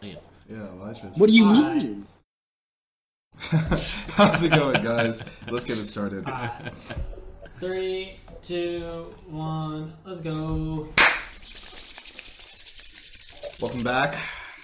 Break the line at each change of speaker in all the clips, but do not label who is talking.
Damn.
Yeah, Elijah.
What do you
Hi.
mean?
How's it going, guys? Let's get it started.
Five, three, two, one, let's go.
Welcome back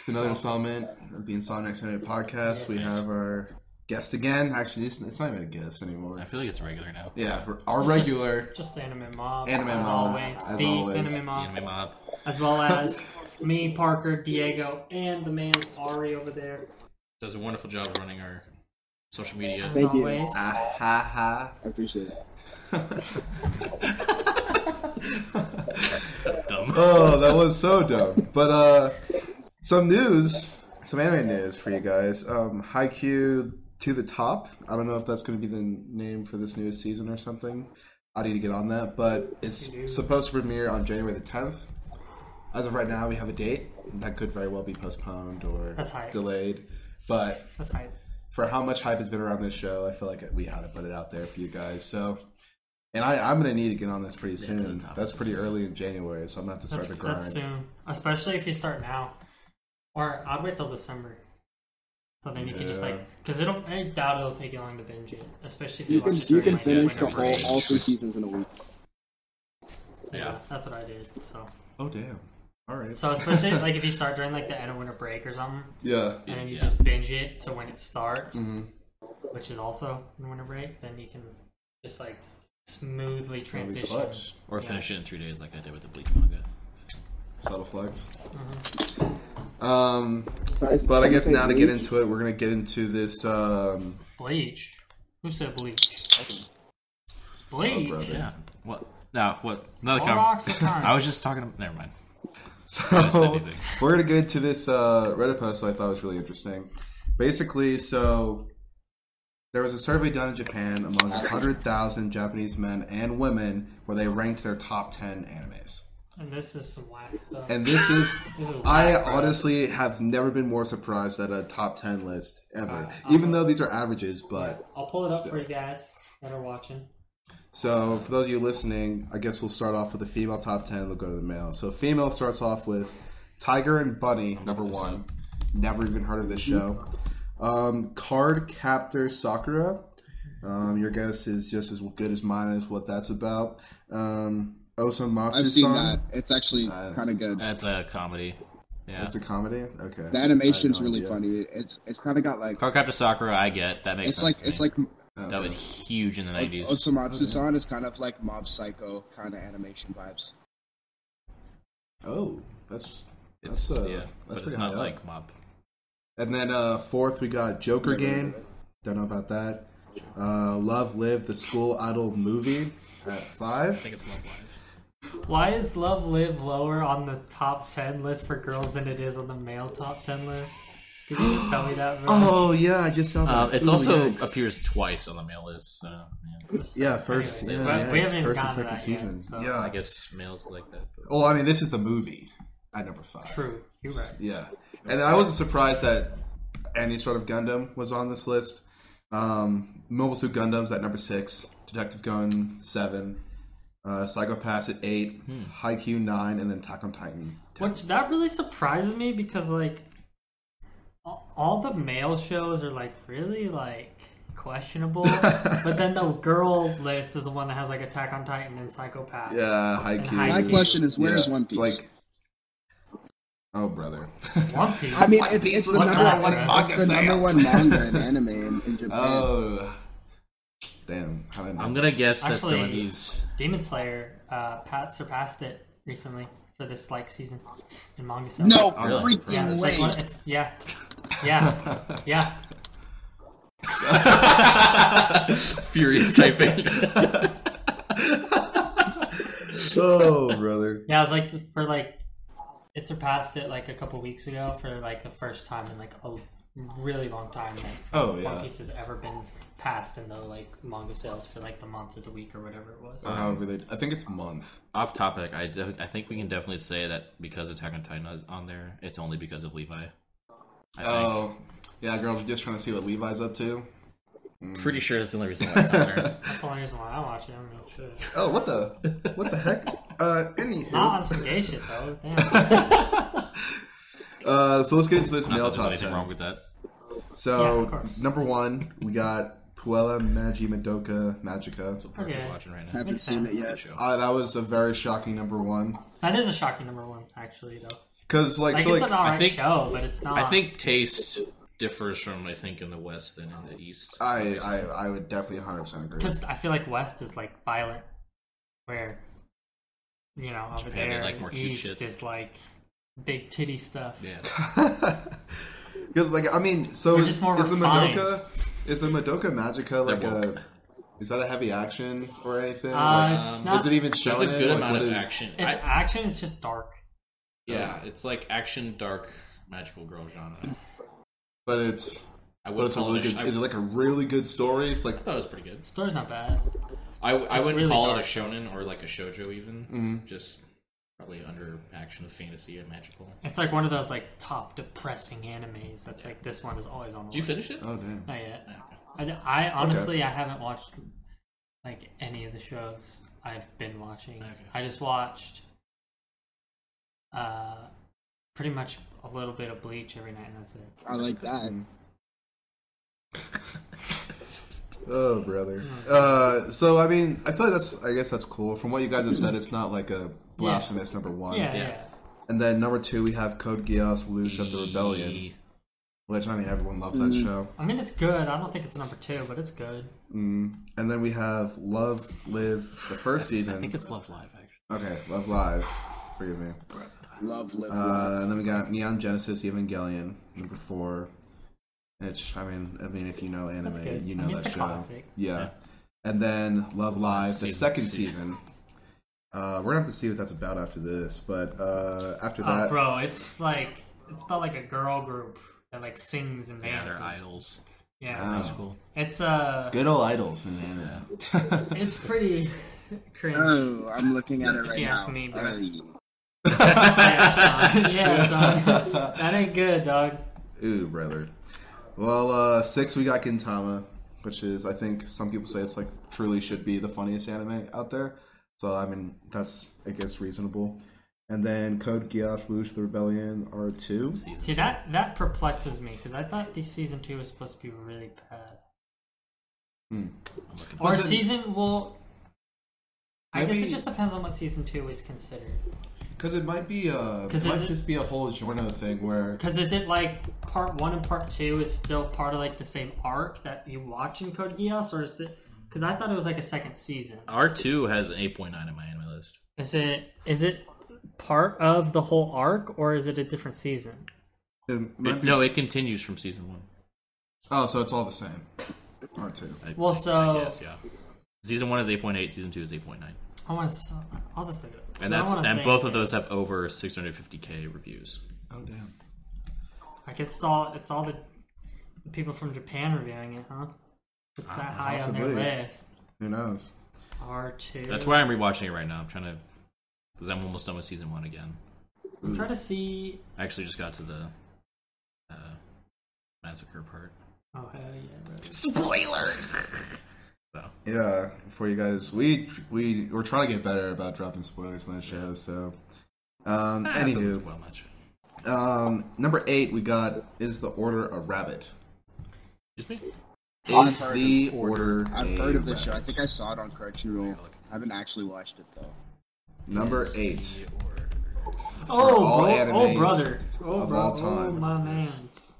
to another installment of the Insomniac Saturday podcast. We have our guest again. Actually, it's, it's not even a guest anymore.
I feel like it's regular now.
Yeah, our
It's just-
regular.
Just, the anime mob.
Anime
as
mob,
Always.
as
the
always.
anime
The
mob.
anime mob.
As well as me, Parker, Diego, and the man Ari over there.
Does a wonderful job running our social media.
As
Thank you.
always.
Ah, ha,
I appreciate it.
ha.
That's dumb.
oh, that was so dumb. But uh, some news, some anime news for you guys. Um, Haikyuu to the top. I don't know if that's going to be the name for this newest season or something. I need to get on that, but it's supposed to premiere on January the 10th. As of right now, we have a date that could very well be postponed or
That's hype.
delayed. But
That's hype.
for how much hype has been around this show, I feel like we had to put it out there for you guys. So, and I, I'm going to need to get on this pretty soon. That's pretty early in January, so I'm going to have to start
That's,
the grind.
that's soon. Especially if you start now. Or I'd wait till December. So then you can just
Yeah.
like. Because it'll. I doubt it'll take you long to binge it. Especially if you,
You can,
watch
you
it during,
can
like,
finish the
winter break.
whole all three seasons in a week.
Yeah.
That's what I did. So.
Oh, damn. All right.
So especially like if you start during like the end of winter break or something,
yeah.
and then you
Yeah.
just binge it to when it starts.
Mhm.
which is also in winter break, then you can just like smoothly
That'd be
transition.
clutch.
Or finish it in three days like I did with the Bleach manga.
Subtle flex.
Mm-hmm.
Um, but I guess now to get into it, we're going to get into this. Um,
Bleach. Who said bleach?
oh,
Bleach.
brother.
Yeah. What? No, what? Not a
Hold on to time.
I was just talking about. Never mind. I said
So
anything.
we're gonna get into this uh, Reddit post that I thought was really interesting. Basically, so there was a survey done in Japan among 100,000 Japanese men and women where they ranked their top 10 animes.
and this is some whack stuff.
And this is,
This is
I
whack, bro.
honestly have never been more surprised at a top 10 list ever. Even though these are averages, but
I'll pull it up for you guys that are watching.
So, for those of you listening, I guess we'll start off with the female top 10. We'll go to the male. So, female starts off with Tiger and Bunny, number one. Never even heard of this
Mm-hmm.
show. Um, Card Captor Sakura. Um, your guess is just as good as mine as what that's about. Um, Osamatsu
I've seen that. It's actually
Uh,
kind of good.
That's a comedy. Yeah.
It's a comedy? Okay.
The animation's
I had no
really
idea.
funny. It- It's it's kind of got like
Car Captor Sakura, I get. That makes
it's like
sense. to
it's
me.
like
Okay. oh,
That was huge in the 90s.
Osamatsu-san is kind of like Mob Psycho kind of animation vibes.
Oh, that's.
it's,
That's, uh,
yeah.
that's
But
pretty
it's not
high up.
like Mob.
And then uh, fourth, we got Joker Game. Don't know about that. Uh, Love Live, the school idol movie at
I
five.
think it's Love Live.
Why is Love Live lower on the top ten list for girls than it is on the male top ten list? Could you just tell me that? bro?
Oh yeah, I just saw that.
Uh, it
Ooh,
also
yikes.
appears twice on the mail list, so yeah.
yeah, first
Anyways,
yeah,
but
yeah,
we
it's
haven't
first and
gotten to
second
that yet,
season.
so-
Yeah.
I guess males like that. But
well, I mean, this is the movie at number five.
True. You're right.
Yeah, and I wasn't surprised that any sort of Gundam was on this list. Um, Mobile Suit Gundam's at number six. Detective Gun seven. Uh, Psychopaths at eight.
Hmm.
Haikyuu nine, and then Attack on Titan. 10.
Which that really surprises me because like all all the male shows are like really like questionable, but then the girl list is the one that has like Attack on Titan and Psychopath.
Yeah, Haikyuu.
Haikyuu.
My
Thank you.
question is, where
Yeah,
is One
it's
Piece?
like, oh brother.
One Piece.
I mean,
One
it's,
Piece
it's
was
the number
number
one,
one
manga
it's the number
sales.
one manga and anime in, in Japan.
oh, damn. How did I know?
I'm gonna guess that some of
Actually-
these.
Demon Slayer uh, Pat surpassed it recently for this like season in manga. sales.
no
Really?
yeah,
freaking
it's
way!
like, one- it's, yeah, yeah, yeah.
Furious typing.
oh brother.
Yeah, it was like for like it surpassed it like a couple weeks ago for like the first time in like a really long time that
Oh
One
yeah.
Piece has ever been passed in the like manga sales for like the month or the week or whatever it was.
Or however they, I think it's month.
Off topic, I, def- I think we can definitely say that because Attack on Titan is on there, it's only because of Levi. I think.
Oh, yeah. Girls are just trying to see what Levi's up to. mm.
Pretty sure that's the only reason why it's on there.
That's the only reason why I watch it. I mean, shit.
Oh, what the, what the heck? Uh,
Not
Ah.
anywho.
on some gay shit though. Damn.
Uh, so let's get into this
Not
male
that there's
top
anything wrong
ten.
with that.
Yeah,
So
of course.
number one, we got Puella Magi Madoka Magica.
That's what Parker's
Okay.
watching right now.
Haven't seen it
sense.
Good
yet.
show.
Uh, that was a very shocking number one.
That is a shocking number one, actually, though.
Because like,
Like,
so
it's
like,
an alright
think-
show, but it's not.
I think taste differs from I think in the West than in the East.
I, I I would definitely 100 percent agree.
Because I feel like West is like violent, where, you know, over
Japan, they
there,
like more cute
East
shit.
is like big titty stuff.
yeah.
Because like, I mean, so
They're
is,
just more
is the
refined.
Madoka is the Madoka Magica like
They're woke.
a is that a heavy action or anything?
Uh,
Like,
it's
um,
not.
is it even
There's
shown?
a good
like,
amount
what
of
is-
action.
It's
I-
action. It's just dark.
yeah, it's like action, dark, magical girl genre.
but it's
I
but
would
it's a
call
really
it. A,
good.
sh- I,
Is it like a really good story? It's like
I thought it was pretty good.
Story's not bad.
I, I
It's
wouldn't
really
call
dark.
it a shonen or like a shoujo even.
Mm-hmm.
Just probably under action of fantasy and magical.
It's like one of those like top depressing animes. That's like this one is always on. The
Did you
list.
finish it?
oh damn.
Not yet. I, I honestly I haven't watched like any of the shows I've been watching.
Okay.
I just watched uh pretty much a little bit of Bleach every night, and that's it.
I like that.
Oh brother. Uh, so I mean, I feel like that's. I guess that's cool. From what you guys have said, it's not like a blasphemous number one.
Yeah, yeah.
yeah.
And then number two, we have Code Geass: Luge of the Rebellion,
E-
which I mean, everyone loves
Mm.
that show.
I mean, it's good. I don't think it's number two, but it's good.
And then we have Love Live, the first season.
I think it's Love Live actually.
okay, Love Live. Forgive me.
Love, live, love.
Uh, and then we got Neon Genesis Evangelion number four. Which I mean, I mean, if you know anime,
That's good.
you
I
know
mean,
that
it's a
show.
classic.
Yeah. And then Love Live, the
Season
second
two.
season. Uh, we're gonna have to see what that's about after this, but uh, after
Oh,
that,
bro, it's like it's about like a girl group that like sings and
Yeah,
dances.
they're idols.
Yeah,
That's cool.
it's uh,
good old idols in anime.
it's pretty cringe.
Oh, I'm looking at it right
She
now.
asked me, bro.
Ay.
yeah, son. Yeah, son. That ain't good, dog.
Ooh, brother. Well, uh, six we got Gintama, which is I think some people say it's like truly should be the funniest anime out there. So I mean, that's I guess reasonable. And then Code Geass, Luge, The Rebellion are two.
See that that perplexes me because I thought the season two was supposed to be really bad.
Hmm.
Or
But then-
season well, I guess
Maybe-
it just depends on what season two is considered.
Because it might be a
'Cause
might
is it-
just be a whole genre thing where
Because is it like part one and part two is still part of like the same arc that you watch in Code Geass, or is the? Because I thought it was like a second season.
R two has an eight point nine in my anime list.
Is it is it part of the whole arc, or is it a different season?
it might
It,
be-
no, it continues from season one.
oh, so it's all the same. Part two.
I,
Well, so-
yes, yeah. Season one is eight point eight. Season two is eight point nine,
I want to. I'll just look it up. 'Cause
and
I
that's
wanna
and
say
both of
anything.
those have over six hundred fifty k reviews.
Oh damn.
I guess it's all it's all the the people from Japan reviewing it, huh? It's that high on their
Ah, possibly.
list.
Who knows?
R two.
That's why I'm rewatching it right now. I'm trying to because I'm almost done with season one again.
I'm trying
Hmm.
to see.
I actually just got to the uh, massacre part.
Oh hell yeah! Bro.
So
Yeah, for you guys, we we we're trying to get better about dropping spoilers on the show. So, um,
that doesn't
anywho,
spoil much.
um, number eight we got is the Order a Rabbit.
Excuse me.
Is
heard
the Order?
I've
a
heard of this show. I
Rabbit.
think I saw it on Crunchyroll. I haven't actually watched it though.
number eight. all
Oh, bro,
animes
oh brother! Oh,
of
bro,
all time.
oh my
What is this?
man's.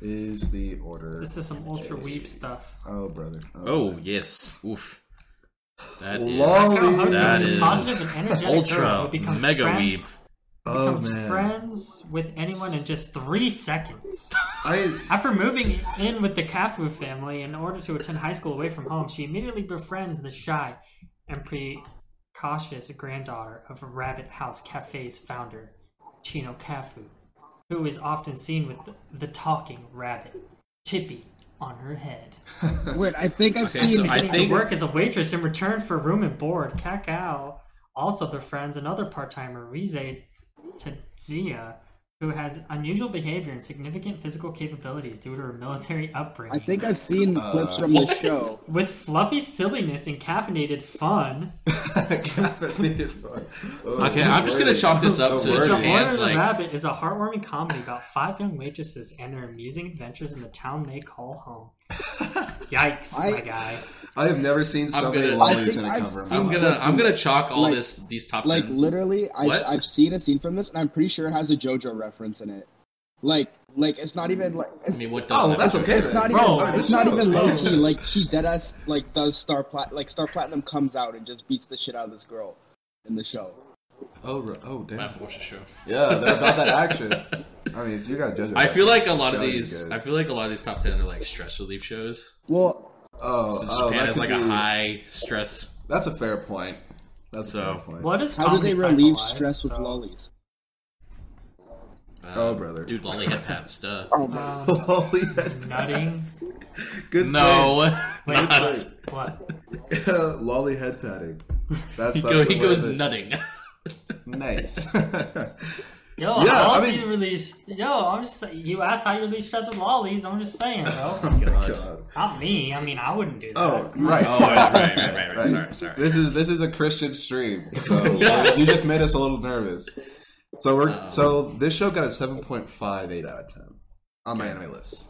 Is the order?
This is some ultra weep stuff.
Oh, brother.
Oh yes. Oof. That is
Lolly.
That
This
is
positive and energetic girl
ultra
who becomes
mega
friends,
weeb.
Oh,
Becomes
man.
friends with anyone in just three seconds.
I
After moving in with the Kafu family in order to attend high school away from home, she immediately befriends the shy and precautious granddaughter of Rabbit House Cafe's founder, Chino Kafu, who is often seen with the, the talking rabbit, Tippy, on her head.
Wait, I think I've
Okay,
seen
so I
it.
They
think
work as a waitress in return for room and board. Kakao also befriends another part timer, Rize Tadzia, who has unusual behavior and significant physical capabilities due to her military upbringing.
I think I've seen
Uh,
clips from the show.
With fluffy silliness and caffeinated fun,
Oh,
Okay, I'm just gonna chalk this up to-
Mr.
Already
Horner
adds,
the
like-
Rabbit is a heartwarming comedy about five young waitresses and their amusing adventures in the town they call home. Yikes,
I-
my guy.
I have never seen so many
gonna-
lollies
I
in
think
a
I've
cover. in my
I'm
life.
gonna I'm gonna chalk all
Like-
this these top
Like
tens.
literally,
What?
I, I've seen a scene from this, and I'm pretty sure it has a JoJo reference in it. Like, like it's not even like
I
it's,
mean, what does
Oh,
that
that's
mean?
okay.
it's not
Then. Oh,
even
Bro,
it's
this
not
show-
even low key. Like she dead ass like does Star Plat like Star Platinum comes out and just beats the shit out of this girl in the show.
Oh, re- oh, damn.
I have to watch the show.
Yeah, they're about that action. I mean, if you got judges,
I feel like a lot of
Gotta be
these.
good.
I feel like a lot of these top ten are like stress relief shows.
Well,
oh,
Since
oh,
Japan
that
has
could
like
be,
a high stress.
That's a fair point. That's a
So-
fair point.
What is
how do
comedy
they
Central
relieve
Live?
stress with
So,
lollies?
uh,
Oh, brother.
dude, lolly hip hat stuff.
Oh my!
Um,
Holy
nutting.
Good
No,
Wait,
not.
what?
save. Lolly head patting. That's that's
He,
the
go, he
word
goes
that-
nutting.
Nice. Oh
Yo,
Yeah,
how
I
do
mean-
you release? Yo, I'm just saying- you asked how you release stress with lollies. I'm just saying, bro.
God.
Not me. I mean, I wouldn't do that.
Oh, right.
Oh, right, right, right, right, right.
Right.
Sorry, sorry.
This is this is a Christian stream, so you just made us a little nervous. So we're
Um.
so this show got a seven point five eight out of ten on my anime list.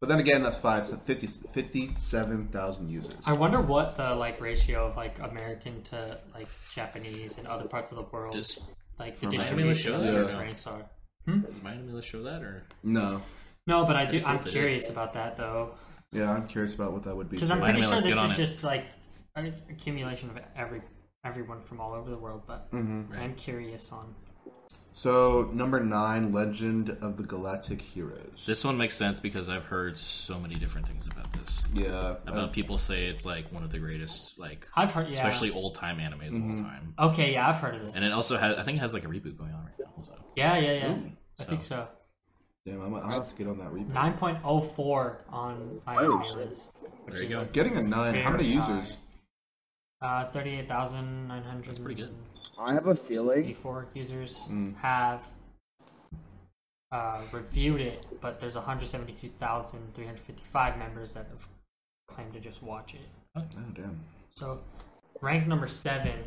But then again, that's five so 50, 57,000 users.
I wonder what the like ratio of like American to like Japanese and other parts of the world,
Does
like the
Miami
distribution
show
of
that
or
those
no?
ranks are.
does Miami Mila show that or?
No,
No, but I do. I'm
cool they do.
curious about that though,
yeah, I'm curious about what that would be.
because I'm
too.
Wait a
pretty
minute,
sure
let's
this
get on
is
it.
just like an accumulation of every everyone from all over the world. But
Mm-hmm.
I'm curious on.
So number nine, Legend of the Galactic Heroes.
This one makes sense because I've heard so many different things about this.
yeah, uh,
About people say it's like one of the greatest, like
I've heard, yeah.
especially old time animes of all time.
okay, yeah, I've heard of this.
And it also has, I think it has like a reboot going on right now. Also.
yeah, yeah, yeah. I
so-
think so.
damn, I'm, I'll have to get on that replay.
Nine point oh four on my
Wow.
email list, which
There you
is
go.
Getting a nine. How many
Very
users?
uh, thirty-eight thousand nine hundred. That's
pretty good.
I have a feeling.
84 users
Hmm.
have uh, reviewed it, but there's 172,355 members that have claimed to just watch it.
Oh damn.
So, rank number seven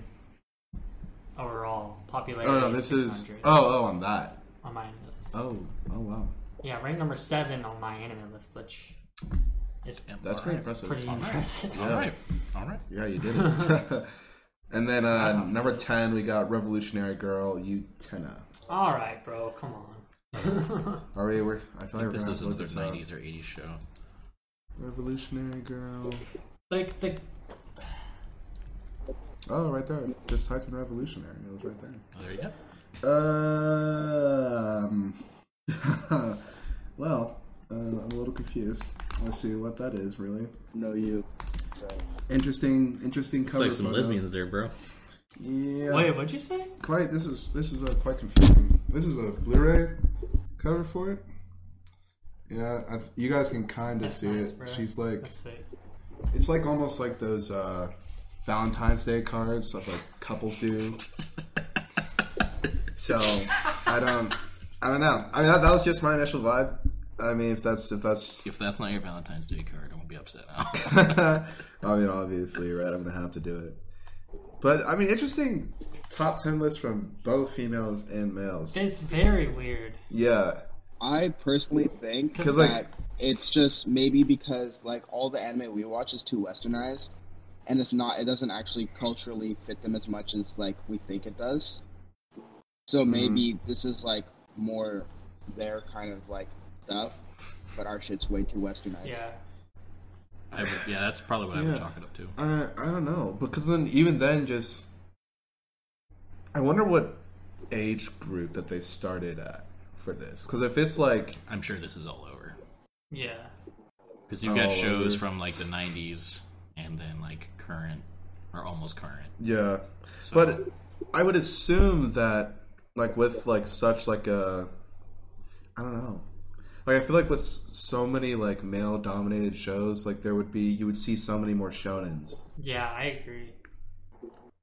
overall, population
Oh no,
is
this is
600
oh oh on that.
on my anime list.
Oh oh wow,
Yeah, rank number seven on my anime list, which is
that's pretty impressive.
pretty impressive.
All right, all right.
Yeah, you did it. and then uh, number ten, we got Revolutionary Girl Utena.
All right, bro, come on.
Are we? We're, I feel like
This
we're
is
gonna
another
have to look this
'90s or '80s show.
up. Revolutionary Girl.
like the
Oh, right there. Just typed in Revolutionary. It was right there.
Oh, there you go.
Um. well, uh, I'm a little confused. Let's see what that is. Really
No, you.
interesting. Interesting
It's
cover.
like some
photo.
lesbians there, bro.
Yeah.
wait, what'd you say?
Quite. This is this is uh, quite confusing. This is a Blu-ray cover for it. Yeah, I, you guys can kind of see
nice,
it.
bro.
She's like,
Let's see.
it's like almost like those uh, Valentine's Day cards that like couples do. so I don't, I don't know. I mean, that, that was just my initial vibe. I mean, if that's if that's,
If that's not your Valentine's Day card, I'm gonna be upset now.
I mean, obviously, you're right? I'm gonna have to do it. But I mean, interesting top ten list from both females and males.
It's very weird.
Yeah.
I personally think
'Cause,
that
like-
it's just maybe because like all the anime we watch is too westernized, and it's not. It doesn't actually culturally fit them as much as like we think it does. So
Mm-hmm.
maybe this is like more their kind of like stuff, but our shit's way too westernized.
Yeah.
I would, yeah, that's probably what I would
Yeah.
chalk it up to.
Uh, I don't know because then even then, just I wonder what age group that they started at for this. Because if it's like
I'm sure this is all over
Yeah.
because you've got
All
shows
over.
from like the '90s and then like current or almost current.
yeah,
So,
but I would assume that like with like such like a I don't know. Like I feel like with s- so many like male dominated shows, like there would be you would see so many more shonens.
Yeah, I agree.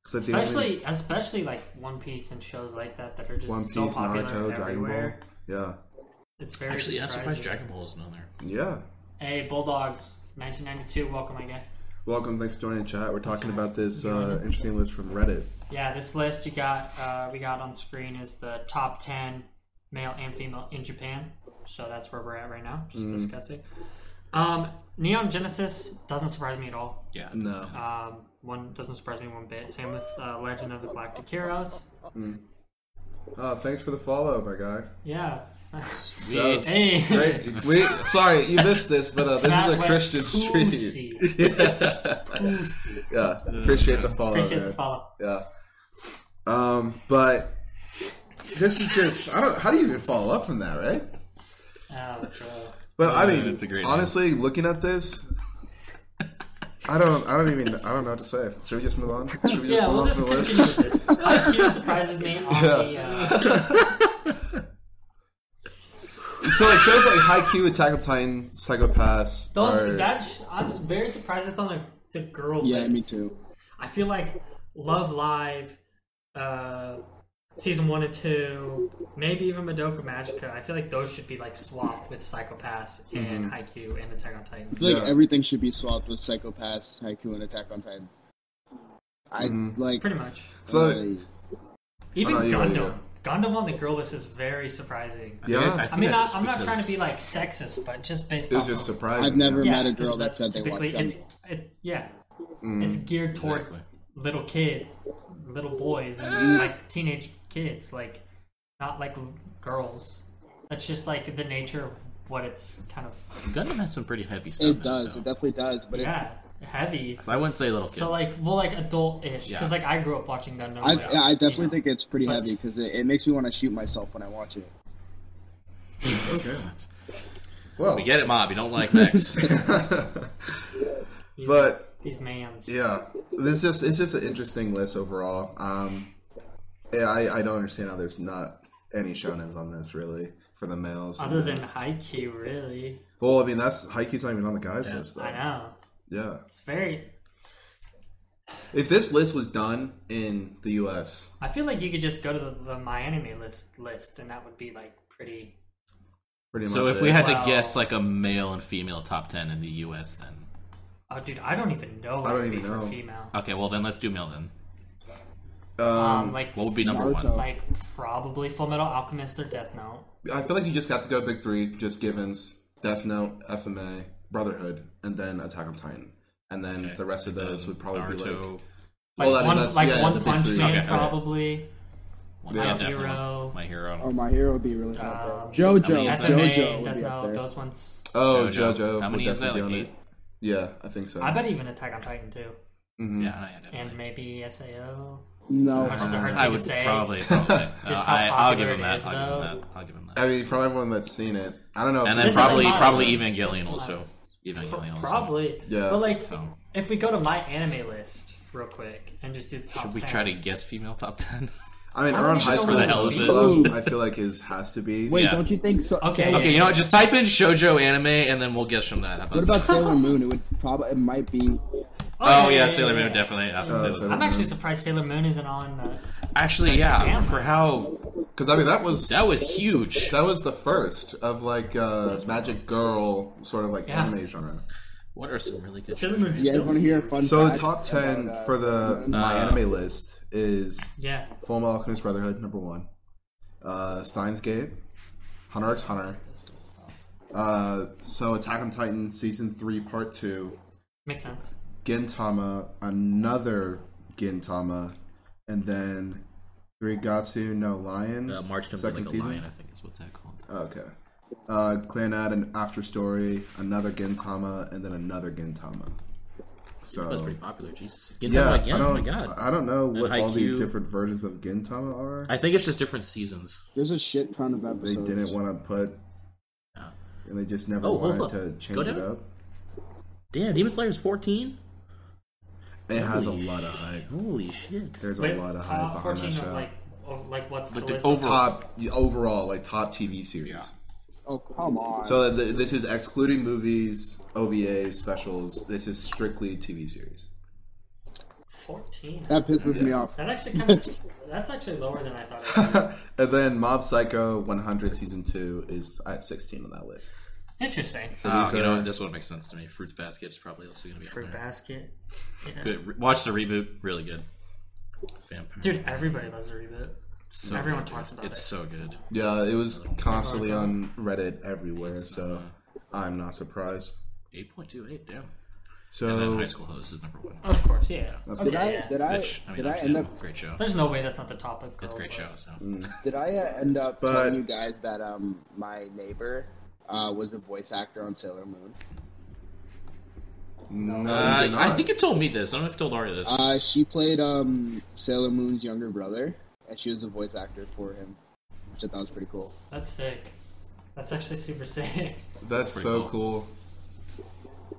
'Cause that's the only-
Especially, especially like One Piece and shows like that that are just
One
so
Piece,
popular
Naruto, Dragon
everywhere.
Ball. Yeah.
It's very
Actually, yeah, I'm surprised
surprising.
Dragon Ball isn't on there.
Yeah.
Hey, Bulldogs, 1992. Welcome, I guess.
Welcome. Thanks for joining the chat. We're talking about this uh, interesting list from Reddit.
Yeah, this list you got uh, we got on screen is the top ten male and female in Japan. So that's where we're at right now,
Mm.
just discussing. Um, Neon Genesis doesn't surprise me at all.
Yeah.
No.
Um, one doesn't surprise me one bit. Same with uh, Legend of the Galactic Heroes.
Uh, thanks for the follow, my guy.
Yeah.
That was
Sweet.
Hey.
Great. We, sorry, you missed this, but uh, this
That
is a
went
Christian
poosey.
stream. yeah.
Poosey.
yeah. Appreciate the follow,
Appreciate the
man.
follow.
Yeah. Um, but this is just I don't, how do you even follow up from that, right?
Oh, bro.
But
Uh,
I mean,
it's a great
honestly, looking at this, I don't, I don't even, I don't know what to say. Should we just move on? Should we just
Yeah,
move
we'll
on
just
from the
continue
list?
with this. IQ surprises me on the. Uh,
So like shows like Haikyuu, Attack on Titan, Psychopaths.
Those
are,
that sh- I'm very surprised it's on the, the girl.
Yeah,
list.
me too.
I feel like Love Live, uh, season one and two, maybe even Madoka Magica. I feel like those should be like swapped with Psychopaths
Mm-hmm.
and Haikyuu and Attack on
I
Titan.
feel like
Yeah.
everything should be swapped with Psychopaths, Haiku, and Attack on Titan. I like.
Pretty much.
Mm-hmm. so
uh,
Even
know, yeah,
Gundam.
yeah.
Gundam on the girl list is very surprising.
yeah,
I
I mean, I,
that's
I'm not trying to be
because-
like sexist, but just based
it's
off
just
of,
surprising.
I've never
yeah,
met a
'cause
girl that
that's
said they
typically
watched
it's
Gundam.
it, yeah, it's geared towards
Mm, Exactly.
little kid, little boys, and
Mm.
like teenage kids, like not like girls. That's just like the nature of what it's kind of
Gundam has some pretty heavy stuff. in
It does.
though.
It definitely does. But it,
yeah heavy.
I wouldn't say little kids.
So like well like adult ish
Yeah.
because like I grew up watching that.
I, yeah, I definitely think it's pretty
But-
heavy because it, it makes me want to shoot myself when I watch it.
Okay. Well,
we get it, Mob. You don't like Max.
but
these mans.
Yeah, this just it's just an interesting list overall. Um, yeah, I I don't understand how there's not any shonens on this really for the males.
Other than Haikyuu, really,
well, I mean that's Haikyuu's not even on the guys list though.
I know
Yeah,
it's very.
if this list was done in the U.S.,
I feel like you could just go to the, the My Anime list list, and that would be like pretty.
pretty much.
so if
it.
we had
Wow.
to guess like a male and female top ten in the U.S., then
Oh, dude, I don't even know. What
I
I
don't
don't
even
for
know.
Female.
okay, well then let's do male then.
Um, like
What would be number one?
Naruto.
like probably Full Metal Alchemist or Death Note.
I feel like you just have to go big three: just Givens, Death Note, FMA, Brotherhood, and then Attack on Titan, and then the rest of those would probably be like.
Naruto,
Like
Well, that-
one,
that's-
like
yeah, the
One
big
Punch
three.
Man,
Okay.
probably.
one,
Yeah.
yeah, definitely.
Hero.
My
Oh,
hero.
my hero would be really hot. though.
Um,
Uh, I mean,
JoJo,
That's
FMA,
JoJo
Death
would be up
Note,
there.
those ones.
Oh,
JoJo.
JoJo.
How
would
many is that,
definitely
like
be on it. Yeah, I think so.
I bet even Attack on Titan too,
Mhm.
Yeah, no, yeah, definitely.
and maybe Sao.
No,
Much as it hurts me
Uh, I
to
would
say,
probably. probably. Uh,
Just how
I, I'll give
popular
him
it
that.
is,
I'll give
though.
him that. I'll give him that.
I mean, from everyone that's seen it, I don't know. If
And then
This is
probably
a lot.
probably
This is
Evangelion
a lot.
also. Evangelion also.
Probably.
Yeah.
But like,
So
if we go to my anime list real quick and just do the top
should we
10,
try to guess female top ten?
I mean, Aaron High
Just
School
for the hell
of it.
Club, I feel like is has to be.
wait,
Yeah.
don't you think? So,
Okay.
Sailor-
Okay, you know what? Just type in shoujo anime, and then we'll guess from that. How
What about Sailor Moon? It would probably, it might be.
Oh yeah, Sailor Moon definitely. I have to
Uh,
say
so-
Sailor
I'm actually surprised Sailor Moon isn't on the.
Moon. Actually, yeah.
Damn.
For how
Because I mean, that was that,
that was huge.
was the first of like uh, Magic Girl sort of like
Yeah.
anime genre.
What are some really good?
Sailor
shows?
Moon
You guys
still.
want to hear a fun?
So the
fact
top ten
about, uh,
for the my
Uh,
anime list is
Yeah.
Full Metal Alchemist Brotherhood number one, uh, Steins Gate, Hunter x Hunter, uh, so Attack on Titan season three part two,
Makes sense.
Gintama, another Gintama, and then Rigatsu no Lion.
Uh, March comes in
second
like a
season. Oh.
lion. I think is what that called.
Okay. Uh, Clannad and After Story, another Gintama, and then another Gintama. So
That's pretty popular. Jesus. Gintama
yeah,
again.
I
Oh
don't,
my god.
I don't know what all these
Haikyuu.
different versions of Gintama are.
I think it's just different seasons.
There's a shit ton of
they
episodes.
didn't want to put,
Yeah.
and they just never
Oh, hold
wanted to
up.
change
Go
it
down.
up.
Damn, Demon Slayer's 14.
It has a lot of hype.
Holy shit.
There's
Wait,
a lot of hype
top
behind
14
that
Uh, of
show.
like, of like what's
But
the
the
list?
over-
top overall, like top TV series.
Yeah.
Oh come on.
So uh, th- this is excluding movies, OVA specials. This is strictly TV series.
Fourteen. That,
That pisses me off.
actually kind of. that's actually lower than I thought. It was.
and then Mob Psycho 100 season two is at 16 on that list.
Interesting.
So
Ah,
these
you know
are-
what? This one makes sense to me. Fruits Basket is probably also going to be
Fruit
on there.
basket. Yeah.
Good. Re- watch the reboot. Really good. Vampire.
Dude, everybody loves a reboot.
so
everyone
good,
talks
dude.
about
it's
it.
so good.
Yeah, it was constantly on Reddit everywhere, so
uh,
I'm not surprised.
Eight point two eight. Damn. And then
So
High School Host is number one.
Of course, yeah.
Did
Okay,
I
yeah.
did I
Which I mean,
did I end
understandable.
up
great show.
There's no way that's not the top of girls.
It's a great show.
list.
So
did I uh, end up
But-
telling you guys that um my neighbor uh, was a voice actor on Sailor Moon?
no,
Uh,
you did
I
not.
think you told me this. I don't know if you told Ari this.
Uh, she played um Sailor Moon's younger brother, and she was a voice actor for him, which I thought was pretty cool.
That's sick. That's actually super sick.
that's
pretty
so cool.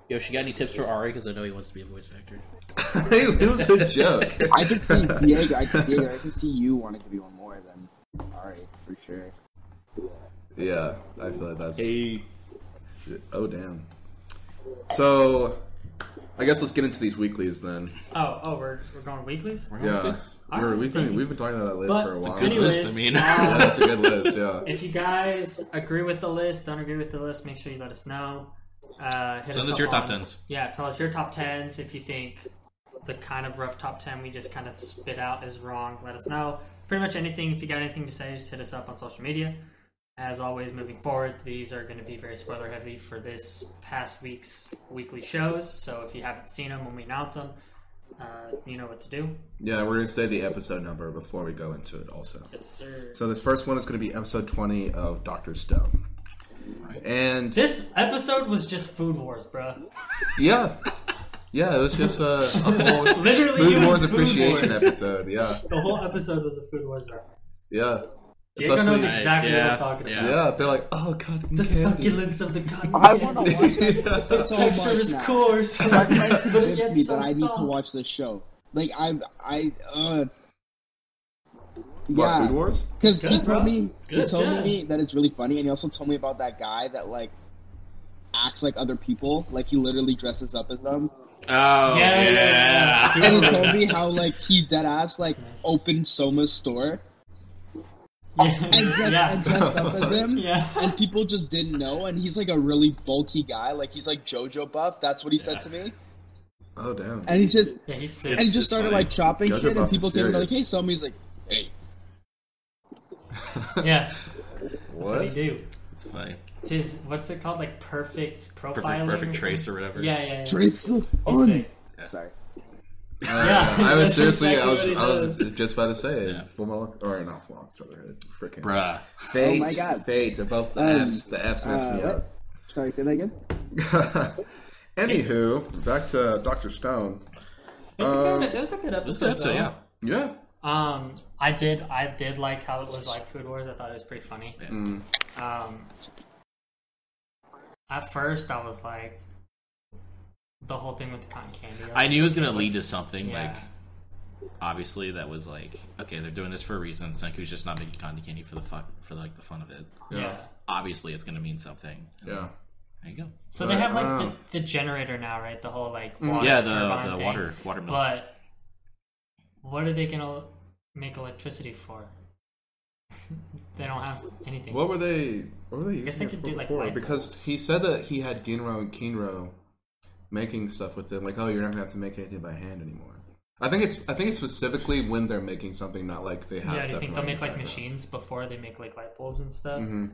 Yo, she got any tips for Ari? Because I know he wants to be a voice actor.
it was a joke.
I could see Diego. I could, Diego, I could see you wanting to be one more than Ari for sure.
Yeah, I feel like that's.
Hey.
Oh damn. So, I guess let's get into these weeklies then.
Oh, oh, we're, we're going weeklies?
Yeah,
All
We're,
right,
we've been
thank
we've been talking about that list
Oh, But-
for a
It's a
while.
Good
Anyways,
list, I mean.
uh,
Yeah, that's a good list. Yeah.
If you guys agree with the list, don't agree with the list, make sure you let us know. Uh, hit
Send
us
us
up
your top
on-
tens.
Yeah, tell us your top tens. If you think the kind of rough top ten we just kind of spit out is wrong, let us know. Pretty much anything. If you got anything to say, just hit us up on social media. As always, moving forward, these are going to be very spoiler heavy for this past week's weekly shows. So if you haven't seen them when we announce them, uh, you know what to do.
Yeah, we're gonna say the episode number before we go into it. Also,
Yes, sir.
so this first one is gonna be episode twenty of Doctor Stone. And
This episode was just food wars, bruh.
yeah, yeah, it was just uh, a, a whole
Literally, it
food
was
wars
food
appreciation
wars.
episode. Yeah,
The whole episode was a Food Wars reference.
yeah.
Diego knows
Especially-
ex- Exactly what I'm
yeah,
talking about.
Yeah.
yeah, they're like, oh god,
The succulence of the cotton
I
candy.
want to watch that
The
so much
Texture is
now.
coarse,
My friend
but it
convinced me
gets so
that I need
soft.
to watch this show. Like I, I, uh,
What,
yeah,
Food Wars?
because he
good, bro.
told me he
good,
told
yeah.
me that it's really funny, and he also told me about that guy that like acts like other people, like he literally dresses up as them.
Yeah,
Oh
yeah,
yeah.
yeah.
And he told me how like he dead ass like opened Soma's store and dressed,
yeah,
and dressed up as him.
yeah, yeah.
And people just didn't know, and he's like a really bulky guy. Like he's like JoJo buff. That's what he said
Yeah.
to me.
Oh damn.
And he's just
Yeah, he's
and
sick.
he
It's-
just
it's
started
funny.
like chopping
JoJo
shit,
buff
and
is
people came and were like,
serious.
"Hey, Somi's like, hey,
Yeah, that's what
what?
he do.
It's funny.
It's his what's it called? Like perfect profiling.
Perfect, perfect
or
trace
something?
or whatever.
Yeah, yeah, yeah.
Trace
He's
on."
sick.
Sorry.
Yeah,
Uh, I was
that's
seriously,
exactly what he
I was, I
does.
was just about to say it.
Yeah.
Full Metal, or not Full Metal Brotherhood, freaking
Bruh.
Fate.
Oh my God.
Fate. They're both the
Um,
F's. The F's messed
uh,
me
what?
up.
Sorry, say that again.
Anywho, back to Doctor Stone.
It's a
Um,
Uh,
good. It was a good episode.
This episode,
though.
Yeah,
yeah.
Um, I did. I did like how it was like Food Wars. I thought it was pretty funny.
Yeah.
Mm.
Um, at first, I was like, the whole thing with the cotton candy.
I knew it was gonna lead to something
Yeah.
like obviously that was like okay they're doing this for a reason Senku's just not making candy candy for the fuck for like the fun of it
yeah.
obviously it's gonna mean something
yeah.
there you go
So they have like
Wow. Mm.
the, the generator now, right? The whole like water
yeah the
turbine
the
thing.
water watermelon
But what are they gonna make electricity for? they don't have anything.
What were they? What were they
guess they
using it
could
for
do, like,
before?
light
because he said that he had Ginro and Kinro making stuff with it. Like, oh, you're not gonna have to make anything by hand anymore. I think it's. I think it's specifically when they're making something, not like they have.
yeah, do
stuff
you think they'll
running
make
in
like
the background.
machines before they make like light bulbs and stuff?
Mhm.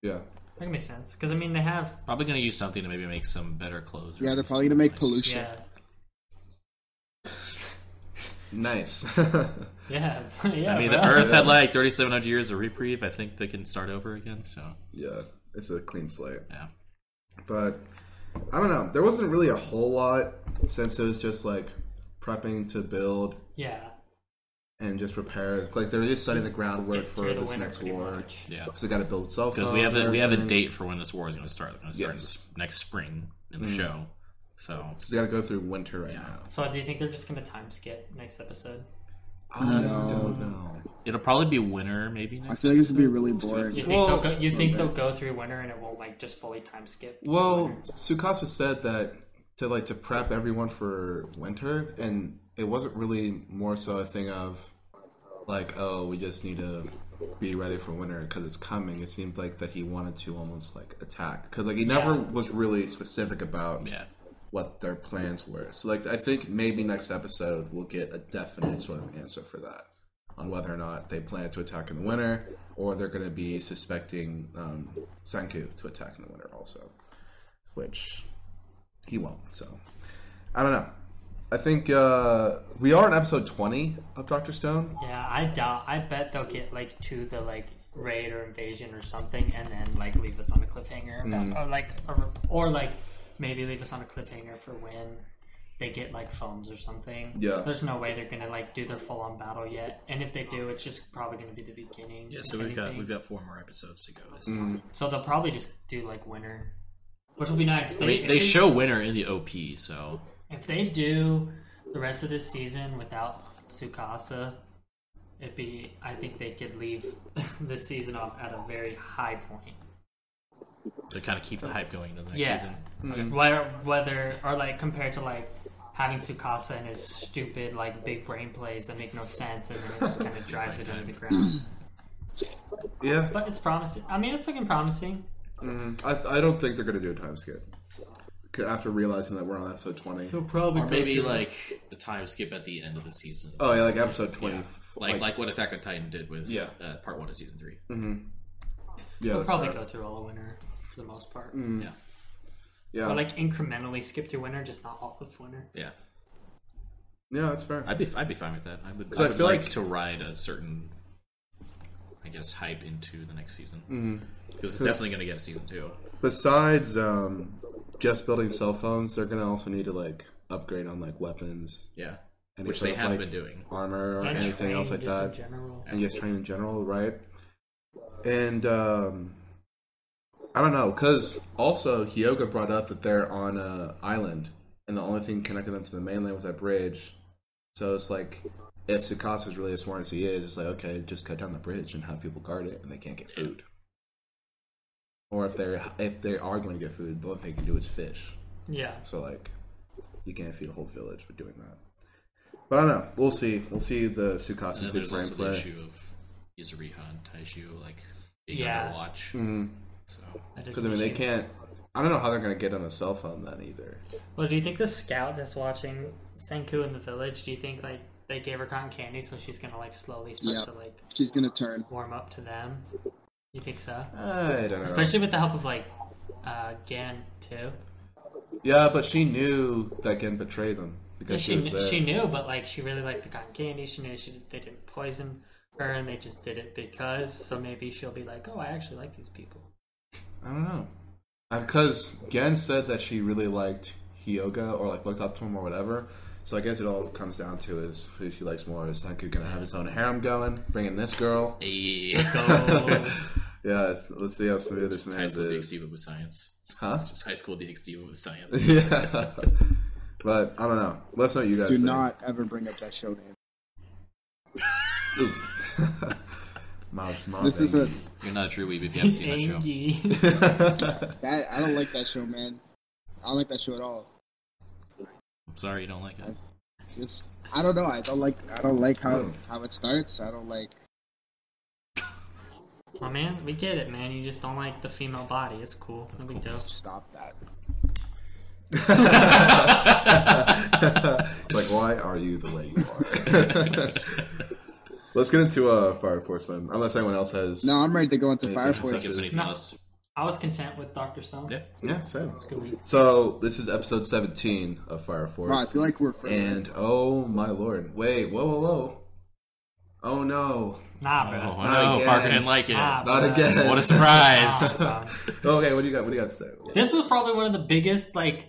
Yeah.
That can make sense because I mean they have
probably gonna use something to maybe make some better clothes or
Yeah, they're
something
probably gonna make
like-
pollution.
yeah
Nice.
yeah yeah.
I mean
bro.
the Earth had like 3700 years of reprieve I think they can start over again so
yeah, it's a clean slate.
yeah
but I don't know. There wasn't really a whole lot since it was just like prepping to build
yeah.
and just prepare. Like they're just setting the groundwork
Get
for
through the
this
winter
next
pretty
war.
much.
yeah
So they got to build cell
because
phones.
we have
and
a we have a
um,
everything.
date for when this war is gonna start it's gonna start
Yes.
this next spring in the
Mm.
show so
'Cause They got to go through winter right
Yeah.
now.
So do you think they're just gonna time skip next episode?
I don't know.
it'll probably be winter maybe next
I feel like this would be really boring.
You think,
Well-
they'll, go, you think they'll go through winter and it won't like just fully time skip?
Well, Sukasa said that to like to prep everyone for winter, and it wasn't really more so a thing of like, oh, we just need to be ready for winter because it's coming. It seemed like that he wanted to almost like attack because like he never
Yeah.
was really specific about
Yeah.
what their plans were. So like I think maybe next episode we'll get a definite sort of answer for that on whether or not they plan to attack in the winter or they're going to be suspecting um, Senku to attack in the winter also, which he won't. So I don't know. I think uh, we are in episode 20 of Doctor Stone.
Yeah, I doubt. I bet they'll get like to the like raid or invasion or something, and then like leave us on a cliffhanger, about, or like, or, or like maybe leave us on a cliffhanger for when they get like phones or something.
Yeah.
there's no way they're gonna like do their full on battle yet, and if they do, it's just probably gonna be the beginning.
Yeah,
if
so we've got
anything.
we've got four more episodes to go.
Mm.
This
So they'll probably just do like winter, which will be nice. If
They,
if
they show winner in the OP, so
if they do the rest of this season without Sukasa, it'd be I think they could leave this season off at a very high point.
to kind of keep the hype going into the next
Yeah.
season.
Whether whether or like compared to like having Sukasa and his stupid like big brain plays that make no sense and then it just kind of drives it into the ground.
Yeah,
But it's promising. I mean, it's looking promising.
I, I don't think they're going to do a time skip 'Cause after realizing that we're on episode 20.
Probably
Or maybe like the time skip at the end of the season.
Oh, yeah, like episode 20.
like, like what Attack on Titan did with
Yeah.
uh, part one of season 3
Mm.
yeah, that's
probably
fair.
go through all the winter for the most part.
Yeah,
yeah.
Or like incrementally skip through winter, just not all of winter.
yeah.
yeah, that's fair.
I'd be I'd be fine with that. I would.
'Cause
I,
I
would
feel
like,
like-
to ride a certain, I guess, hype into the next season
Mm-hmm.
because it's definitely going to get a season two.
besides um, just building cell phones, they're gonna also need to like upgrade on like weapons,
Yeah,
any
which
sort
they
of,
have
like,
been doing.
armor or anything
train
else like
just in
that,
general.
and just train in general, right? And um, I don't know, because also Hyoga brought up that they're on a island, and the only thing connecting them to the mainland was that bridge. So it's like. If Sukasa is really as smart as he is, it's like okay, just cut down the bridge and have people guard it, and they can't get food. Or if they're if they are going to get food, the only thing they can do is fish.
Yeah.
So like, you can't feed a whole village with doing that. But I don't know. We'll see. We'll see the
And
Sukasa
then
big
there's
brain
also the
play
issue of Izuriha and Taishu like being
Yeah.
under watch.
Mm-hmm.
So
because I mean they can't. I don't know how they're gonna get on a cell phone then either.
Well, do you think the scout that's watching Senku in the village? Do you think like they gave her cotton candy, so she's gonna like slowly start
Yeah.
to like
She's gonna turn.
warm up to them? You think so?
I don't know.
Especially with the help of like uh, Gan too.
yeah, but she knew that Gen betrayed them
Yeah,
because she,
she
was there.
she knew, but like she really liked the cotton candy. She knew she they didn't poison her, and they just did it because. So maybe she'll be like, "Oh, I actually like these people."
I don't know. Because Gen said that she really liked Hyoga or like looked up to him or whatever. So I guess it all comes down to is who she likes more. Is Senku gonna have his own harem going, bringing this girl?
yeah.
So
Yeah, let's, let's see how smooth this
high
man
school
is.
DxD but with science.
Huh?
Just high school DxD but with science.
yeah. But I don't know. Let's know what you guys
Do
think.
not ever bring up that show name.
Oof. Mob's mom.
This is a
You're not a true weeb if you haven't seen that show.
Angie.
that I don't like that show, man. I don't like that show at all.
I'm sorry you don't like it.
Just I don't know. I don't like I don't like how
Oh.
how it starts. I don't like
My man, we get it, man. You just don't like the female body. It's cool. no big deal.
stop that.
like, why are you the way you are? Let's get into uh, Fire Force then. Unless anyone else has.
No, I'm ready to go into
Anything
Fire
to
Think
Force.
of anything
No.
else?
I was content with Doctor Stone.
Yeah.
Yeah, same.
Good week.
So this is episode 17 of Fire Force.
Wow, I feel like we're friends.
and oh my lord! Wait, whoa, whoa, whoa! Oh no! Ah.
Nah,
Oh,
bro.
Not
no,
again.
Parker didn't like it.
Nah,
Not again! Oh,
What a surprise!
Nah, bro.
okay, what do you got? What do you got to say?
This was probably one of the biggest, like,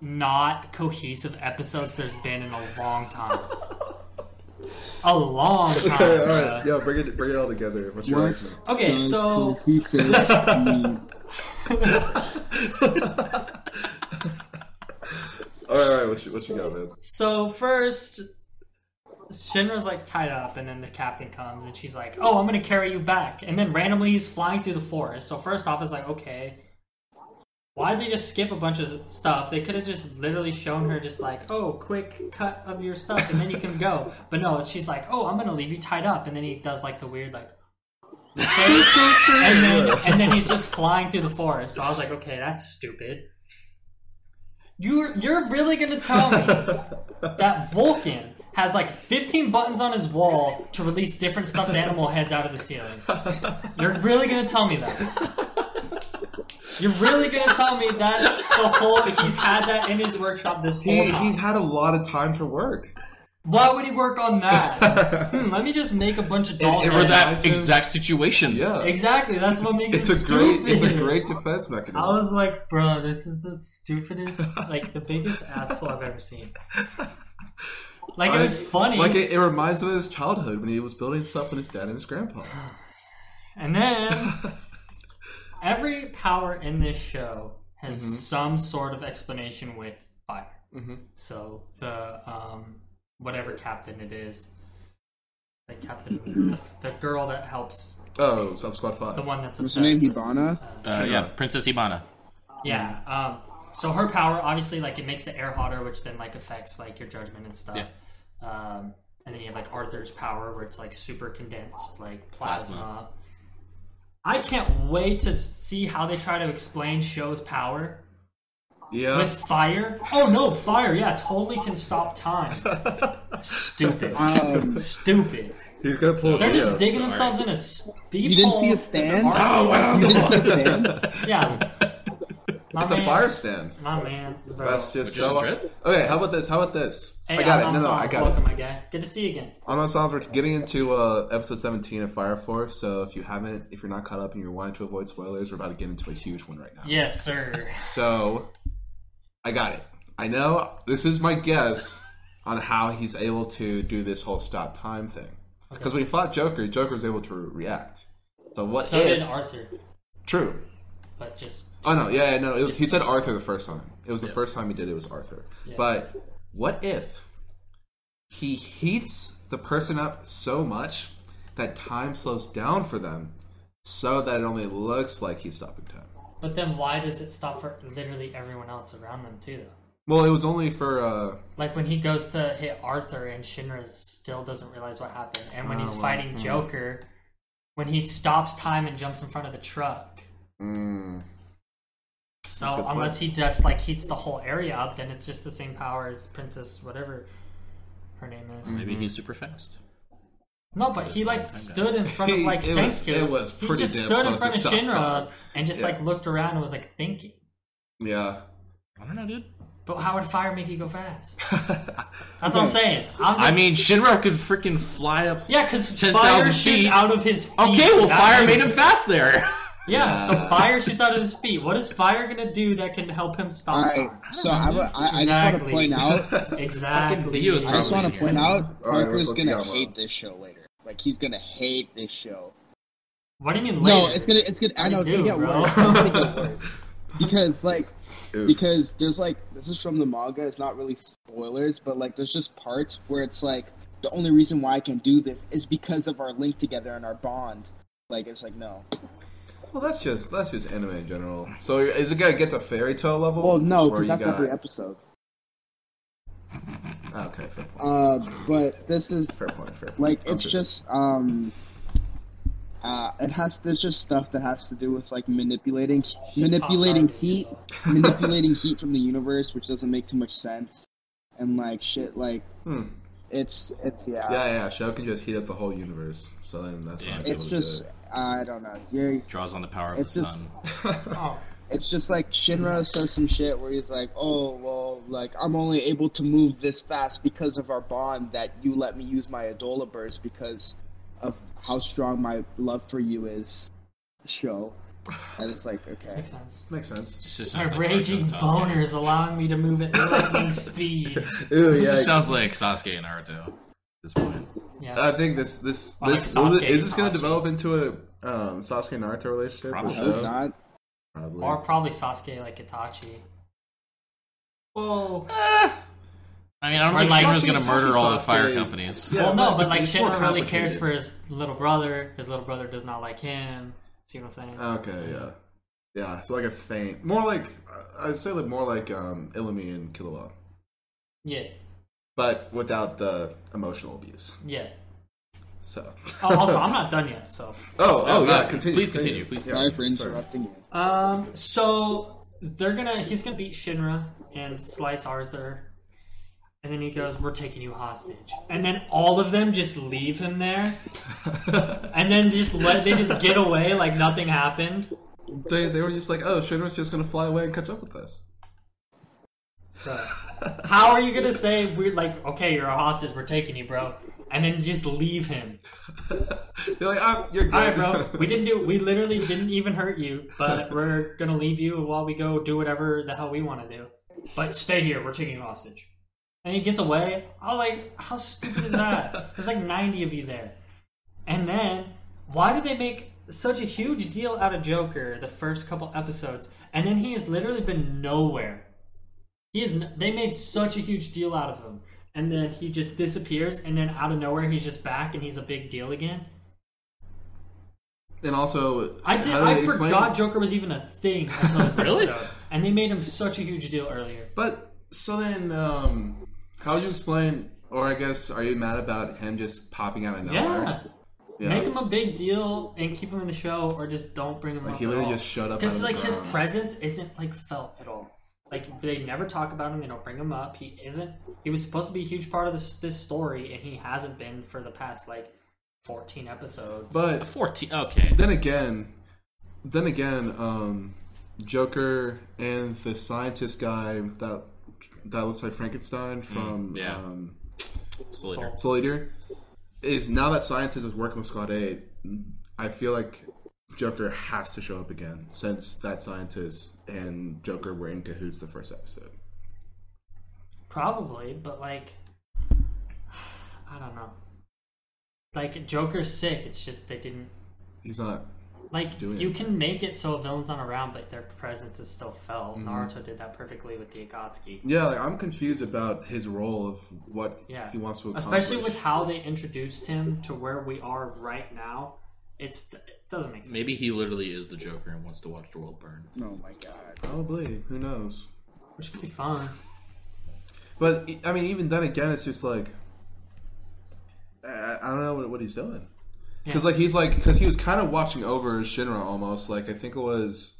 not cohesive episodes there's been in a long time. a long time.
Okay, all
bro.
right, yeah, bring it, bring it all together. What's your
What?
argument?
Okay,
Does
so-
cohesive mean?
All right, all right. What you, what you got, man?
So first, Shinra's like tied up, and then the captain comes, and she's like, "Oh, I'm gonna carry you back." And then randomly, he's flying through the forest. So first off, it's like, okay, why would they just skip a bunch of stuff? They could have just literally shown her just like, oh, quick cut of your stuff, and then you can go. But no, she's like, oh, I'm gonna leave you tied up, and then he does like the weird like, and then and then he's just flying through the forest. So I was like, okay, that's stupid. You're you're really gonna tell me that Vulcan has like 15 buttons on his wall to release different stuffed animal heads out of the ceiling? You're really gonna tell me that? You're really gonna tell me that's the whole? He's had that in his workshop this whole
He,
time.
he's had a lot of time to work.
Why would he work on that? hmm, let me just make a bunch of doll
it
For
heads.
that
Imagine-
exact situation.
Yeah,
Exactly, that's what makes
it's
it
a great
stupid.
it's a great defense mechanism.
I was like, bro, this is the stupidest, like the biggest asshole I've ever seen. Like it was
I-
funny,
Like it, it reminds him of his childhood when he was building stuff with his dad and his grandpa.
and then every power in this show has some sort of explanation with fire.
Mhm.
So the um, whatever captain it is, the captain, the, the girl that helps,
Oh, Sub Squad
the
Five.
one that's
What's
obsessed.
her name?
with-
Hibana.
Uh, yeah, Princess Ibana.
Yeah. Um, so her power, obviously, like it makes the air hotter, which then like affects like your judgment and stuff.
Yeah.
Um, and then you have like Arthur's power, where it's like super condensed, like plasma.
Plasma.
I can't wait to see how they try to explain Show's power
Yeah,
with fire. Oh no, fire! Yeah, totally can stop time. Stupid.
Um,
Stupid.
he's gonna pull a
They're
video. Oh,
just digging themselves in a steep
you didn't
hole
see a
with their
stand.
arm-
You didn't see a stand.
Yeah. My
It's a
man-
fire stand.
My man. Bro.
That's just
Magician's
so.
Red?
Okay, how about this? How about this?
Hey,
I got
I'm
it. No, no, I got
Welcome,
it.
my guy. Good to see you again.
I'm on solve. We're getting into uh, episode 17 of Fire Force. So if you haven't, if you're not caught up and you're wanting to avoid spoilers, we're about to get into a huge one right now.
Yes, sir.
So I got it. I know this is my guess on how he's able to do this whole stop time thing. Because when he fought Joker, Joker was able to re- react. So what
so
if?
did Arthur,
True.
but just
Oh no, yeah, yeah, no. It was, he said Arthur the first time. It was the first time he did it was Arthur. But what if he heats the person up so much that time slows down for them, so that it only looks like he's stopping time?
but then why does it stop for literally everyone else around them too though?
Well, it was only for uh,
Like when he goes to hit Arthur and Shinra still doesn't realize what happened. And
Oh,
when he's fighting
Mm-hmm.
Joker, when he stops time and jumps in front of the truck.
mm,
So unless he just like heats the whole area up, then it's just the same power as Princess whatever her name is.
Mm-hmm.
Maybe he's super fast.
No, but he like stood in front of
He-
like
it was-
Senku.
it was
He
pretty
just
damn
stood in
close
front
to
of
stop
Shinra
time.
and just
Yeah.
like looked around and was like thinking.
yeah.
I don't know, dude.
But how would fire make you go fast? That's what I'm saying. I'm just,
I mean, Shinra could freaking fly up.
yeah, because
10,000
fire shoots
feet.
out of his feet.
Okay, well,
That
fire
means-
made him fast there.
Yeah, so
Yeah.
fire shoots out of his feet. What is fire gonna do that can help him
All
stop
right.
time?
So I, wa- I, I
Exactly.
just want to point out.
Exactly.
Dio is
I just
Probably
want
here.
to point out.
All right,
Parker's
let's
gonna
go, bro.
hate this show later. Like he's gonna hate this show.
What do you mean? Later?
No, it's gonna. It's gonna. I
do
know it's
you
gonna
do,
get worse. It's gonna
bro?
get worse. Because like
Oof.
because there's like this is from the manga it's not really spoilers but like there's just parts where it's like the only reason why i can do this is because of our link together and our bond like it's like no
Well, that's just that's just anime in general. So is it gonna get to fairy tale level?
well no
Or
because
you
that's
got-
every episode
Ah, okay, fair point.
uh but this is
Fair point. Fair point.
like it's
Okay.
just um uh, it has there's just stuff that has to do with like manipulating manipulating
hot garbage,
heat manipulating heat from the universe which doesn't make too much sense and like shit like
Hmm.
it's it's yeah,
Yeah, yeah. Shell can just heat up the whole universe. So then that's why
Damn.
I was
it's
able to
just i don't know you're
Draws on the power of
It's
the
just-
sun.
Oh,
It's just like Shinra says some shit where he's like, "Oh well, like I'm only able to move this fast because of our bond that you let me use my Adola burst because of how strong my love for you is." Show, and it's like, okay,
makes sense.
do it. Makes sense.
It's just
My
sounds like
raging
Naruto and Sasuke.
boner is allowing me to move at lightning speed.
Ew,
It just
yikes.
sounds like Sasuke and Naruto at this point.
Yeah.
I think this this
Or
this
like
will it-
Sasuke
is
and
this going
Itachi.
to develop into a um, Sasuke and Naruto relationship?
Probably.
Or
I hope
show?
not.
Probably.
Or probably Sasuke like Itachi. Whoa.
Eh. I mean, I don't
Or
think
like-
Shinra's gonna
Sasuke-
murder all the
Sasuke-
fire companies.
Yeah,
well, no, but like
it's more
Shinra really cares
complicated. Oh,
for his little brother. His little brother does not like him. See what I'm saying?
Okay, yeah. Yeah, so like a faint, more like I'd say like more like um, Illumi and Killua,
Yeah,
but without the emotional abuse.
yeah.
So.
Oh, also, I'm not done yet, so.
Oh, oh,
Oh,
yeah.
God.
Continue.
Please continue, please
Yeah,
Sorry for
sorry.
interrupting you.
Um, so they're gonna he's gonna beat Shinra and slice Arthur, and then he goes, "We're taking you hostage," and then all of them just leave him there, and then just let they just get away like nothing happened.
They, they were just like, oh, Shinra's just gonna fly away and catch up with us.
Bro, How are you gonna say we're like, okay, you're a hostage, we're taking you, bro, and then just leave him?
They're like, oh, you're good.
All right, bro, we didn't do, we literally didn't even hurt you, but we're gonna leave you while we go do whatever the hell we want to do. But stay here, we're taking you hostage. And he gets away. I was like, how stupid is that? There's like 90 of you there. And then, why did they make such a huge deal out of Joker the first couple episodes? And then he has literally been nowhere. He is. n- They made such a huge deal out of him, and then he just disappears, and then out of nowhere he's just back, and he's a big deal again.
and also,
I did.
how do they
I
explain-
forgot Joker was even a thing until this
Really?
episode, and they made him such a huge deal earlier.
But so then, um, how would you explain? Or I guess, are you mad about him just popping out of
Yeah.
nowhere?
make him a big deal and keep him in the show, or just don't bring him
Like
up.
he
at
literally
all.
just showed up. out
because
of
like
the
his
ground.
presence isn't like felt at all. Like they never talk about him. They don't bring him up. He isn't. He was supposed to be a huge part of this this story, and he hasn't been for the past like fourteen episodes.
But
14. Okay.
then again, then again, um, Joker and the scientist guy that that looks like Frankenstein from
yeah.
um,
Soul Eater.
Soul Eater is now that scientist is working with Squad Eight. I feel like Joker has to show up again since that scientist and Joker were in cahoots the first episode.
Probably, but like, I don't know. Like Joker's sick. It's just they didn't
He's not.
like
Doing
you
it.
can make it so a villain's not around, but their presence is still felt.
Mm-hmm.
Naruto did that perfectly with the Akatsuki.
Yeah, like, I'm confused about his role of what
Yeah,
he wants to accomplish.
especially with how they introduced him to where we are right now. It's it doesn't make sense.
Maybe he literally is the Joker and wants to watch the world burn.
Oh my god.
probably who knows.
Which could be fun.
But e- I mean, even then again, it's just like I, I don't know what, what he's doing because
Yeah.
like he's like because he was kind of watching over Shinra almost. Like I think it was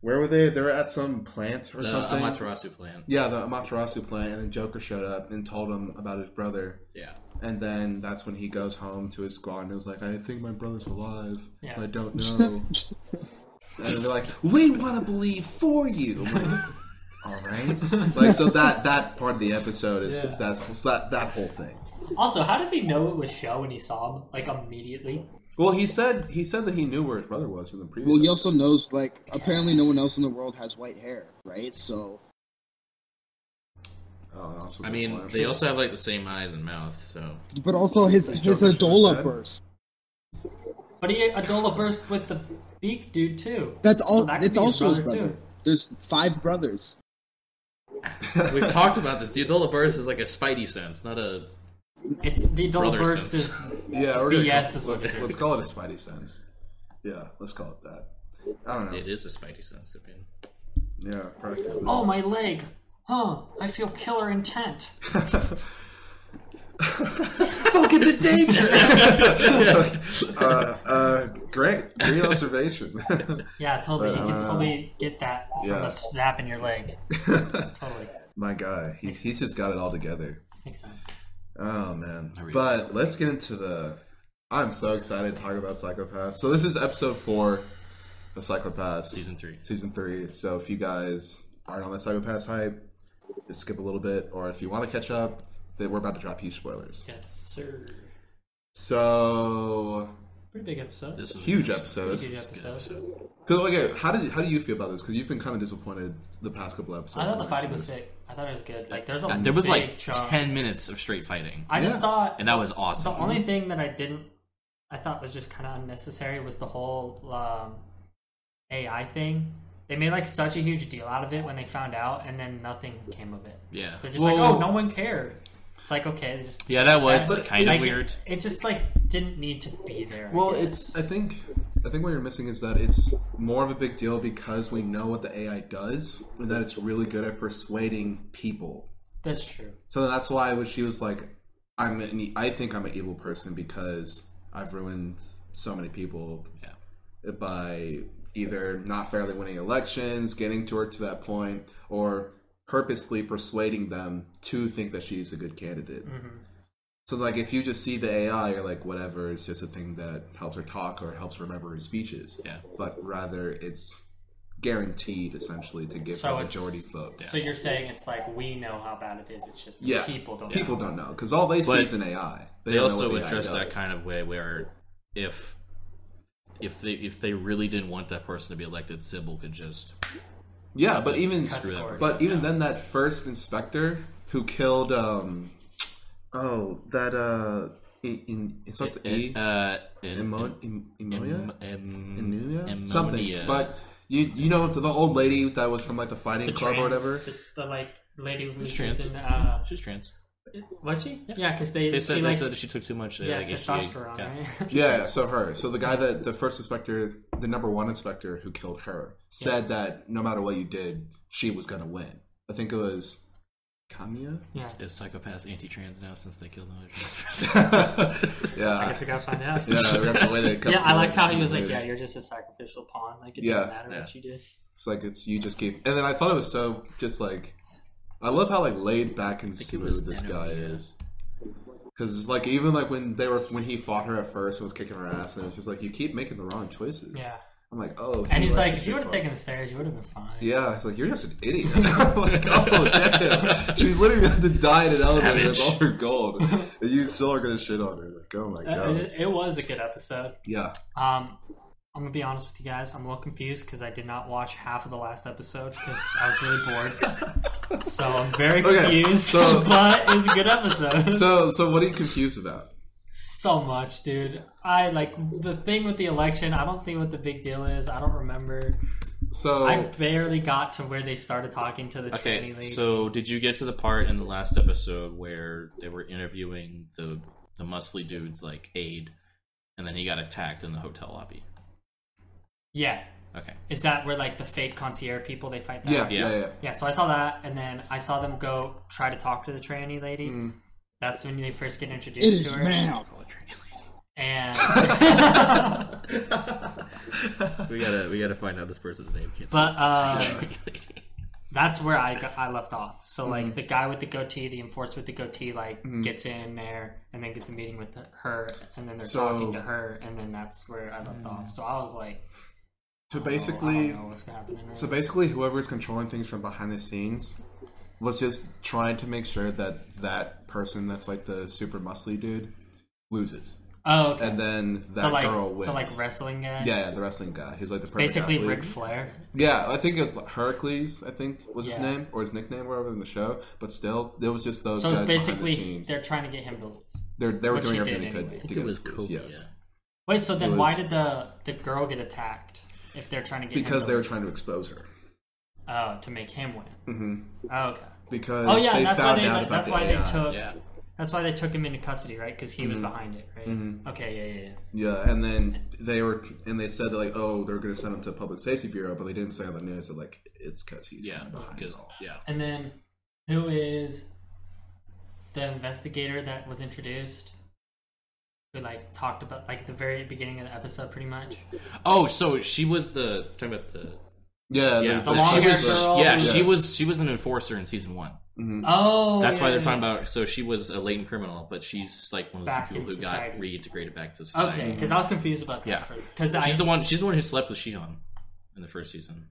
where were they? They were at some plant or
The
something.
Amaterasu plan.
yeah, the Amaterasu plant, and then Joker showed up and told him about his brother.
Yeah.
And then that's when he goes home to his squad and was like, "I think my brother's alive.
Yeah.
but I don't know." and they're like, "We want to believe for you." I'm like, All right. Like so that that part of the episode is
Yeah.
that, so that that whole thing.
Also, how did he know it was Show when he saw him like immediately?
Well, he said he said that he knew where his brother was in the previous.
Well, he also knows like apparently no one else in the world has white hair, right? So
episode. Oh, and also
I
the
mean,
Flash.
they also have like the same eyes and mouth, so
But also his
Is
his
Joker sure
Adola
dead?
burst.
But he Adola burst with the beak dude too.
That's all.
So that could
it's
be his
also his
brother,
brother.
too.
There's five brothers.
we've talked about this. The adult burst is like a spidey sense, not a
It's the Adola
brother
burst
sense.
is
yeah, we're gonna
BS
let's,
is what it is.
let's call it a Spidey sense. Yeah, let's call it that. I don't know.
It is a spidey sense. I mean,
Yeah, practically.
oh my leg. Huh, I feel killer intent.
Vulcans in danger. uh, uh, great, great observation.
Yeah, totally. You can
uh,
totally get that from
yeah.
a zap in your leg. Totally.
My guy, he's he's just got it all together.
Makes sense.
Oh man!
really-
But let's get into the. I'm so excited to talk about Psychopaths. So this is episode four of Psychopaths,
season three.
season three. So if you guys aren't on the Psychopaths hype, just skip a little bit, or if you want to catch up, then we're about to drop huge spoilers.
Yes, sir.
So
Pretty big episode.
This was a
huge
good
episodes.
Pretty big
Good
episode.
episode.
Cause okay, how did how do you feel about this? Because you've been kind of disappointed the past couple
I
episodes.
thought the
on
fighting was
this.
sick. I thought it was good. Like, there's a
There was
big
like
chunk.
ten minutes of straight fighting,
I just
Yeah.
thought
and that was
the
awesome.
only thing that I didn't, I thought was just kind of unnecessary was the whole um, AI thing. They made like such a huge deal out of it when they found out, and then nothing came of it.
Yeah,
They're just like,
Well-
oh, no one cared. It's like okay, they just
yeah, that was
But
kind of
like,
weird.
It just like didn't need to be there. I
Well,
guess.
it's I think I think what you're missing is that it's more of a big deal because we know what the AI does and that it's really good at persuading people.
That's true.
So that's why when she was like, "I'm an, e- I think I'm an evil person because I've ruined so many people
Yeah.
by either not fairly winning elections, getting to her to that point, or purposely persuading them to think that she's a good candidate." So like, if you just see the AI, you're like, "Whatever," it's just a thing that helps her talk or helps remember her speeches.
Yeah.
But rather, it's guaranteed essentially to give
So
her
it's-
majority vote.
So you're saying it's like we know how bad it is. It's just
Yeah.
people don't.
People
know.
don't know because all they see
But
is an AI.
they,
don't know
also
what the AI
address that
does.
kind of way where if if they if they really didn't want that person to be elected, Sybil could just
Yeah, but even
screw that person.
but even then, that first inspector who killed um oh that uh in, in it starts with E
uh, in-
Imo-
in-
Im-
Im-
Imonia
Im-
Inunia?
Imonia.
something. But you you know the old lady that was from like the fighting
The
club
trans-
or whatever.
The, the like lady who's
She's trans.
in. Uh,
she's trans.
was she? Yeah, because they,
They said
she
they
like
said that she took too much.
yeah
like, she-
testosterone,
yeah.
right?
Yeah, so her. So the guy that the first inspector, the number one inspector who killed her, said that no matter what you did, she was gonna win. I think it was Kamiya.
yeah.
Is psychopaths anti-trans now since they killed another trans person?
I
Yeah,
guess we gotta find out.
yeah, we have to wait uh, a couple
Yeah, I like how he
more
was like,
years.
"Yeah, you're just a sacrificial pawn. Like it
Yeah.
doesn't matter
Yeah.
what you did."
It's like it's you just keep. And then I thought it was so just like, I love how like laid back and
it was
smooth this
Venom,
guy
yeah.
is. Because like even like when they were when he fought her at first and was kicking her ass and it was just like you keep making the wrong choices.
Yeah,
I'm like oh.
and
he
he's
likes
like,
to
"If you
shit
would have
talk."
taken the stairs, you would have been fine."
Yeah, it's like you're just an idiot. I'm like oh damn, she's literally going to die in an elevator with
Savage.
all her gold, and you still are gonna shit on her. Like oh my
Uh, it, was,
god.
it was a good episode.
Yeah.
Um, I'm gonna be honest with you guys. I'm a little confused because I did not watch half of the last episode because I was really bored. so I'm very
Okay,
confused.
so-
but it's a good episode. So,
So so what are you confused about?
much, dude. I like the thing with the election. I don't see what the big deal is. I don't remember.
So
I barely got to where they started talking to the trainee
Okay,
lady.
so did you get to the part in the last episode where they were interviewing the the muscly dude's like aide, and then he got attacked in the hotel lobby?
yeah,
Okay,
is that where like the fake concierge people they fight? That?
yeah, yeah
yeah.
yeah yeah.
Yeah, so I saw that, and then I saw them go try to talk to the tranny lady.
Mm.
That's when they first get introduced
It is
to her.
now.
And
we gotta we gotta find out this person's name. Can't
but uh, that's where I got, I left off. So like
Mm-hmm.
the guy with the goatee, the enforcer with the goatee, like gets in there and then gets a meeting with her, and then they're
So-
talking to her, and then that's where I left off. So I was like,
So
oh, I
basically,
don't know what's happening. Right
So basically, whoever's controlling things from behind the scenes was just trying to make sure that that person that's like the super muscly dude loses,
oh, okay.
and then that
the like
girl wins.
the like wrestling guy.
yeah, yeah, the wrestling guy who's like the perfect
Basically,
athlete.
Ric Flair.
Yeah, I think it was Heracles. I think was his
Yeah.
name or his nickname, or whatever in the show. But still, it was just those
So
guys behind
it's basically,
the scenes.
they're trying to get him to lose.
They're, they were
what
doing
she did
everything they could.
anyway.
to
it
get
was
the
Kobe.
boost, yes.
Wait, so then
was-
why did the the girl get attacked if they're trying to get
because they
him
were trying to expose her.
to, oh to make him win? Mm-hmm. Oh, okay.
Because
Oh yeah,
they
that's why
found
they
out about
that's
the
why
AI.
they took
Yeah.
that's why they took him into custody, right? Because he
Mm-hmm.
was behind it, right? Okay, yeah, yeah, yeah.
Yeah, and then they were, and they said that like, oh, they're going to send him to public safety bureau, but they didn't say on the news that like it's because he's
Yeah,
kinda behind it
because
all.
yeah,
And then who is the investigator that was introduced? Who like talked about like at the very beginning of the episode, pretty much?
Oh, so she was the talking about the
yeah,
yeah
the,
long
she
hair
was
girl
yeah
who-
she was she was an enforcer in season one.
Oh,
Mm-hmm. That's why
yeah,
they're
yeah,
talking about. So she was a latent criminal, but she's like one of the
Back
few people
in
who got
society.
reintegrated back to
yeah.
society.
Okay, because I was confused about
Yeah.
that. because I
She's the one. She's the one who slept with Shion in the first season.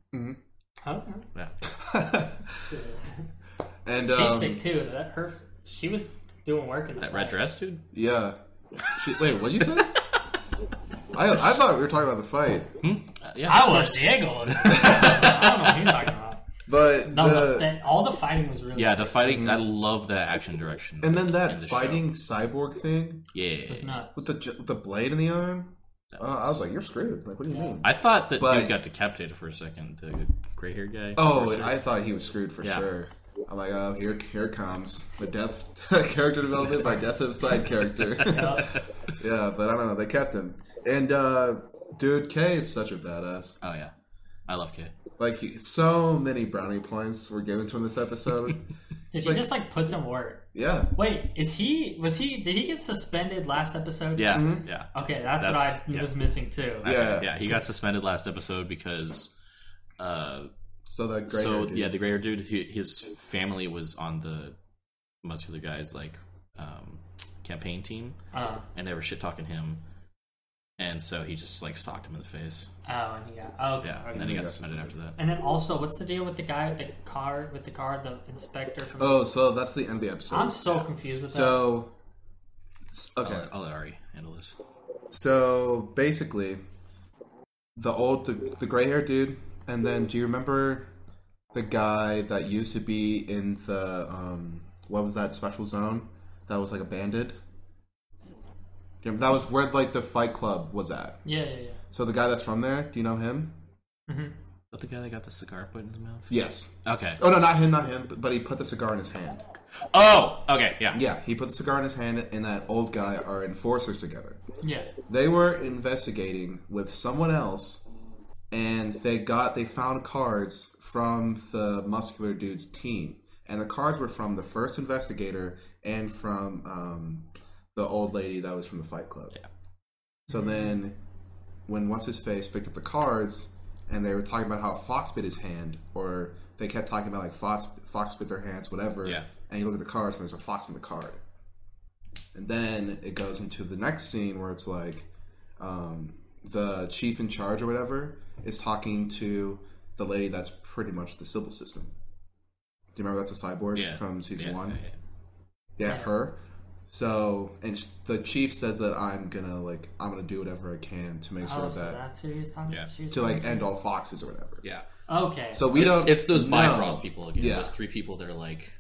okay.
Yeah.
and
She's
um,
sick too. That her she was doing work in the
That red
fight.
dress, dude.
yeah. She, wait, what you say? I I thought we were talking about the fight,
Uh, yeah.
I was Diego. I don't know what he's talking about.
but
No,
the,
the, the, all the fighting was really
Yeah, the
sick.
fighting.
Mm-hmm.
I love that action direction.
and then
in
that
the show.
fighting cyborg thing
Yeah.
was nuts.
with the j- with the blade in the arm. Uh, I was like, you're screwed. Like, what do you mean?
I thought that
But-
dude got decapitated for a second. The gray haired guy.
Oh,
Or-
I thought he was screwed for
Yeah.
sure. I'm like, oh, here, here comes the death character development by death of side character.
Yeah.
yeah, but I don't know. They kept him, and uh, Dude, K is such a badass.
Oh yeah, I love K.
Like, he- so many brownie points were given to him this episode.
Did she
Like-
just like put some work?
yeah.
Wait, is he? Was he? Did he get suspended last episode?
Yeah,
Mhm.
yeah.
Okay, that's,
That's-
what I
yeah.
was missing too.
I-
Yeah.
yeah. He got suspended last episode because, uh,
So that great.
so yeah, the greater dude, he, his family was on the muscular guy's like um, campaign team,
Uh,
and they were shit talking him, and so he just like socked him in the face.
oh, and he got. Oh, okay.
Yeah,
okay.
and then he got suspended after that.
And then also, what's the deal with the guy with the car? With the car, the inspector. From
Oh, so that's the end of the episode.
I'm so confused with that.
so, s- okay.
I'll, let- I'll let Ari handle this.
So basically, the old, the, the gray haired dude, and then do you remember the guy that used to be in the um, what was that special zone that was like a bandit? Do you remember- That was where like the Fight Club was at.
Yeah, yeah, yeah.
So the guy that's from there, do you know him?
But the guy that got the cigar put in his mouth.
Yes.
Okay.
Oh no, not him, not him. But, but he put the cigar in his hand.
Oh. Okay. Yeah.
Yeah, he put the cigar in his hand, and that old guy are enforcers together.
Yeah.
they were investigating with someone else and they got they found cards from the muscular dude's team and the cards were from the first investigator and from um, the old lady that was from the fight club
Yeah.
so then when what's his face picked up the cards and they were talking about how fox bit his hand or they kept talking about like fox fox bit their hands whatever
Yeah.
and you look at the cards and there's a fox in the card and then it goes into the next scene where it's like um, the chief in charge or whatever is talking to the lady that's pretty much the civil system. Do you remember that's a cyborg
Yeah.
from season
Yeah,
one?
yeah, yeah.
yeah,
Yeah.
her. So, and sh- the chief says that I'm gonna like I'm gonna do whatever I can to make sure
Oh, so
that
that's who he was talking.
Yeah.
She was
to like end all foxes or whatever.
Yeah.
Okay.
So we
it's,
don't.
it's those
know.
Bifrost people again.
Yeah.
Those three people that are like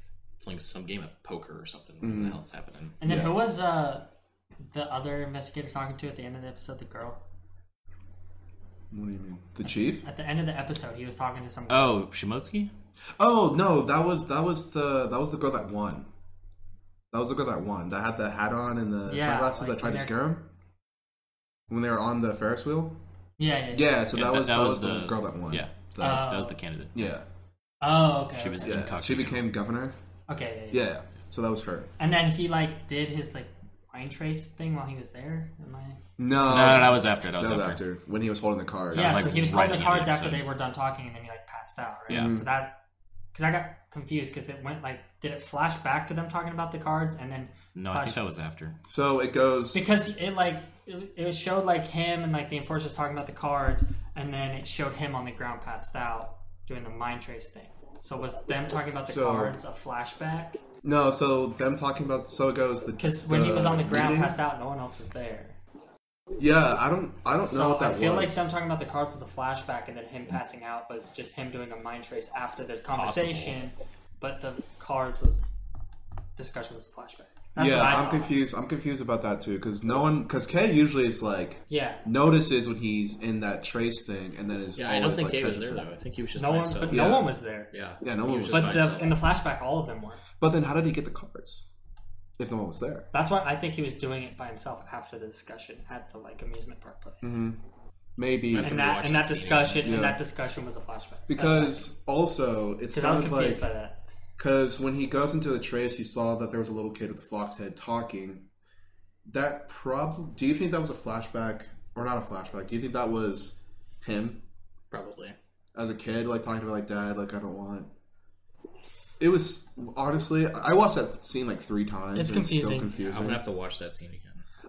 playing some game of poker or something. What
Mm-hmm.
the hell is happening?
and then
yeah.
who was uh, the other investigator talking to at the end of the episode? The girl.
What do you mean? The chief?
At the end of the episode, he was talking to some. girl.
Oh, Shimotsky?
Oh no, that was that was the that was the girl that won. That was the girl that won. That had the hat on and the
Yeah,
sunglasses
like,
that tried
when
to
they're-
scare him when they were on the Ferris wheel.
yeah, yeah. yeah.
Yeah, so
Yeah,
that,
that-
was
that
that,
was
was, the,
the-
girl that won.
Yeah.
The-
Uh,
that was the candidate.
yeah,
Oh, okay.
She was
okay.
yeah. She
incognito.
became governor.
Okay. yeah, yeah.
Yeah, so that was her.
And then he like did his like wine trace thing while he was there. Am I?
No,
No, no, that was after. That was,
Um, that was
after.
after when he was holding the card.
yeah.
was,
so
like,
he was
right
calling
at
the
the end
cards
of the
after they
episode.
were done talking, and then he like passed out. Right.
Yeah.
So that because I got confused because it went like did it flash back to them talking about the cards and then
No, I
flash
think that was after.
So it goes.
because it like it it showed like him and like the enforcers talking about the cards and then it showed him on the ground passed out doing the mind trace thing so was them talking about the
So-
cards a flashback
No, so them talking about. So it goes. the-
because when he was on the ground
meeting-
passed out no one else was there
Yeah, I don't. I don't know
so
what that
i feel
was.
like them talking about the cards was a flashback and then him passing out was just him doing a mind trace after the conversation but the cards was discussion was a flashback That's
yeah,
what I
I'm
thought.
confused. I'm confused about that too because no one. Because K usually is like
yeah
notices when he's in that trace thing, and then is
Yeah,
always
I don't think
like
Gabe was
catches
there,
it.
though. I think he was just
no
by
one
himself.
but
Yeah.
no one was there
yeah.
Yeah, no
He
one was
just
but
by
the,
himself.
in the flashback all of them were
But then, how did he get the cards if no one was there?
That's why I think he was doing it by himself after the discussion at the like amusement park place.
Maybe
And
That's- Somebody
that
watched
and that
the scene.
discussion
Mm. Yeah.
and that discussion was a flashback.
because also it
because I was
sounded
confused
like
by that.
because when he goes into the trace, you saw that there was a little kid with a fox head talking. That prob do you think that was a flashback or not a flashback? Do you think that was him
Probably.
as a kid, like talking about like dad, like I don't want. It was honestly, I watched that scene like three times.
It's
and still
confusing.
I'm
confusing.
going to have to watch that scene again.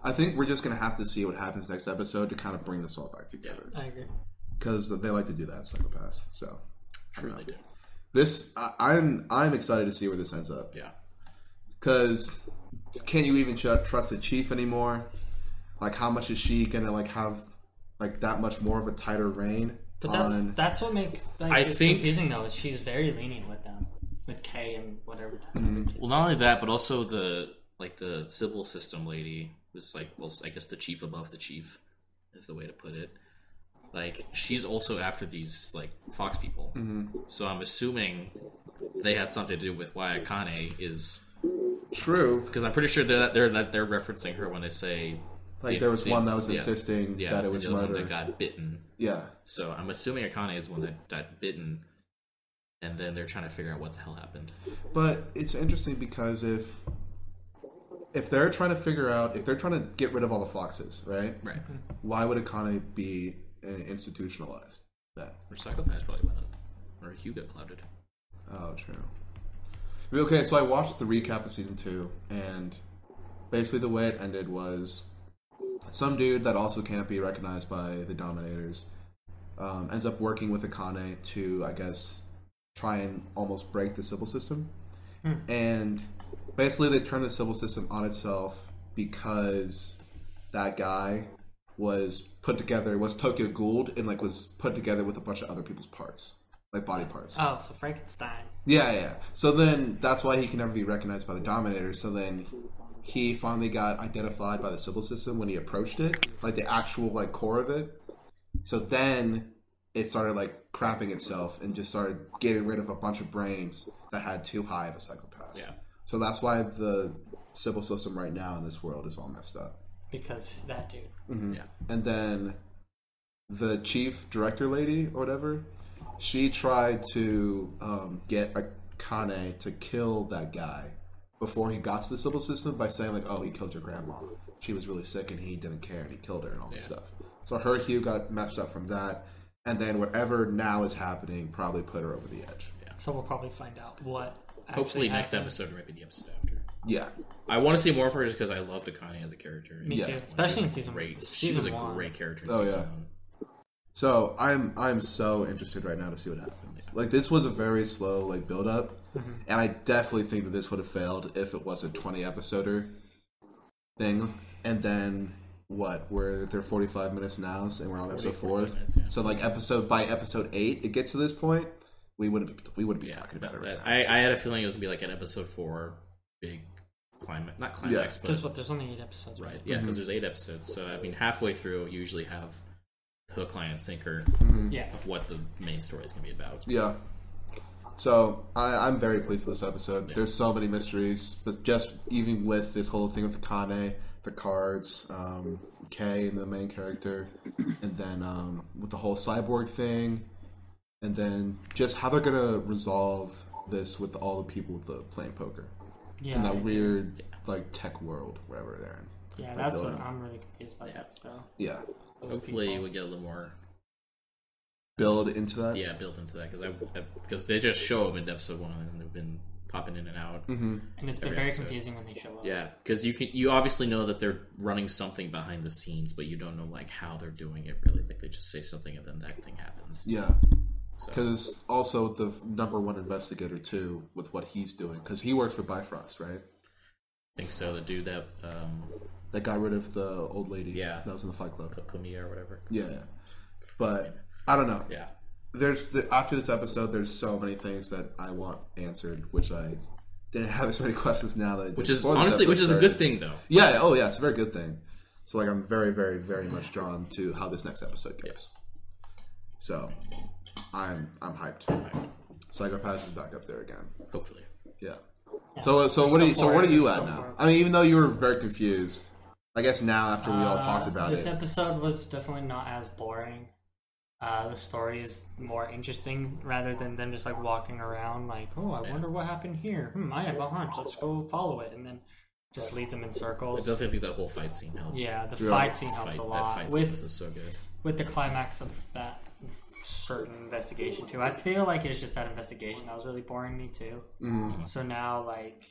I think we're just gonna have to see what happens next episode to kind of bring this all back together
I agree.
because they like to do that in psychopaths. So
Truly do.
this, I, I'm I'm excited to see where this ends up.
Yeah.
because can you even tr- trust the chief anymore? Like, how much is she gonna like have like that much more of a tighter reign
But that's
on?
that's what makes like,
I
it's
think-
confusing though is she's very lenient with them, with Kay and whatever. the
Mm-hmm.
Well, not only that, but also the like the civil system lady was like, well, I guess the chief above the chief is the way to put it. Like she's also after these like fox people,
Mm-hmm.
so I'm assuming they had something to do with why Akane is
True.
because I'm pretty sure they're they're that they're referencing her when they say
Like
They've-
there was
they've-
one that was
yeah.
insisting
Yeah,
that it
and
was
the other one
murder.
that got bitten.
yeah,
So I'm assuming Akane is the one that got bitten, and then they're trying to figure out what the hell happened.
but it's interesting because if if they're trying to figure out if they're trying to get rid of all the foxes, right?
Right.
Why would Akane be uh, institutionalized? That
Or Psychopath probably went up, or Hugh got clouded.
Oh, true. Okay, so I watched the recap of season two, and basically the way it ended was some dude that also can't be recognized by the Dominators um, ends up working with Akane to, I guess, try and almost break the civil system. And basically, they turn the civil system on itself because that guy was put together was Tokyo Ghouled and like was put together with a bunch of other people's parts, like body parts.
Oh, so Frankenstein.
Yeah, yeah. So then that's why he can never be recognized by the Dominator. So then he finally got identified by the civil system when he approached it, like the actual like core of it. So then it started like crapping itself and just started getting rid of a bunch of brains that had too high of a psychopath.
Yeah.
So that's why the civil system right now in this world is all messed up.
Because that dude.
Mm-hmm.
Yeah.
And then the chief director lady or whatever, she tried to um, get Akane to kill that guy before he got to the civil system by saying like, "Oh, he killed your grandma. She was really sick, and he didn't care, and he killed her, and all this stuff." So her hue got messed up from that, and then whatever now is happening probably put her over the edge.
So we'll probably find out what.
Hopefully
actually
next
happened.
episode or maybe the episode after.
Yeah,
I want to see more of her just because I loved Akane as a character.
Me
Yes.
too.
She's
Especially in
She's
season
great. She
Season
was a
one.
great character in
Oh,
season
yeah.
one.
So I'm I'm so interested right now to see what happens. Like this was a very slow like build up,
Mm-hmm.
and I definitely think that this would have failed if it was a 20 episoder thing. And then what? We're they're 45 minutes now, and we're on episode four.
minutes, yeah.
So like episode by episode eight, it gets to this point, we wouldn't be, we wouldn't be talking about it right
That-
now.
I, I had a feeling it was gonna be like an episode four big climax, not climax, but
Because what? There's only eight episodes,
right, yeah,
Mm-hmm.
because there's eight episodes. So I mean, halfway through, you usually have the hook, line, and sinker
Yeah.
of what the main story is gonna be about.
Yeah. So I, I'm very pleased with this episode. There's so many mysteries, but just even with this whole thing with Kane, the cards, um, Kay, and the main character, and then um, with the whole cyborg thing, and then just how they're gonna resolve this with all the people with the playing poker in
Yeah.
that weird like tech world wherever they're in.
Yeah,
Like,
that's
building
what
up.
I'm really confused about that stuff.
Yeah,
Those
Hopefully,
people.
we get a little more
build into that.
yeah built into that because I because they just show them in episode one and they've been popping in and out.
And it's been
every
very
episode.
confusing when they show up.
Yeah, because you can you obviously know that they're running something behind the scenes, but you don't know like how they're doing it really. Like they just say something and then that thing happens.
Yeah.
So-
Because also the f- number one investigator too, with what he's doing, because he works for Bifrost, right?
I think so. The dude that um,
That got rid of the old lady.
Yeah.
that was in the Fight Club.
Kumiya or whatever.
Yeah, yeah. but I don't know.
Yeah,
There's the, after this episode, there's so many things that I want answered, which I didn't have as many questions now that I did
which is
before this
honestly, which is
episode
a good
started.
thing though.
Yeah. yeah, Oh, yeah. It's a very good thing. So like, I'm very, very, very much drawn to how this next episode goes. So, I'm I'm hyped. Psychopaths is back up there again.
Hopefully,
Yeah. So so what are you, so
far
what are
in,
you
we're
at
still
now?
far in.
I mean, even though you were very confused, I guess now after we all talked about
Uh, this
it,
episode was definitely not as boring. Uh, the story is more interesting rather than them just like walking around, like, oh, I wonder what happened here. Hmm, I have a hunch. Let's go follow it, and then just leads them in
I
circles.
definitely think that whole fight scene helped.
Yeah, the
Yeah.
fight scene helped
Fight,
a
that
lot
fight scene was
with
just so good.
with the climax of that certain investigation too. I feel like it was just that investigation that was really boring me too. So now, like,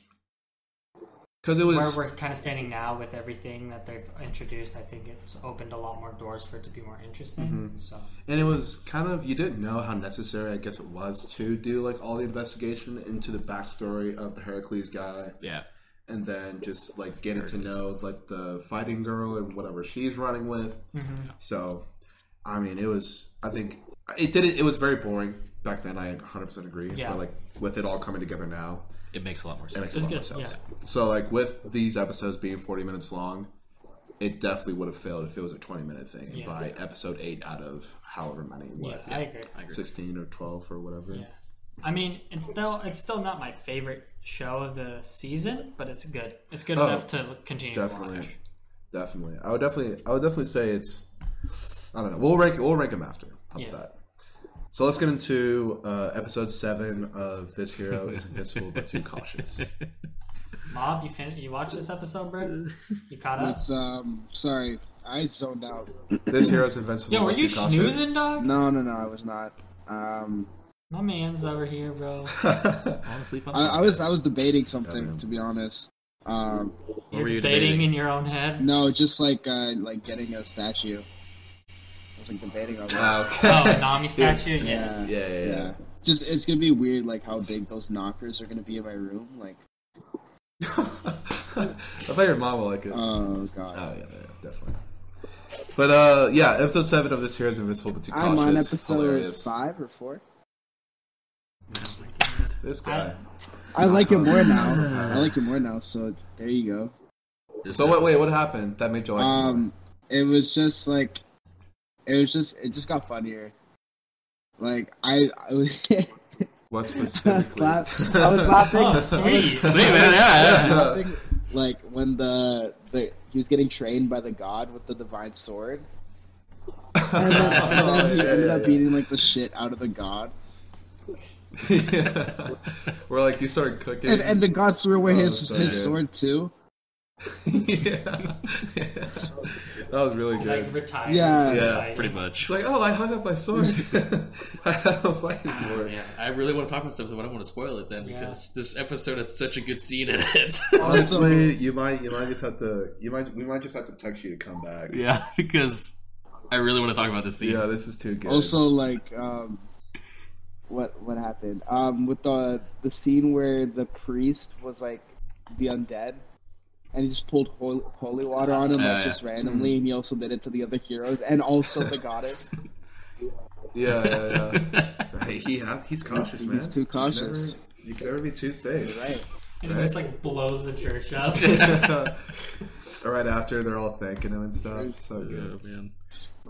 because it
where
was
we're kind of standing now with everything that they've introduced, I think it's opened a lot more doors for it to be more interesting. So
and it was kind of you didn't know how necessary I guess it was to do like all the investigation into the backstory of the Heracles guy,
Yeah,
and then just like getting to know like the fighting girl and whatever she's running with.
Mm-hmm.
So, I mean, it was. I think it did. It, it was very boring back then. I 100 percent agree.
Yeah.
But like with it all coming together now,
it makes a lot more
It
sense.
makes a lot more
good,
sense. So, like with these episodes being 40 minutes long, it definitely would have failed if it was a 20 minute thing. And
Yeah.
by episode 8 out of however many,
yeah,
what,
I agree.
I agree.
16 or 12 or whatever.
Yeah, I mean, it's still it's still not my favorite show of the season, but it's good. It's good
Oh,
enough to continue. to
Definitely.
watch.
Definitely, I would definitely, I would definitely say it's. I don't know. We'll rank. We'll rank them after. How
Yeah.
about that? So let's get into uh, episode seven of "This Hero Is Invincible but Too Cautious."
Mob, you fin- you watched this episode, bro? You caught up?
It's um sorry, I zoned out.
This hero is invincible.
Yo, were
but
you
too cautious.
snoozing, dog?
No, no, no, I was not. Um,
My man's over here, bro.
Honestly,
I, I was I was debating
Yeah.
something to be honest. Um,
What
You're
were you
debating,
debating?
in your own head.
no, just like uh, like getting a statue. I was like debating on that.
Ah, okay.
Oh, Nami statue.
yeah,
Yeah.
Yeah, yeah, yeah.
Just it's gonna be weird, like how big those knockers are gonna be in my room. Like,
I thought your mom would like it.
oh god,
oh yeah, yeah, definitely. But uh, yeah, episode seven of this hero is invincible but too cautious.
I'm on episode
Hilarious.
five or four.
This guy.
I like
Uh,
it more now. I like it more now. So there you go.
This
So wait, wait,
episode-
what happened that made you like? him more?
um it was just like it was just it just got funnier like i i was,
what
I was
specifically?
laugh- I was laughing
Oh, sweet.
Sweet man, yeah, yeah.
I was laughing, like when the, the he was getting trained by the god with the divine sword and then, and then he
Yeah,
ended
yeah,
up
yeah.
beating like the shit out of the god
Yeah. We're like you started cooking.
and, and the god threw away
Oh,
his,
sorry.
his sword too
yeah. that was really good.
Like retired.
Yeah.
Yeah,
Like,
Pretty much.
She's like, oh, I hung up my sword. I had a fighting
Oh,
for it.
man, I really want to talk about something, but I don't want to spoil it then
Yeah.
because this episode had such a good scene in it.
Oh. Honestly, you might you might just have to you might we might just have to text you to come back. Yeah,
yeah, because I really want to talk about this scene.
this is too good.
also like um what what happened um with the the scene where the priest was like the undead and he just pulled holy, holy water on him
Oh,
like
yeah.
just randomly and he also did it to the other heroes and also the goddess
yeah, yeah, yeah. Hey, he has he's cautious, man.
too cautious.
You can never, you can never be too safe.
right
And he just like blows the church up.
All right after they're all thanking him and stuff. It's so good.
Oh, man.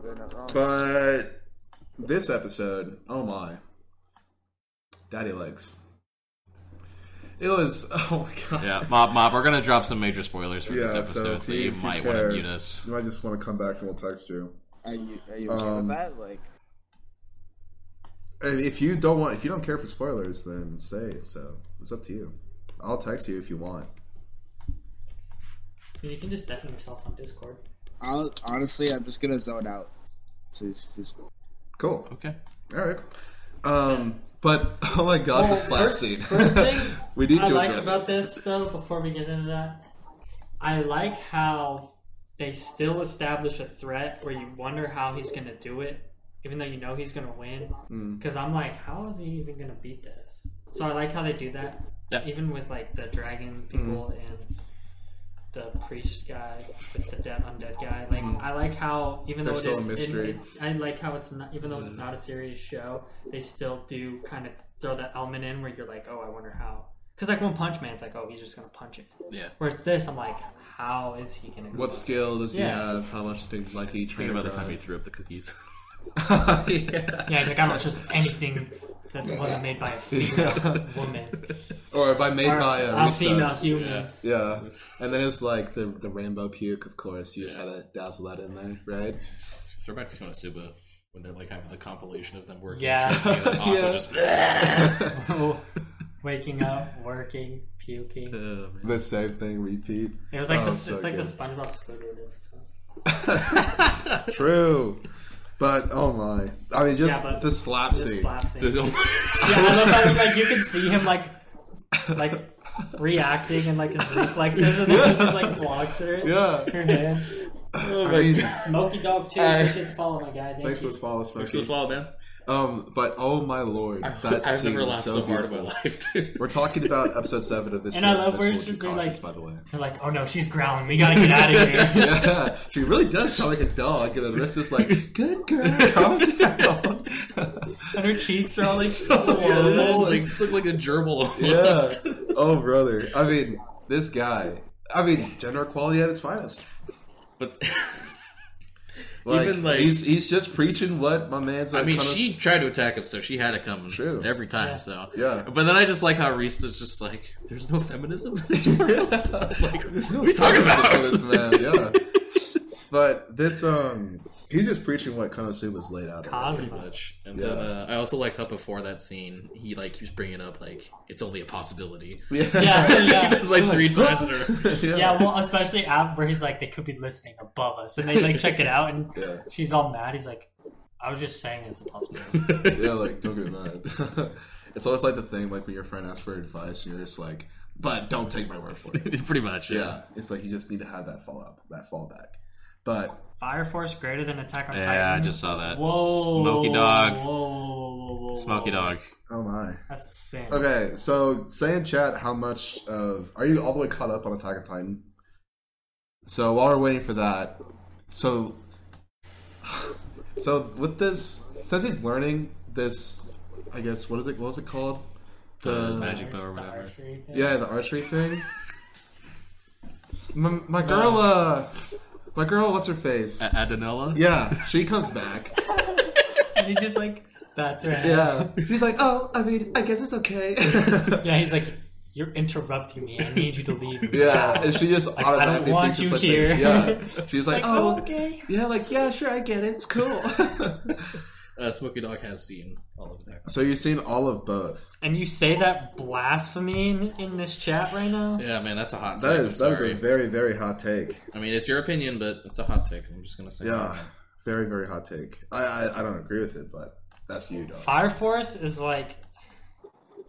They're not wrong.
But this episode, oh my, daddy legs. It was oh my god.
Yeah, Mob, Mob, we're going to drop some major spoilers for this
Yeah,
episode, so,
if
you
if
might want to
care,
mute us.
You might just want to come back and we'll text you.
are you are you okay
Um,
with that like
And If you don't want, if you don't care for spoilers, then say it. So it's up to you. I'll text you if you want.
you can just deafen yourself on Discord.
i'll honestly i'm just gonna zone out so it's just
Cool.
Okay.
All right. Um, but oh my god, the slap
first,
scene.
first thing
we need to
I like
address
about
it.
this though, before we get into that, I like how they still establish a threat where you wonder how he's gonna do it, even though you know he's gonna win. Because I'm like, how is he even gonna beat this? So I like how they do that,
Yeah.
even with like the dragon
Mm-hmm.
people and the priest guy with the dead undead guy. Like I like how even
There's
though it is
Mm-hmm. still a
in-
mystery. Mm-hmm.
I like how it's not even though it's not a serious show, they still do kind of throw that element in where you're like, oh, I wonder how. Because like One Punch Man's like, oh, he's just gonna punch it.
Yeah.
Whereas this, I'm like, how is he gonna?
What skill does
Yeah.
he have? How much things like each?
Think about the time he threw up the cookies.
yeah.
Yeah, he's like, I don't trust anything that wasn't made by a female woman
Or by made
or
by a,
a,
Rista.
female human.
Yeah.
Yeah, and then it's like the the Rambo puke. Of course, you just
Yeah.
had to dazzle that in there, right?
Throwback to Konosuba when they're like having the compilation of them working.
Yeah.
drinking, and Aqua
Yeah.
just-
Waking up, working, puking.
Oh, man.
the same thing repeat.
It was like
Oh,
the,
so
it's like the
good.
SpongeBob Squidward episode.
True. But oh my! I mean, just
Yeah, but
the slap
Just
scene.
slap scene.
There's no-
Yeah, I love how like you can see him like like reacting and like his reflexes, and then he just like blocks her.
Yeah. Oh
Her hand.
I mean,
Smoky dog too.
Uh,
you should follow my guy. Thank
thanks for
you.
the follow,
Thanks for the
Smokey.
follow, man.
Um, but oh my lord, that
I've
scene
never
was
laughed
so,
so, hard in
beautiful.
my life, dude.
We're talking about episode seven of this.
And I
year's
love where
Festival of
she's
Conscience,
like-
by the way.
They're like, oh no, she's growling. We gotta get out of here.
Yeah, she really does sound like a dog, and then the rest is like, "Good girl, calm down."
and her cheeks are all like
Yeah,
swollen.
like, look like a gerbil
yeah.
almost.
Oh brother, I mean, this guy. I mean, gender equality at its finest.
But
Like,
Even, like-
he's he's just preaching what my man's.
I
like,
mean,
kinda-
she tried to attack him, so she had it coming
True.
every time.
Yeah.
So
Yeah.
But then I just like how Rista's just like, "There's no feminism in this world." like,
There's no
what are you talking
feminism
about?
in this man, yeah. But this, um, he's just preaching what Konosuba's laid out. already.
pretty
Cosmo.
much. And
Yeah.
then uh, I also liked how before that scene, he like keeps bringing up like it's only a possibility.
Yeah, yeah.
it's
Oh
like three times in a row.
Yeah, well, especially at where he's like, they could be listening above us, and they like check it out, and
yeah.
she's all mad. He's like, I was just saying it's a possibility.
yeah, like don't get mad. it's always like the thing like when your friend asks for advice and you're just like, but don't take my word for it.
pretty much.
yeah, it's like you just need to have that fallout, that fallback. But
Fire Force greater than Attack on
Yeah,
Titan.
I just saw that.
Whoa,
Smoky dog.
Whoa, whoa, whoa, whoa,
Smoky
whoa.
dog.
oh my.
That's a sin.
Okay, so say in chat how much of are you all the way caught up on Attack on Titan? So while we're waiting for that, so so with this since he's learning this, I guess what is it? What was it called?
The
The-
magic bow or
The
whatever.
archery thing.
Yeah, the archery thing. My, my girl, uh, my girl, what's her face?
Uh,
A- Adenella.
Yeah, she comes back.
And he just like, that's right.
Yeah, she's like, oh, I mean, I guess it's okay.
Yeah, he's like, you're interrupting me. I need you to leave.
yeah, and she just
Like, I don't
automatically
want
thinks it's
you
like,
here.
yeah, she's like,
Like,
oh,
oh, okay.
yeah, like yeah, sure, I get it, it's cool.
Uh, Smoky Dog has seen all of that.
so you've seen all of both.
And you say that blasphemy in, in this chat right now?
Yeah, man, that's a hot take.
That
I'm
is that
sorry.
is a very very hot take.
I mean, it's your opinion, but it's a hot take. I'm just gonna say.
Yeah, very very hot take. I I, I don't agree with it, but that's you, dog.
Fire Force is like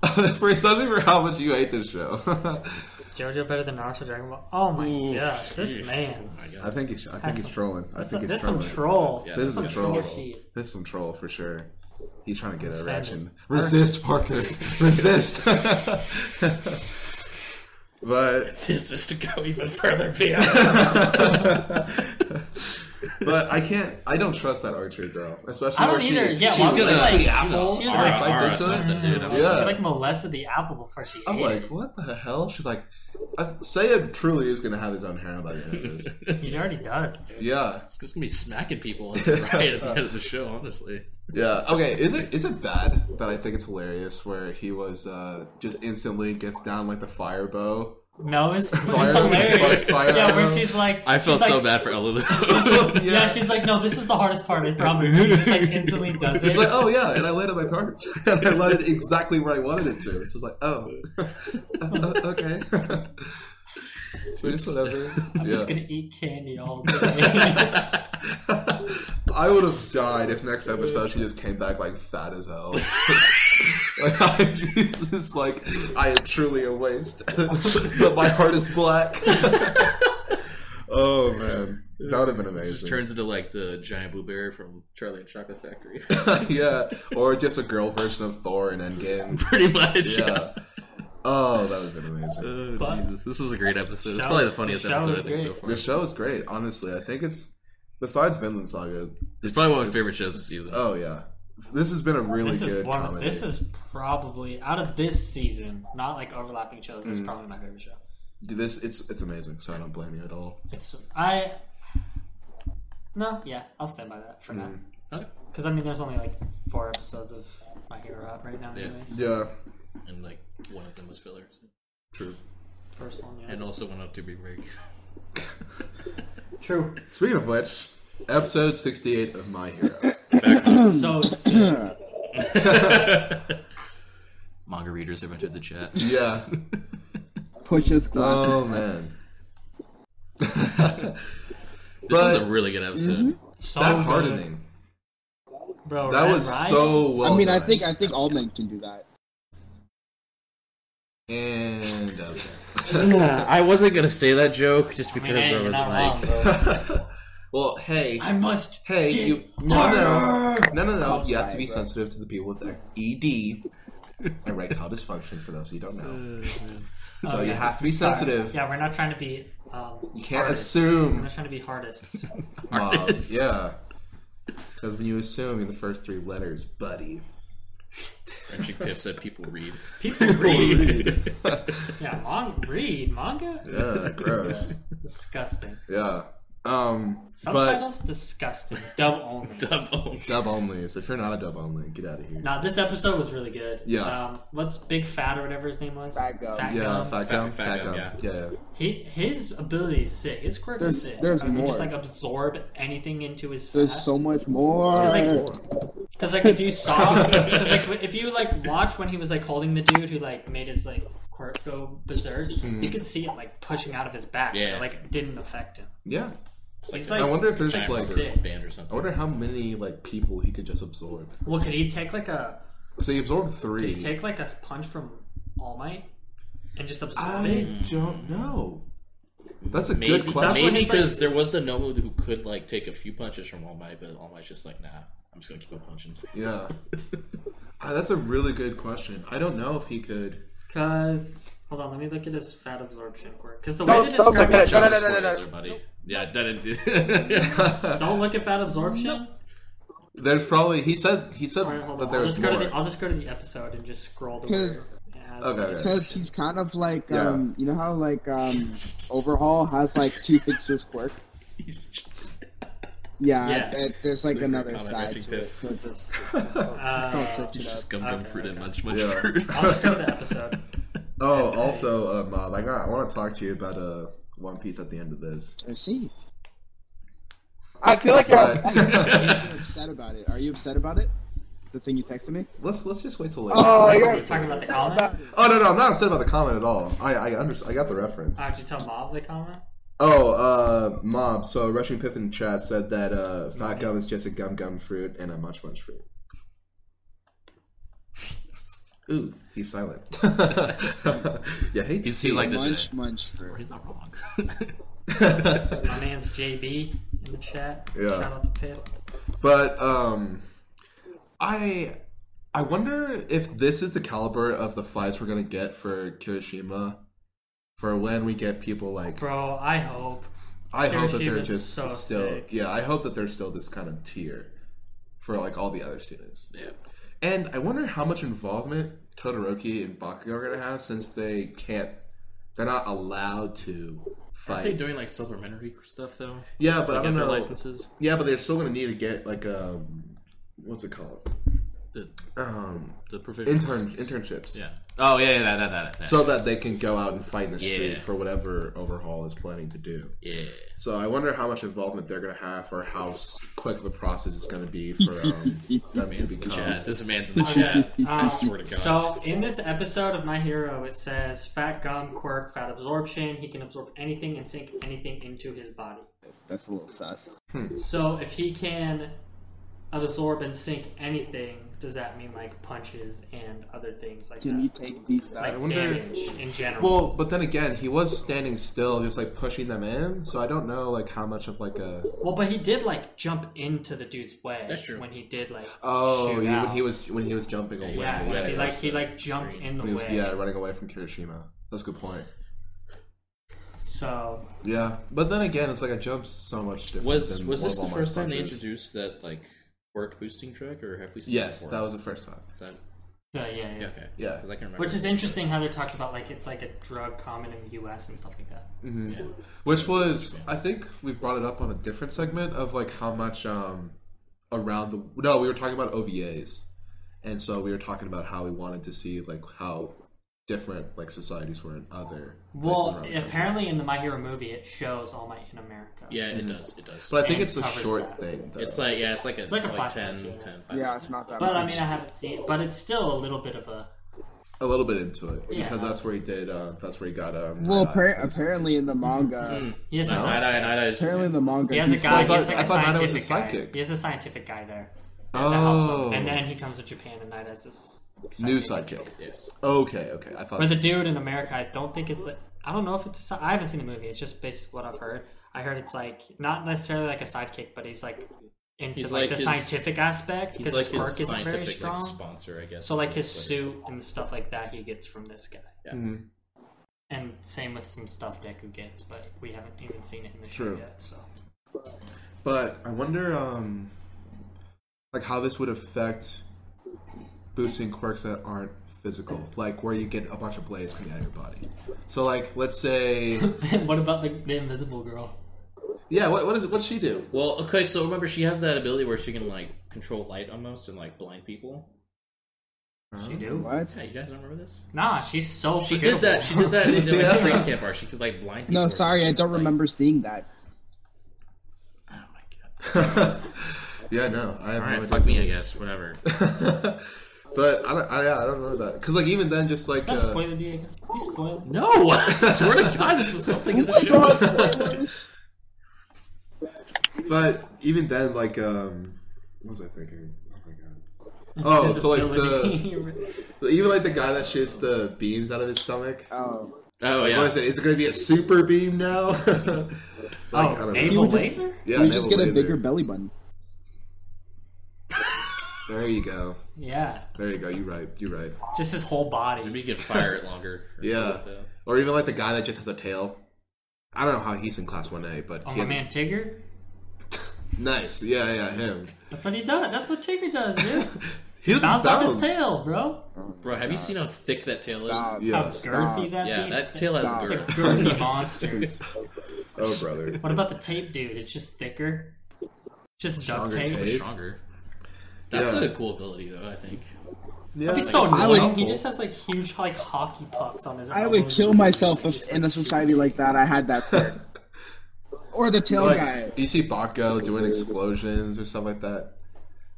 for something for how much you hate this show.
JoJo better than Naruto Dragon Ball. Oh my
Oof.
gosh,
Jeez.
this man.
Oh my God.
I think he's. I think he's
some-
trolling. I
That's,
think he's
that's some
trolling.
troll.
Yeah,
This
that's
is
some
a troll.
troll feed.
This is some troll for sure. He's trying to get a
Offended.
reaction. Resist, Parker. Resist. but
This is to go even further beyond.
but I can't. I don't trust that archer girl, especially
I don't
where she-
either. Yeah,
she's
why would
gonna
you, like-
see
she
apple.
was
I'm
like-
if I
Aura
did that-
something, dude. I'm
Yeah.
She like molested the apple before she
I'm
ate
like, what the hell? She's like, I, Saya truly is gonna have his own harem by the end of this.
it. He already does, dude.
yeah,
It's just gonna be smacking people left and right at the end of the show, honestly.
Yeah. Okay. Is it is it bad that I think it's hilarious where he was uh, just instantly gets down like the fire bow?
No, it's, it's
Fire-
hilarious.
fire-
yeah, where
fire-
she's like,
I felt
she's
so
like-
bad for Ella.
yeah.
Yeah, she's like, no, this is the hardest part. I promise. you. He just like instantly does it.
Like, oh yeah, and I landed my part. and I landed exactly where I wanted it to. It's just like, oh, Uh, uh, okay. It's whatever.
I'm
yeah.
just gonna eat candy all day.
I would have died if next episode she just came back like fat as hell. like I she's just like I am truly a waste, but my heart is black. oh man, that would have been
Just
amazing.
turns into like the giant blueberry from Charlie and Chocolate Factory.
yeah, or just a girl version of Thor in Endgame.
Pretty much.
Yeah. Oh, that would have been amazing.
Oh,
But-
Jesus, this is a great episode. It's
That
probably the
was-
funniest
that
episode
was
I think so
great.
far.
The show is great, honestly. I think it's besides Vinland Saga.
It's probably one of my favorite shows this season.
Oh yeah, this has been a really
this
good
is one.
comedy.
This is probably out of this season, not like overlapping shows.
Mm.
This is probably my favorite show.
Dude, This it's it's amazing, so I don't blame you at all.
It's I. No, yeah, I'll stand by that for now.
Mm. Okay.
Because I mean, there's only like four episodes of My Hero Up right now,
Yeah.
anyways.
Yeah,
And like one of them was filler.
true.
First one, yeah.
And also went up to be break.
True.
Speaking of which, episode sixty-eight of My Hero.
so sick.
Manga readers have entered the chat.
yeah.
Pushes glasses.
Oh
up.
man.
This was a
but
really good episode.
so
that
good.
hardening.
bro.
That
Red
was
Riot?
so Oh, well.
I mean, I
done.
think I think Almond can do that.
and uh,
Mm-hmm. I wasn't gonna say that joke just
I mean, hey, you're not wrong, bro.
well, hey,
I must.
hey,
get
you no, no,
harder!
no, no, no. You have to
sorry,
be
bro.
sensitive to the people with ED, erectile dysfunction. For those who don't know, so you
Oh, yeah.
have to be
Sorry.
sensitive.
Yeah, we're not trying to be. Um,
You can't
artists. We're
assume.
not trying to be hardists.
Mom,
Artists.
yeah. Because when you assume in the first three letters, buddy.
Frenchie Piff said people read.
People read. yeah, mong- read manga.
Yeah, gross.
Disgusting.
yeah. Um, but
Subtitles disgusting. Dub only.
Dub only.
dub only. So if you're not a dub only, get out of here.
Nah, this episode was really good.
Yeah.
Um, what's Big Fat or whatever his name was?
Fat Gum.
Fat
yeah,
Gum.
fat
Fat-
gum,
fat
fat gum.
gum, yeah.
Yeah, yeah.
He, his ability is sick. His quirk
There's-
is sick.
there's
I mean, He just
more.
like absorb anything into his fat.
There's so much more.
It's Because like if you saw, because like if you like watch when he was like holding the dude who like made his like quirk go berserk,
Mm-hmm.
you could see it like pushing out of his back.
Yeah.
But, like it didn't affect him.
yeah.
He's
I
like,
wonder if there's just
Giant
like,
sick.
rubber band or
I
something.
wonder how many like people he could just absorb.
well, could he take like a
So he absorbed
could he
three.
take like a punch from All Might and just absorb it?
I don't know. That's a
Maybe,
good question.
That's what
maybe
it's
because there was the Nomu who could like take a few punches from All Might, but All Might's just like, nah, I'm just gonna keep on punching.
Yeah. Uh, that's a really good question. I don't know if he could.
Because hold on, let me look at his fat absorption quirk. Because the
Don't-
way they
don't look
describe
at
it,
it. No, no,
Spoilers,
no, no, no.
everybody. Yeah, that didn't.
don't look at fat absorption.
There's probably he said he said
Alright, hold
that
on. I'll
there's
just
more.
go to the I'll just go to the episode and just scroll to where it
'Cause-
has
Okay,
the-
okay.
Because he's kind of like,
Yeah.
um, you know how like um, Overhaul has like two things to his quirk.
He's just-
Yeah,
Yeah.
it- there's like
It's a great
another
comment,
side to it.
adjective.
So just
Uh,
don't search it up.
just gum gum
Okay,
fruit and
okay.
munch munch
Yeah.
fruit.
I'll just go to the episode.
oh, also, uh, Mob, I got I want to talk to you about uh, One Piece at the end of this.
Let's see.
I feel like you're
But
upset.
You're upset about it. Are you upset about it? The thing you texted me?
let's let's just wait till later. Oh.
Oh, you're
Are you talking about the comment?
no no, I'm not upset about the comment at all. I I, under, I got the reference.
Oh, did you tell Mob the comment?
Oh, uh, Mob. So Rushing Piff in chat said that uh,
Mm-hmm.
Fat Gum is just a gum gum fruit and a munch munch fruit. Ooh, he's silent. yeah, hate to
He's,
see
he's like this.
Munch,
today.
munch
We're
fruit.
not wrong.
it.
My man's JB in the chat.
Yeah.
Shout out to Pip.
But um, I I wonder if this is the caliber of the fights we're gonna get for Kirishima, for when we get people like
Bro, I hope.
I hope that they're
Kirishima's
just
so
still
sick.
yeah I hope that they're still this kind of tier for like all the other students.
yeah.
And I wonder how much involvement Todoroki and Bakugo are gonna have since they can't they're not allowed to
Aren't they
fight.
doing like supplementary stuff though?
Yeah, but
Like,
I
get
don't
their
know.
licenses.
Yeah, but they're still gonna need to get like um what's it called
The,
um
the provisional
intern
license.
internships.
Yeah. Oh yeah, yeah, that, that, that, that.
So that they can go out and fight in the street
Yeah.
for whatever Overhaul is planning to do.
yeah.
So I wonder how much involvement they're going to have, or how s- quick the process is going to be for um, them to
Man's in the
become.
chat. This man's in the chat. I
Um,
swear to God.
So, in this episode of My Hero, it says Fat Gum Quirk, Fat Absorption. He can absorb anything and sink anything into his body.
That's a little sus.
So, if he can absorb and sink anything, does that mean like punches and other things like
Can you
that?
take these
Like
thoughts?
wonder-
damage in general.
Well, but then again, he was standing still, just like pushing them in. So I don't know, like how much of like a
Well, but he did like jump into the dude's way.
That's true.
When he did like
oh,
shoot
he,
out.
when he was when he was jumping away,
yeah,
yeah,
he like
yeah, that's
he
the
like jumped
screen.
in the
He was,
way.
yeah, running away from Kirishima. That's a good point.
So
Yeah, but then again, it's like I jumped so much different.
was
than
was
one
this
of
the
all my
first time they
punches.
introduced that like work boosting trick, or have we seen it
Yes,
before?
that was the first time.
Is that-
yeah, yeah, yeah.
yeah, okay.
Yeah.
'Cause I can remember.
Which is interesting how they talked about like it's like a drug common in the U.S. and stuff like that.
Yeah.
Which was, I think we brought it up on a different segment of like how much um around the no, we were talking about OVAs, and so we were talking about how we wanted to see like how different like societies were in other. places
Well,
around the country.
apparently in the My Hero movie, it shows All Might in America.
Yeah, it does. It does.
Mm-hmm. but I think
and
it's a
covers
short
that.
thing. Though.
It's like yeah, it's like a
like a five
ten,
minute, yeah.
10, five
Yeah,
minute.
it's not that
But I
much.
mean, I haven't seen. it. But it's still a little bit of a.
a little bit into it
Yeah.
because that's where he did. Uh, that's where he got. Um,
well,
uh,
Nine-Eye.
appar- apparently in the manga,
He has,
No,
a,
I, I, I, I,
apparently in the manga,
Hmm. he has a
he's
guy.
I thought-
he has like
I
a
thought Nida was a
scientific guy.
psychic.
He has a scientific guy there. That helps
oh,
him. And then he comes to Japan, and Night has this
new sidekick.
yes.
Okay, okay. I thought
But the dude in America, I don't think it's. Like, I don't know if it's. A, I haven't seen the movie. It's just based on what I've heard. I heard it's like not necessarily like a sidekick, but he's like into
He's
like,
like
the
his-
scientific aspect
He's
because
like
his work
his
is very
scientific like,
strong.
sponsor, I guess.
so like his
Like-
suit and stuff like that, he gets from this guy.
Yeah.
Mhm.
And same with some stuff Deku gets, but we haven't even seen it in the
True.
show yet. So
But I wonder, um, like how this would affect boosting quirks that aren't physical, like where you get a bunch of blades coming out of your body. So, like, let's say,
what about the, the Invisible Girl?
Yeah, what what is what she do?
Well, okay, so remember she has that ability where she can like control light almost and like blind people.
She do?
What?
Yeah, you guys don't remember this?
Nah, she's so.
She did that. She did that in the
Yeah.
second camp bar. She could like blind people.
No,
or
sorry, I
something,
don't
like-
remember seeing that.
Oh my god.
yeah, no, I have
All right,
no
fuck me, I guess. Whatever.
idea. but I don't, I, yeah, I don't remember that because like even then, just like
That's
uh,
spoiler, Diego. You spoiled. it.
No, I swear to God, this was something in the show.
but even then, like um, what was I thinking? Oh my god. Oh,
His
so like the
ability.
even like the guy that shoots the beams out of his stomach.
Oh,
Oh
What
yeah.
is it? Is it going to be a super beam now? like, I
oh,
don't know.
naval
You just-
laser.
Yeah,
you just
navel
get a
laser.
bigger belly button.
There you go.
Yeah,
There you go. You right. You right.
just his whole body.
Maybe you could fire it longer. or
Yeah.
something like
Or even like the guy that just has a tail. I don't know how he's in class one A, but
Oh
he
my
has
man, Tigger.
nice. Yeah, yeah, him.
That's what he does. That's what Tigger does, dude.
He doesn't
Bounce on his
bounce.
tail, bro.
that. Bro, have you seen how thick that tail
Stop.
is?
Yeah.
How girthy that
Yeah,
beast.
that tail has
Stop.
It's a
girth.
girthy monster.
Oh brother.
What about the tape, dude? It's just thicker. Just duct
Stronger
tape.
tape.
Stronger. That's
Yeah.
a cool ability, though. I think.
Yeah.
That'd be so
I
annoying.
would-
He just has like huge like hockey pucks on his.
I would
elbows
kill
and
myself
just,
if
like,
in a
shoot.
society like that I had that. quirk. or the tail guy.
like you see Baco doing explosions or stuff like that.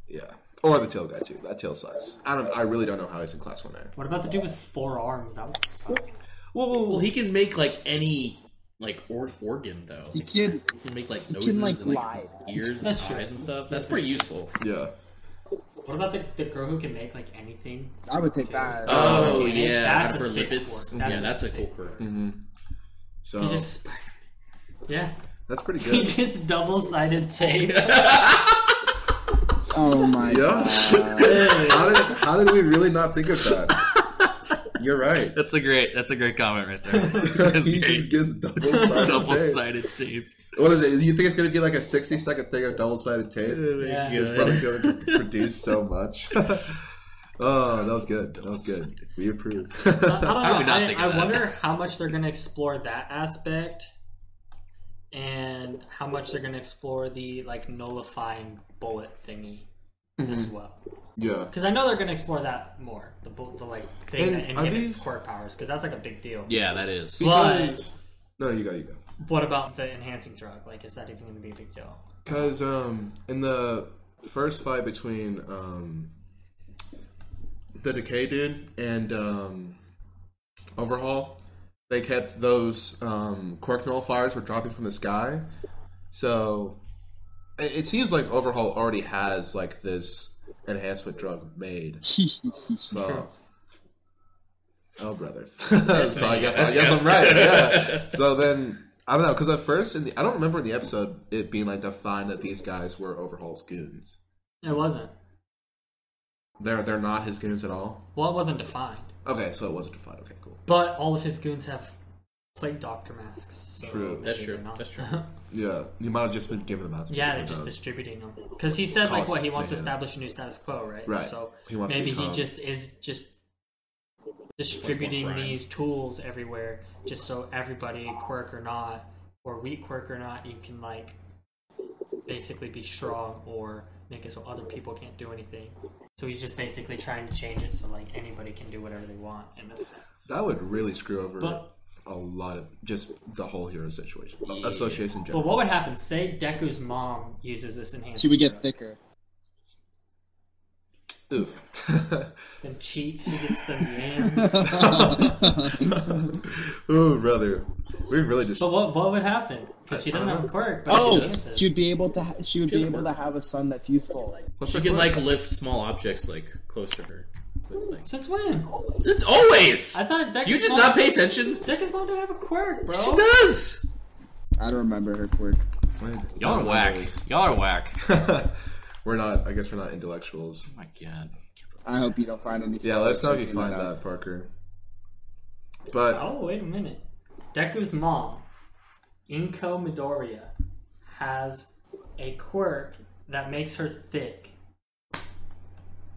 Yeah. Or the tail guy too. That tail sucks. I don't. I really don't know how he's in class one A.
What about the dude with four arms? That would suck.
Well,
Well, he can make like any like or- organ though.
You
He
kid.
can make like
can,
noses
like,
and like
lie.
ears and
That's true.
eyes and stuff. That's pretty useful.
yeah.
What about the, the girl who can make like anything?
I would take
Uh,
that.
Oh,
Oh, okay.
yeah,
That's a
for
sick
lipids.
quirk. That's
yeah,
a
that's a
sick
cool quirk.
Mm-hmm.
So
He
Oh.
just Spider. Yeah,
that's pretty
he
good.
gets double sided tape.
Oh my
yeah. how did how did we really not think of that? You're right.
That's a great. That's a great comment right there.
he just gets double sided tape.
tape.
What is it? Do you think it's gonna be like a sixty second thing of double sided tape?
Yeah.
It's probably gonna produce so much. oh, that was good. That was good. We approve.
I don't know.
I would not
I,
think
I
of that.
wonder how much they're going to explore that aspect, and how much they're going to explore the like nullifying bullet thingy
Mm-hmm.
as well.
yeah.
Because I know they're going to explore that more. The bull- the like thing
And
that
are
inhibits
these-
core powers because that's like a big deal.
Yeah, that is.
But
No, you go. You go.
what about the enhancing drug? Like, is that even going to be a big deal?
Because um, in the first fight between um, the Decay dude and um, Overhaul, they kept those um, Quirk nullifiers were dropping from the sky. So it, it seems like Overhaul already has like this enhancement drug made. So. Oh brother! so I guess I guess I'm right. Yeah. So then I don't know because at first in the I don't remember in the episode it being like defined that these guys were Overhaul's goons.
It wasn't.
They're they're not his goons at all.
Well, it wasn't defined.
Okay, so it wasn't defined. Okay, cool.
But all of his goons have plague doctor masks. So
True.
That's
maybe
true.
they're not.
That's true.
Yeah, you might have just been giving them out. To
yeah,
people,
they're just
who knows.
distributing them. Because he said, like, what he wants to
Yeah.
establish a new status quo, right?
Right.
So
He wants to
maybe he
become-
just is just distributing
Like more crime.
these tools everywhere, just so everybody, quirk or not, or weak quirk or not, you can like basically be strong or make it so other people can't do anything. So he's just basically trying to change it so like anybody can do whatever they want in a sense.
that would really screw over
But-
a lot of just the whole hero situation, association in
But
general.
what would happen? Say Deku's mom uses this enhancement.
She would get thicker.
Oof.
them cheeks. She gets them yams.
Ooh, brother, we really just.
But what what would happen? Because she doesn't have a quirk, but she
Oh,
dances.
she'd be able to. Ha- she would be
She's a
able to
worker.
have a son that's youthful.
What's
She
her
can
quirk?
like lift small objects like close to her. With, like...
Since when?
It's always.
I thought that
Do you
was
just
one-
not pay attention?
Deku's mom don't have a quirk, bro.
She does.
I don't remember her quirk.
Y'all are whack. Y'all are whack. Oh
we're not. I guess we're not intellectuals.
my god.
I hope you don't find any.
Yeah, let us know if you
spoilers
find
or something
that, Parker. But
Oh wait a minute. Deku's mom, Inko Midoriya, has a quirk that makes her thick.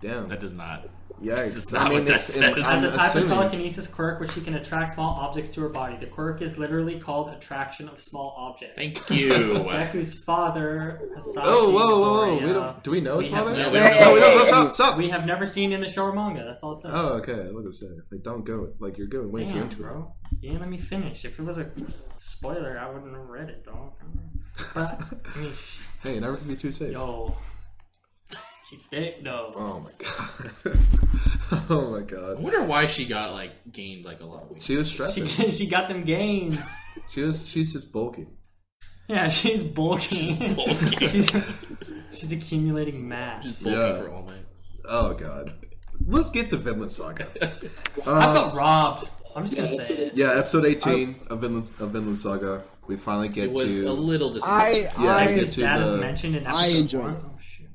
damn,
does not.
Yikes.
That's not what that
it's-
says.
As
I'm
a type
assuming-
of telekinesis quirk, which she can attract small objects to her body. The quirk is literally called attraction of small objects.
Thank you.
Deku's father, Hasashi
Oh, whoa, whoa, whoa!
Midoriya,
We don't. Do we know his
uh, we have
father?
no-
No,
we
no,
don't
no,
know.
we don't- Stop! Stop!
we
Stop!
have never seen in a short manga. That's all it says.
Oh, okay. What did I say? Like, don't go. Like, you're going way too
Damn,
into it.
bro. You didn't let me finish. If it was a spoiler, I wouldn't have read it, dog. But, I mean, sh-
Hey, never can be too safe.
yo. She's dick, no.
Oh my god. oh my
I
god.
wonder why she got like gained like a lot of weight.
She was stressing.
She, she got them gains.
She was. She's just bulky.
Yeah, she's bulking. She's,
bulking.
she's, accumulating mass.
Bulky
Yeah.
for all night.
Oh god. Let's get to Vinland Saga.
I
Um,
felt robbed. I'm just gonna say it.
yeah, episode 18 of Vinland of Vinland Saga. We finally get
It was
to.
a little disappointing.
I
Yeah, I
I,
guess-
His
to
dad is
the-
mentioned in episode
I enjoyed
one.
it.
Oh, shit.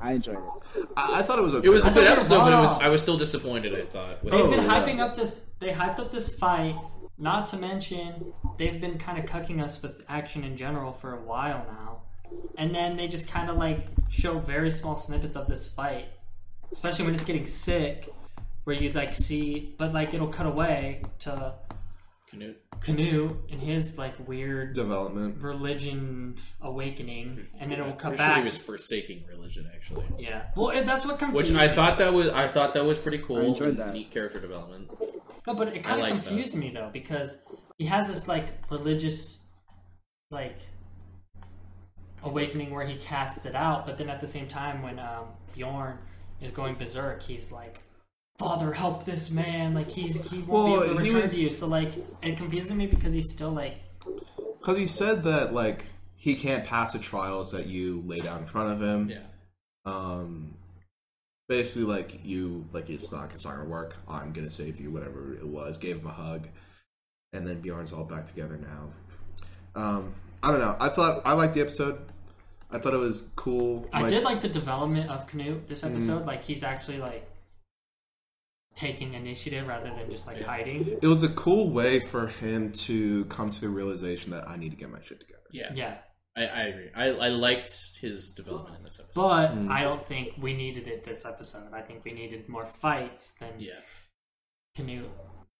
I enjoyed it.
I, I thought it was okay.
It was a good
thought it was
episode, but it was.
all-
I was still disappointed. I thought. With
Oh.
They've been
yeah.
hyping up this. They hyped up this fight. Not to mention, they've been kind of cucking us with action in general for a while now. And then they just kind of like show very small snippets of this fight, especially when it's getting sick, where you like see, but like it'll cut away to
Canute.
Canoe and his like weird
development.
religion awakening, and then it will come
Pretty
back.
Sure he was forsaking religion, actually.
Yeah. Well, it, that's what confused
Which I
me.
thought that was. I thought that was pretty cool.
I enjoyed that.
Neat character development.
No, but it
I
kind of
like that.
confused me though because he has this like religious, like awakening where he casts it out, but then at the same time when um, Bjorn is going berserk, he's like. Father, help this man! Like he's he won't
Well,
be able to
he
return
was-
to you. So like it confuses me because he's still like
Because he said that, like, he can't pass the trials that you lay down in front of him.
Yeah.
um basically like you like it's not it's not gonna work i'm gonna save you whatever it was gave him a hug and then bjorn's all back together now um i don't know i thought i liked the episode i thought it was cool
I did like the development of Canute this
Mm-hmm.
episode. Like he's actually like taking initiative rather than just like hiding.
it was a cool way for him to come to the realization that i need to get my shit together
Yeah.
Yeah,
I, I agree. I, I liked his development in this episode.
but I don't think we needed it this episode. I think we needed more fights than
yeah.
Canute.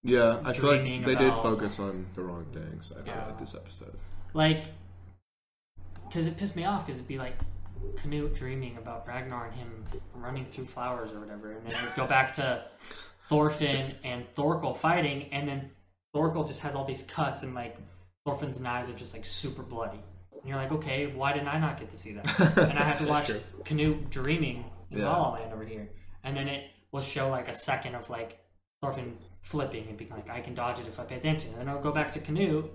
yeah i feel
Dreaming
like they did
about-
focus on the wrong things i feel
Yeah.
like this episode
Like, because it pissed me off. Because it'd be like Canute dreaming about Ragnar and him running through flowers or whatever, and then we'd go back to Thorfinn and Thorkel fighting, and then Thorkel just has all these cuts, and like Thorfinn's knives are just like super bloody. And you're like, okay, why didn't I not get to see that? And I had to watch
true.
Canute dreaming in
Yeah.
La La Land over here, and then it will show like a second of like Thorfinn flipping and being like, I can dodge it if I pay attention, and then I'll go back to Canute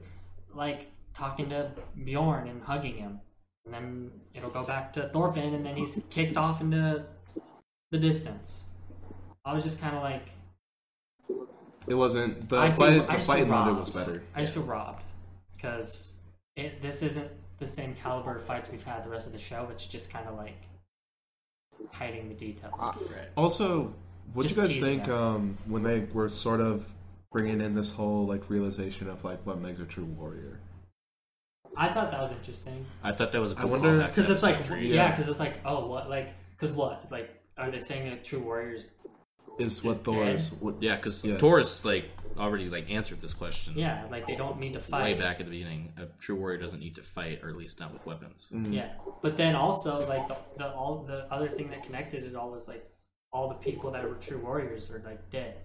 like talking to Bjorn and hugging him. And then it'll go back to Thorfinn, and then he's kicked off into the distance. I was just kind of like,
it wasn't the
I feel-
fight
I
the
just
fight
feel
in london
robbed.
was better
I just feel robbed because this isn't the same caliber of fights we've had the rest of the show. It's just kind of like hiding the details.
Right.
Also, what do you
Just
guys
teasing
think
us.
um, when they were sort of bringing in this whole like realization of like what makes a true warrior?
I thought that was interesting
I thought that was a
I
cool
wonder-
callback to
because it's
episode
like,
three.
yeah, because it's like, oh, what, like, because what, It's like, are they saying that true warriors?
Is what
Is
Thor
dead?
is. What,
Yeah, because
Yeah.
Taurus like already like answered this question.
Yeah, like they don't need to
Way
fight.
back at the beginning, a true warrior doesn't need to fight, or at least not with weapons.
Yeah, but then also like the, the all the other thing that connected it all is like all the people that were true warriors are like dead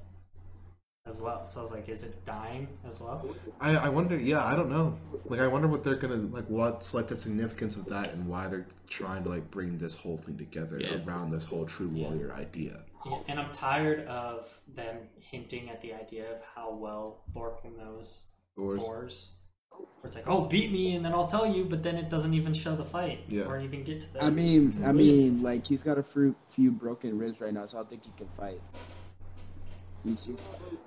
as well. So I was like, is it dying as well?
I, I wonder. Yeah, I don't know. Like, I wonder what they're gonna like. What's like the significance of that, and why they're trying to like bring this whole thing together
Yeah.
around this whole true warrior idea.
Yeah, and I'm tired of them hinting at the idea of how well Thorkel knows
Or is-
Thors. Where It's like, oh, beat me, and then I'll tell you. But then it doesn't even show the fight,
Yeah.
or even get to that.
I mean, I mean, like he's got a few, few broken ribs right now, so I don't think he can fight. You see?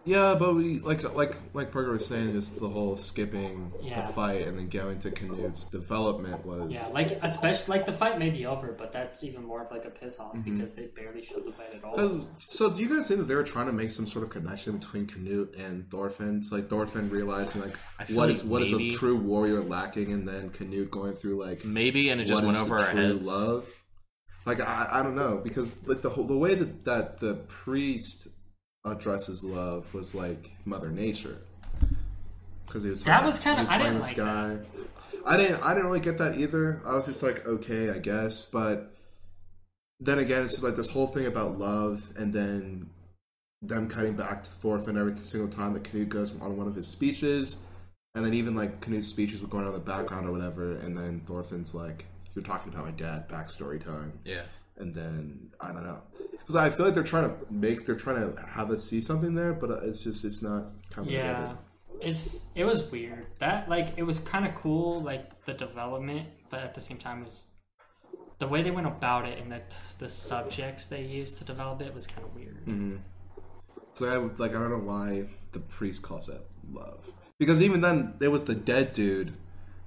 Yeah, but we like like like Parker was saying, just the whole skipping
Yeah.
the fight and then going to Canute's development was
yeah, like especially like the fight may be over, but that's even more of like a piss off because they barely showed the fight at all.
Does- so do you guys think that they were trying to make some sort of connection between Canute and Thorfinn? So like Thorfinn realizing like
I feel
what
like
is what is
maybe-
a true warrior lacking, and then Canute going through like
Maybe, and it just
what
went
is
over
the
our
true
heads.
love. Like I, I don't know because like the whole the way that, that the priest addresses love was like Mother Nature because he was
That was kinda-
he was
I
playing
didn't
this
like
guy. I didn't I didn't really get that either. I was just like okay I guess, but then again it's just like this whole thing about love and then them cutting back to Thorfinn every single time that Canute goes on one of his speeches. And then even like Canute's speeches were going on in the background or whatever, and then Thorfinn's like, "You're talking about my dad." Backstory time,
Yeah.
and then I don't know because I feel like they're trying to make they're trying to have us see something there, but uh, it's just it's not coming
Yeah,
together.
it's it was weird. That like it was kind of cool, like the development, but at the same time, it was the way they went about it and the the subjects they used to develop it was kind of weird.
Mm-hmm. So I would- like I don't know why the priest calls it love because even then there was the dead dude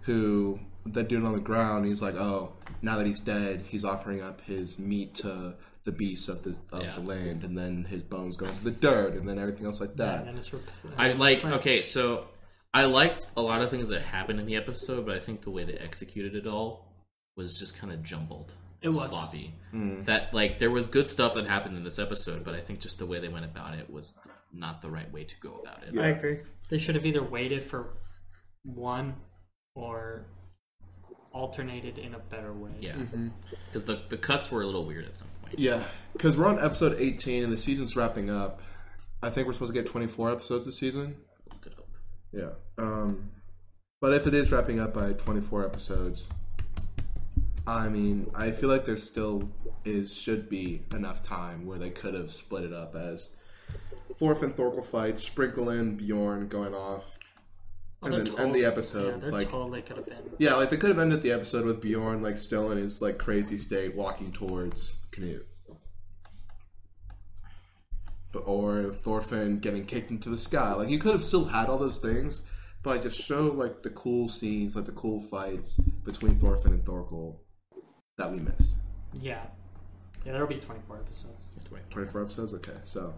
who that dude on the ground. He's like, oh, now that he's dead, he's offering up his meat to the beasts of the of
Yeah.
the land, and then his bones go into the dirt, and then everything else like that.
And then it's rep-
I like okay, so I liked a lot of things that happened in the episode, but I think the way they executed it all was just kind of jumbled.
It was.
sloppy. That like there was good stuff that happened in this episode, but I think just the way they went about it was not the right way to go about it.
I agree. They should have either waited for one or alternated in a better way.
Yeah,
Mm-hmm.
because the the cuts were a little weird at some point.
Yeah, because we're on episode 18 and the season's wrapping up. I think we're supposed to get 24 episodes this season.
Look it up.
Yeah. Um, but if it is wrapping up by 24 episodes, I mean, I feel like there still is should be enough time where they could have split it up as Thorf and Thorkel fight, sprinkle in Bjorn going off,
Oh,
and
they're
then end
totally-
the
Yeah,
episode
there
with like
totally could have been.
yeah, like they could have ended the episode with Bjorn like still in his like crazy state walking towards Canute. But or Thorfinn getting kicked into the sky. Like you could have still had all those things, but like just show like the cool scenes, like the cool fights between Thorfinn and Thorkel that we missed.
Yeah, yeah, there'll be twenty four episodes.
That's right.
Twenty four episodes? Okay. So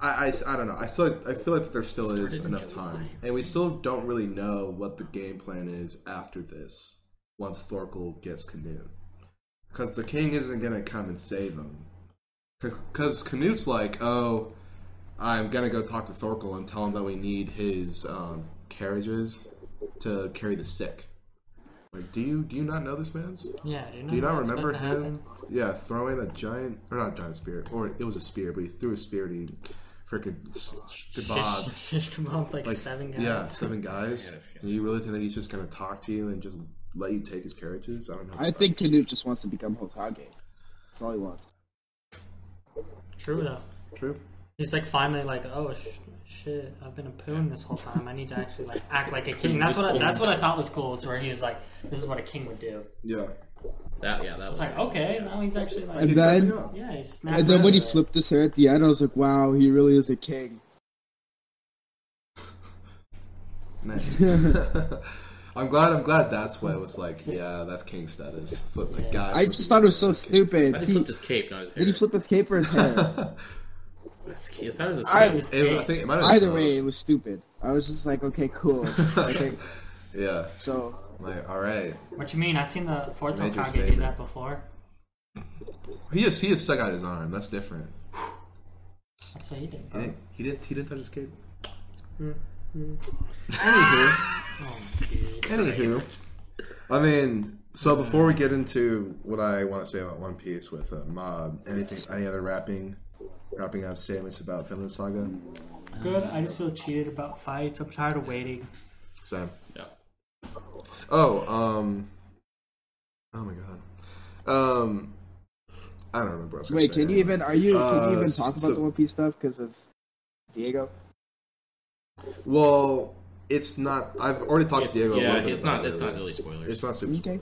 I, I, I don't know. I still I feel like there still is
Started in
enough
July.
time. And we still don't really know what the game plan is after this once Thorkel gets Canute. Because the king isn't going to come and save him. Because Canute's like, oh, I'm going to go talk to Thorkel and tell him that we need his um, carriages to carry the sick. Like, do you do you not know this man's?
Yeah, you know
Do you not
what's about
remember
to
him?
happen?
Yeah, throwing a giant or not giant spear, or it was a spear, but he threw a spear to freaking kebab.
Shish, shish kebab, like, seven guys.
Yeah, seven guys.
a few.
Do you really think that he's just gonna talk to you and just let you take his carriages? I don't know.
I think Canute just wants to become Hokage. That's all he wants.
True though.
true.
He's like finally like, oh sh- shit, I've been a poon this whole time. I need to actually like act like a king. That's what I, that's what I thought was cool. Is where he was like, this is what a king would do.
Yeah.
That yeah, that
It's
was
like oh, okay, now he's actually like,
And
He's like,
then-
yeah.
yeah, he's snapping.
And then when he
out of it.
flipped his hair at the end, I was like, wow, he really is a king.
Nice. I'm glad. I'm glad that's why it was like, yeah, that's king status. Flip the
Yeah.
guy.
I just thought it was so
versus king
stupid.
I
He-
think he flipped his cape, not his hair.
did he flip his cape or his hair?
status.
That's cute. That was his
I-
cape.
It was- I think it might have been
Either
both.
way, it was stupid. I was just like, okay, cool. Okay,
yeah.
so
Like, all right.
What you mean? I've seen the fourth
Major
Hokage do
statement.
that before.
He just he just stuck out his arm. That's different.
That's what he did.
He
Bro.
didn't. He didn't, he didn't touch his cape.
Oh, geez.
Anywho, I mean, so before we get into what I want to say about One Piece with uh, Mob, anything, any other wrapping, wrapping up statements about Vinland Saga?
Good. I just feel cheated about fights. I'm tired of waiting.
So,
Yeah.
oh, um, oh my god, um, I don't remember. What I was gonna
wait,
say.
can you even? Are you? Can you
Uh,
even talk
so-
about the One Piece stuff because of Diego?
Well, it's not. I've already talked
It's,
to Diego. a
yeah,
little bit
it's
about
not.
it,
It's not
really.
really spoilers.
It's not super.
Okay.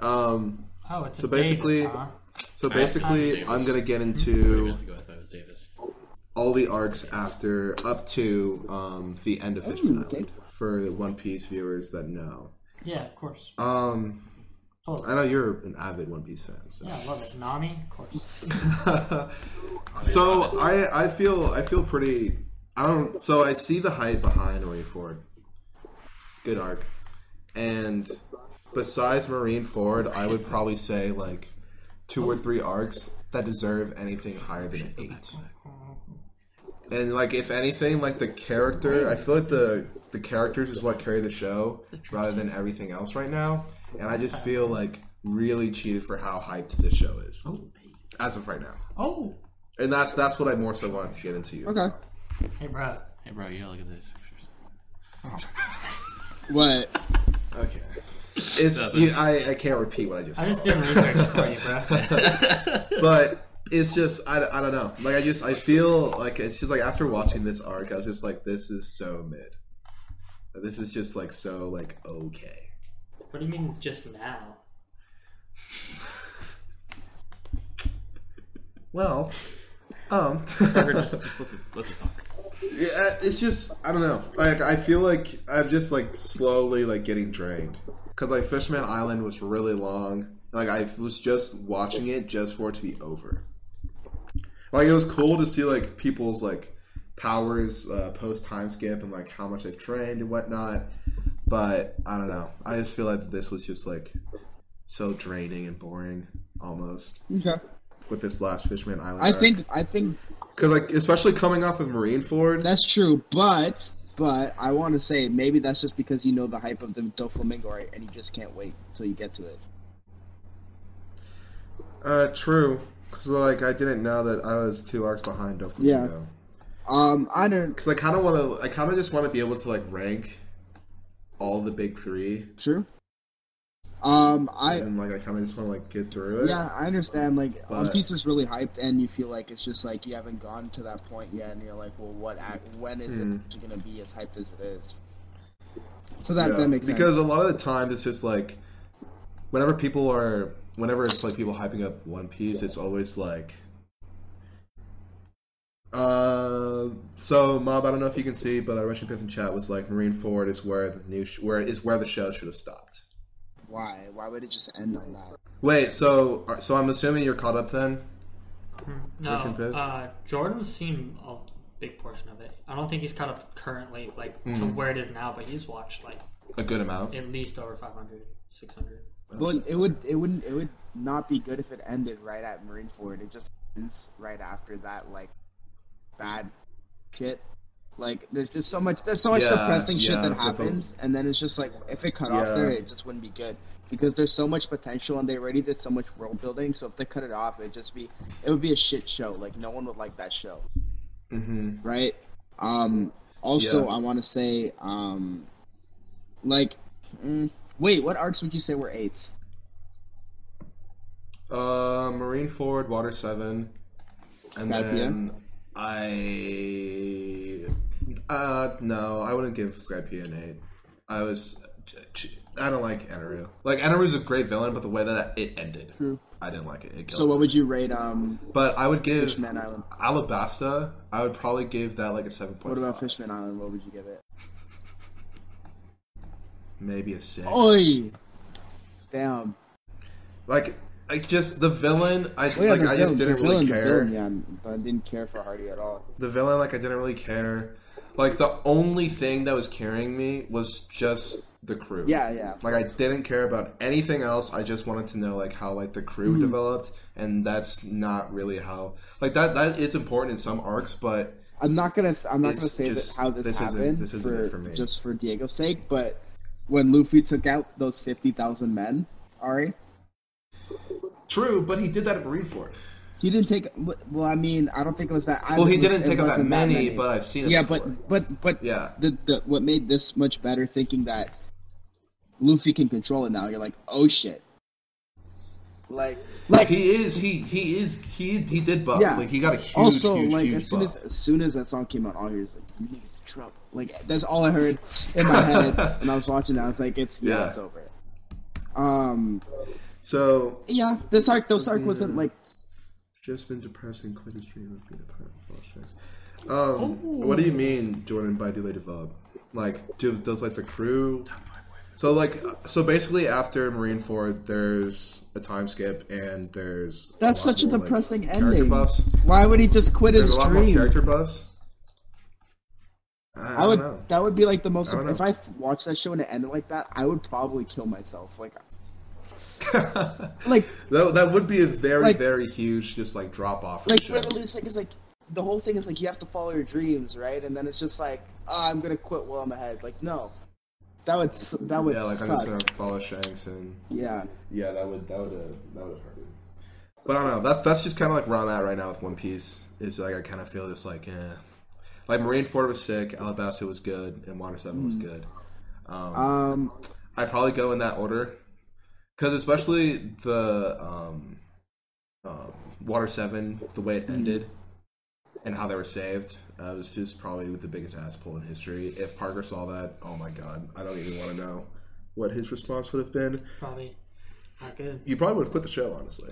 Um,
Oh, it's
So
a Davis,
basically-
huh?
so
I have time
basically,
to do
I'm
this.
gonna get
Three
into
minutes ago, I thought it was Davis.
all the arcs after up to um, the end of Fishman Island for the One Piece viewers that know.
Yeah, of course.
Um, I
Totally.
know you're an avid One Piece fan. So.
Yeah, I love it. Nami, of course.
so I I feel I feel pretty I don't so I see the hype behind Marine Ford. Good arc. And besides Marine Ford, I would probably say like two or three arcs that deserve anything higher than eight. And like, if anything, like the character, I feel like the the characters is what carry the show rather than everything else right now. And I just feel like really cheated for how hyped this show is
Oh, hey.
as of right now.
Oh,
And that's that's what I more so wanted to get into.
Okay.
hey, bro.
hey, bro, you gotta look at these pictures.
What?
Okay. It's you, I I can't repeat what I just.
I
said.
just did research for you, bro.
but it's just I, I don't know like i just i feel like it's just like after watching this arc i was just like this is so mid this is just like so like okay
What do you mean just now?
well um
Or just, just let the, let the talk.
yeah, uh, it's just i don't know like i feel like i'm just like slowly like getting drained because like fishman island was really long like i was just watching it just for it to be over like it was cool to see like people's like powers uh, post time skip and like how much they've trained and whatnot but i don't know i just feel like this was just like so draining and boring almost
Okay.
with this last fishman island
I think I think
because like especially coming off of marine ford
that's true, but but I want to say maybe that's just because you know the hype of the Doflamingo right, and you just can't wait till you get to it.
Uh, true. Cause like I didn't know that I was two arcs behind Doflamingo.
Yeah. Um, I don't.
Cause I kind of want to. I kind of just want to be able to like rank all the big three,
True. Um, I
and like I kind of just want to like get through it.
Yeah, I understand. Like, One
But-
Piece is really hyped, and you feel like it's just like you haven't gone to that point yet, and you're like, well, what? Act, when is
Hmm.
it going to be as hyped as it is? So that
Yeah,
that makes
because
sense.
a lot of the times it's just like whenever people are whenever it's like people hyping up One Piece, it's always like uh so mob i don't know if you can see but uh, russian piff in chat was like marine ford is where the new sh- where is where the show should have stopped
Why? Why would it just end on that?
Wait, so uh, so I'm assuming you're caught up then.
Hmm. No,
Russian Piv?
uh, Jordan's seen a big portion of it. I don't think he's caught up currently, like to
Hmm.
where it is now, but he's watched like
A good amount.
at least over 500, 600.
Well, it would it wouldn't it would not be good if it ended right at Marine Ford. It just ends right after that like bad shit. Like there's just so much there's so much
Yeah,
suppressing shit
yeah,
that
with the-
happens, and then it's just like if it cut off there,
Yeah.
it just wouldn't be good because there's so much potential and they already did so much world building. So if they cut it off, it'd just be it would be a shit show. Like no one would like that show
Mm-hmm.
right? Um, also,
Yeah.
I want to say, um, like, mm, wait, what arcs would you say were eights?
Uh, Marine Ford, Water Seven, and
Skypiea?
then I. Uh, no, I wouldn't give Skypiea an eight. I was. I don't like Eneru. Like Eneru's a great villain, but the way that it ended,
True.
I didn't like it. it killed
So,
me.
what would you rate? Um,
But I would give
Fishman Island.
Alabasta. I would probably give that like a seven point.
What about Fishman Island? What would you give it?
Maybe a six.
Oi! Damn.
Like, I just the villain. I
Well, Oh, yeah,
like.
the
I just didn't
villain- the
really
villain- the
care.
villain, yeah, but I didn't care for Hardy at all.
the villain like i didn't really care like the only thing that was carrying me was just the crew
Yeah, yeah.
like i didn't care about anything else i just wanted to know like how like the
Hmm.
crew developed and that's not really how like that that is important in some arcs but
I'm not gonna. I'm not
It's
gonna say
just-
that how this,
this isn't-
happened.
this isn't
for,
it for me.
Just for Diego's sake, but when Luffy took out those fifty thousand men, Ari,
true but he did that at marine fort
He didn't take. Well, I mean, I don't think it was that. I
well he
it
didn't
was-
take
it
out that
wasn't
many, but i've seen it
yeah,
before.
but but but
Yeah.
The, the what made this much better, thinking that Luffy can control it now. You're like, oh shit. Like like
he is he he is he he did buff
Yeah.
like he got a huge
also
huge
like
huge
as soon
buff
as as soon as that song came out, all I heard was like, "You niggas Trump." Like that's all I heard in my head, and I was watching. that. I was like, it's yeah,
Yeah.
it's over. Um,
so
yeah, this arc, this arc wasn't like
Just been depressing, quite a stream of peanut butter flashbacks. Um, what do you mean, Jordan, by delayed vibe? Like, do, does like the crew? So like, so basically, after Marine Ford, there's a time skip, and there's
That's
lot
such a
more, like,
depressing
Character
ending.
buffs.
why would he just quit
There's
his
a lot more
dream?
character buffs. I, I
I would.
don't know.
That would be like the most.
I don't
If
know.
I watched that show and it ended like that, I would probably kill myself. Like, Like,
that, that would be a very
Like-
very huge just like drop off.
like Revolution like, is like the whole thing is like you have to follow your dreams, right? And then it's just like oh, I'm gonna quit while I'm ahead. Like no, that would s- that would
yeah, like
suck.
I'm just gonna follow Shanks and
Yeah,
yeah, that would that would uh, that would hurt. But I don't know. That's that's just kind of like where I'm at right now with One Piece. Is like I kind of feel this like, eh. like Marineford was sick, Alabasta was good, and Water Seven was good.
um,
I probably go in that order because especially the um, um, Water Seven, the way it ended, and how they were saved, uh, was just probably the biggest ass pull in history. If Parker saw that, oh my god, I don't even want to know what his response would have been.
Probably not good.
You probably would have quit the show, honestly.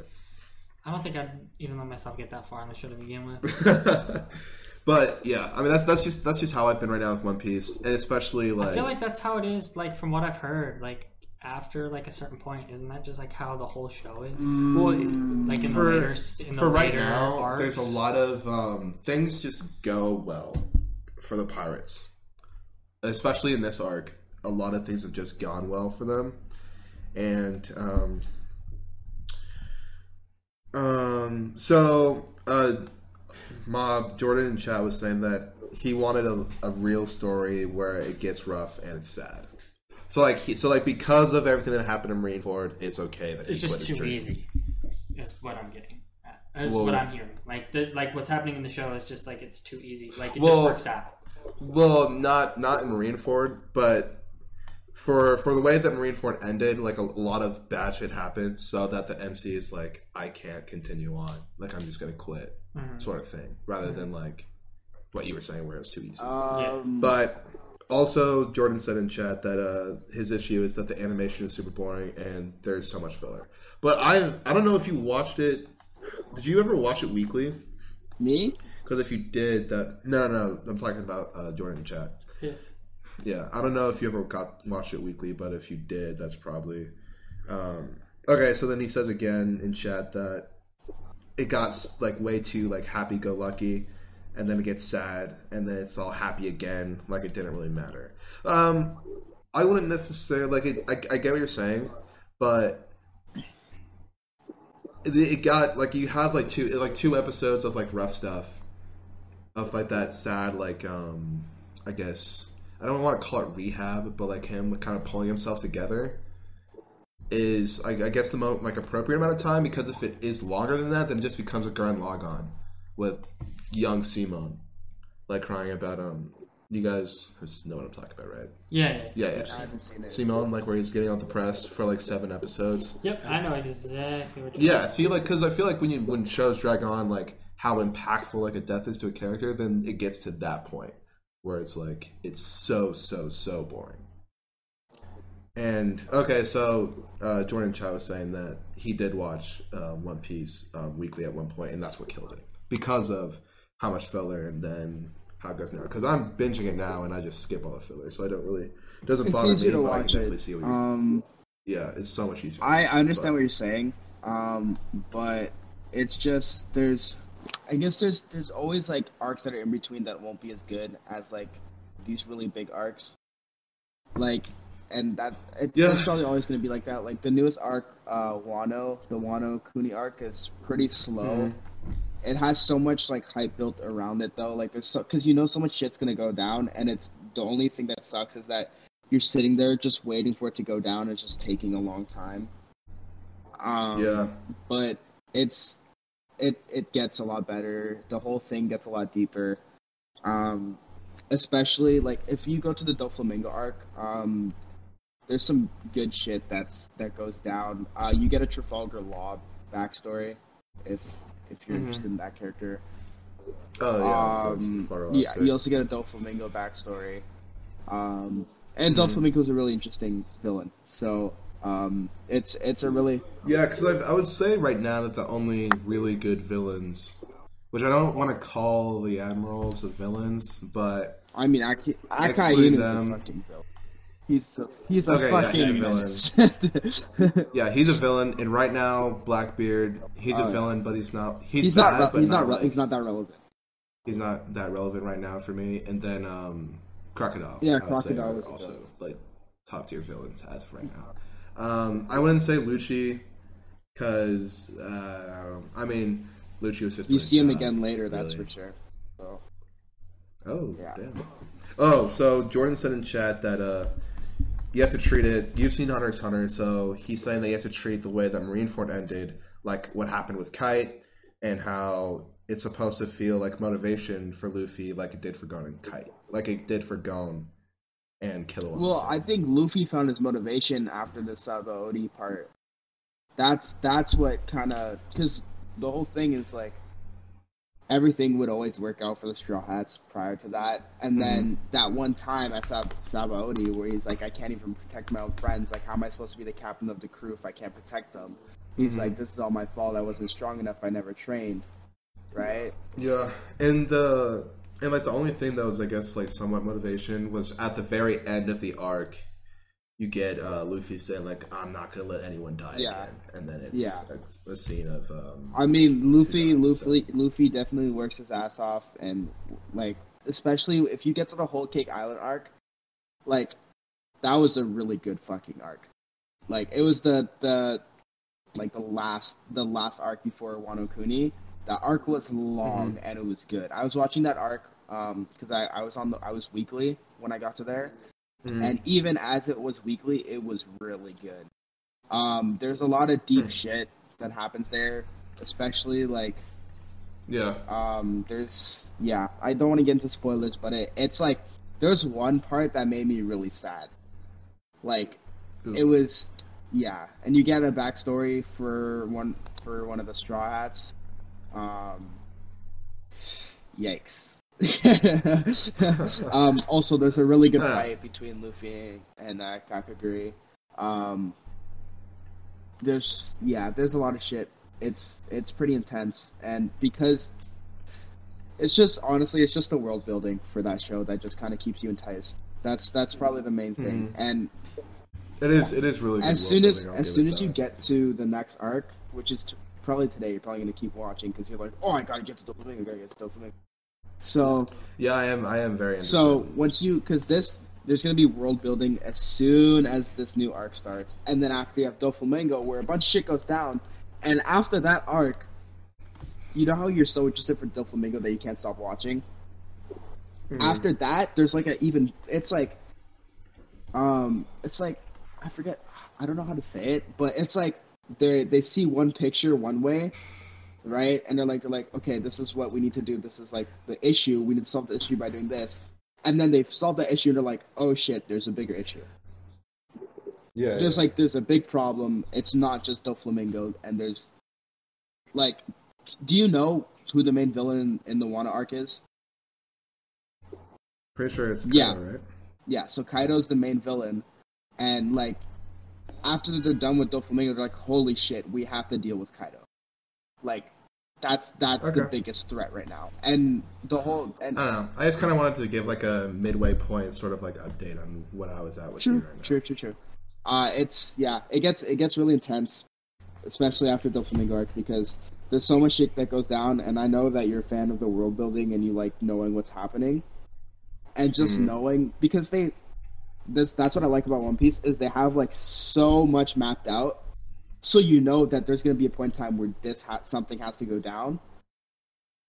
I don't think I'd even let myself get that far on the show to begin with.
but yeah, I mean that's that's just that's just how I've been right now with One Piece, and especially
I
like,
feel like that's how it is. Like from what I've heard, like after like a certain point, isn't that just like how the whole show is?
well,
Like in
Mm, for
the later, s- in the
for right
later
now,
arcs?
there's a lot of um, things just go well for the pirates, especially in this arc. A lot of things have just gone well for them, and um, um, so uh, Mob Jordan and Chad was saying that he wanted a, a real story where it gets rough and it's sad. So like, he, so like because of everything that happened in Marineford, it's okay that he
It's just
quit his
too
dream.
easy. Is what I'm getting. at. That's
Well-
what I'm hearing. Like the like what's happening in the show is just like it's too easy. Like it
Well-
just works out.
Well, not not in Marineford, but for for the way that Marineford ended, like a, lot of bad shit happened, so that the MC is like, I can't continue on, like I'm just gonna quit, sort of thing, rather than like what you were saying, where it's too easy.
um,
but also, Jordan said in chat that uh, his issue is that the animation is super boring and there's so much filler. But I I don't know if you watched it. Did you ever watch it weekly?
me.
Because if you did, that no no, no I'm talking about uh, Jordan in chat. Yeah, I don't know if you ever got watched it weekly, but if you did, that's probably. Um, okay, so then he says again in chat that it got like way too like happy go lucky, and then it gets sad, and then it's all happy again, like it didn't really matter. Um, I wouldn't necessarily like it. I, I get what you're saying, but it, it got like you have like two like two episodes of like rough stuff, of like that sad like um I guess I don't want to call it rehab, but like him kind of pulling himself together is I, I guess the most like appropriate amount of time because if it is longer than that, then it just becomes a grand log on with young Simon like crying about um you guys know what I'm talking about, right?
Yeah. yeah.
Yeah, yeah.
I haven't seen it.
Simon like where he's getting all depressed for like seven episodes.
Yep, I know exactly what you're
Yeah, see, like, because I feel like when you when shows drag on, like how impactful like a death is to a character, then it gets to that point where it's like it's so so so boring. And okay, so uh, Jordan Chow was saying that he did watch uh, One Piece um, weekly at one point, and that's what killed it because of how much filler and then how it goes now. Because I'm binging it now, and I just skip all the filler, so I don't really it doesn't
It's
bother me.
easy to
But I can
watch
definitely
it.
see what you.
Um,
yeah, it's so much easier.
I I understand
But-
what you're saying, um, but it's just there's, I guess there's there's always like arcs that are in between that won't be as good as like these really big arcs, like, and that it's
Yeah.
that's probably always going to be like that. Like the newest arc, uh, Wano, the Wano Kuni arc is pretty slow.
Mm-hmm.
It has so much like hype built around it though. Like there's so because you know so much shit's gonna go down, and it's the only thing that sucks is that you're sitting there just waiting for it to go down. It's just taking a long time. Um,
yeah.
but it's it it gets a lot better. The whole thing gets a lot deeper. Um, especially like if you go to the Doflamingo arc, um, there's some good shit that's that goes down. Uh, you get a Trafalgar Law backstory if if you're interested in that character.
Oh yeah, of course.
Um,
Barrel
yeah,
Aster.
you also get a Doflamingo backstory. Um, and
Mm-hmm.
Doflamingo is a really interesting villain. So um, it's it's a really
Yeah, because I would say right now that the only really good villains, which I don't want to call the admirals the villains, but
I mean Aki
Exclude
Akainu is a
them.
fucking villain. He's a he's a
Okay, yeah,
fucking
he's
villain.
yeah, he's a villain. And right now, Blackbeard, he's a
Oh, yeah.
villain, but he's not. He's,
he's
bad,
not re-
but
he's
not,
not re-
like-
he's not that relevant.
he's not that relevant right now for me. And then um, Crocodile,
Yeah,
I would say,
Crocodile
are
is a
also
villain.
like top tier villains as of right now. Um, I wouldn't say Lucci because uh, I mean, Lucci was just
You
doing
see him
job,
again later, that's
really.
for sure. So
Oh,
Yeah.
damn. Oh, so Jordan said in chat that uh, you have to treat it. You've seen Hunter x Hunter, so he's saying that you have to treat the way that Marineford ended, like what happened with Kite, and how it's supposed to feel like motivation for Luffy, like it did for Gon and Kite, like it did for Gon and Killua.
Well, I think Luffy found his motivation after the Sabaody part. That's that's what kind of because the whole thing is like everything would always work out for the Straw Hats prior to that, and then that one time at Sab- Sabaody where he's like, I can't even protect my own friends. Like, how am I supposed to be the captain of the crew if I can't protect them? He's like, this is all my fault. I wasn't strong enough. I never trained. Right?
Yeah, and the and like the only thing that was, I guess, like somewhat motivation was at the very end of the arc. You get uh, Luffy saying like, "I'm not gonna let anyone die
Yeah.
again," and then it's,
Yeah.
it's a scene of um,
I mean, Luffy,
Yeah,
Luffy, Luffy definitely works his ass off, and like, especially if you get to the Whole Cake Island arc, like, that was a really good fucking arc. Like, it was the the like the last the last arc before Wano Kuni. That arc was long and it was good. I was watching that arc um because I I was on the I was weekly when I got to there,
mm,
and even as it was weekly, it was really good. Um, there's a lot of deep shit that happens there, especially like
yeah,
um, there's yeah. I don't want to get into spoilers, but it, it's like there's one part that made me really sad. Like
Ooh.
it was yeah, and you get a backstory for one for one of the straw hats. Um, yikes. um, also, there's a really good
Ah.
fight between Luffy and uh, Kakaguri. Um, there's yeah, there's a lot of shit. It's it's pretty intense, and because it's just honestly, it's just the world building for that show that just kind of keeps you enticed. That's that's probably the main thing. And
it is. It is really good
as
world
soon as
building, I'll
as
give
soon
it
as you
that.
get to the next arc, which is t- probably today, you're probably gonna keep watching because you're like, oh, I gotta get to Doflamingo, I gotta get to Doflamingo. So
yeah, I am. I am very interested.
so once you because this there's gonna be world building as soon as this new arc starts, and then after you have Doflamingo, where a bunch of shit goes down, and after that arc, you know how you're so interested for Doflamingo that you can't stop watching. After that, there's like a even it's like um it's like I forget I don't know how to say it, but it's like they they see one picture one way, right? And they're like they're like, okay, this is what we need to do. This is like the issue. We need to solve the issue by doing this. And then they solve the issue and they're like, oh shit, there's a bigger issue.
yeah,
There's
yeah.
like there's a big problem. It's not just the flamingo and there's like do you know who the main villain in the Wana arc is?
pretty sure it's
yeah.
Kaido, right?
yeah, so Kaido's the main villain, and like after they're done with Doflamingo, they're like, "Holy shit, we have to deal with Kaido." Like that's that's the
Okay.
biggest threat right now, and the whole and
I don't know. I just kind of wanted to give like a midway point, sort of like update on what I was at with you
true,
right now.
true, true, true. Uh, it's yeah, it gets it gets really intense, especially after Doflamingo arc because there's so much shit that goes down, and I know that you're a fan of the world building and you like knowing what's happening, and just knowing because they, this that's what I like about One Piece is they have like so much mapped out, so you know that there's gonna be a point in time where this ha- something has to go down.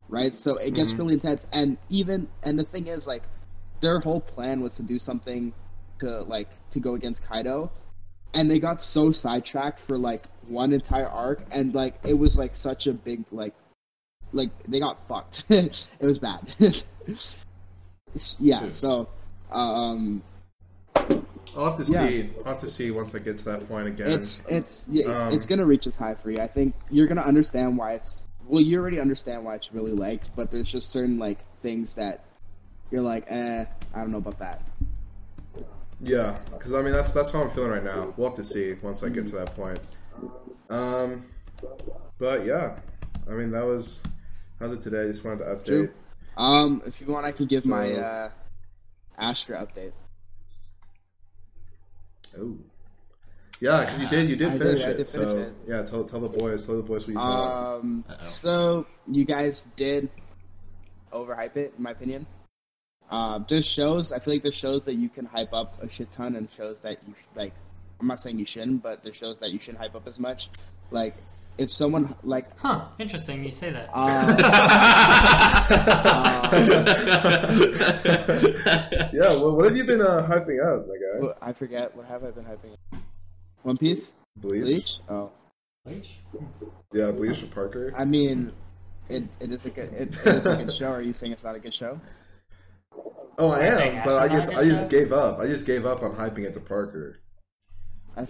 Right, so it gets really intense, and even and the thing is, like, their whole plan was to do something to like to go against Kaido, and they got so sidetracked for like one entire arc, and like it was like such a big like, like they got fucked. it was bad. yeah. So, um,
I'll have to
Yeah.
see. I'll have to see once I get to that point again.
it's it's yeah,
Um,
it's gonna reach its high for you. I think you're gonna understand why it's well, you already understand why it's really liked, but there's just certain like things that you're like, eh, I don't know about that.
Yeah, because I mean that's that's how I'm feeling right now. We'll have to see once I get to that point. Um, but yeah, I mean that was how's it today? I just wanted to update.
True. Um, if you want, I can give my
So-
uh, Astra update.
Oh, yeah, because you did you did
I
finish
did- I
it.
did finish
so
it.
yeah, tell tell the boys, tell the boys what you thought.
Um,
Uh-oh.
so you guys did overhype it, in my opinion. Um, there's shows. I feel like there's shows that you can hype up a shit ton, and shows that you sh- like. I'm not saying you shouldn't, but there's shows that you shouldn't hype up as much. Like if someone like
Huh? Interesting. You say that.
um,
Yeah, well, what have you been uh, hyping up, my guy?
what- I forget what have I been hyping? One Piece,
Bleach?
Bleach. Oh,
Bleach?
Yeah, Bleach from Parker.
I mean, it, it is a good it, it is a good show. Are you saying it's not a good show?
Oh, I
I saying
am, but I
asinine
just I
and
just
stuff?
gave up. I just gave up on hyping it to Parker.
I,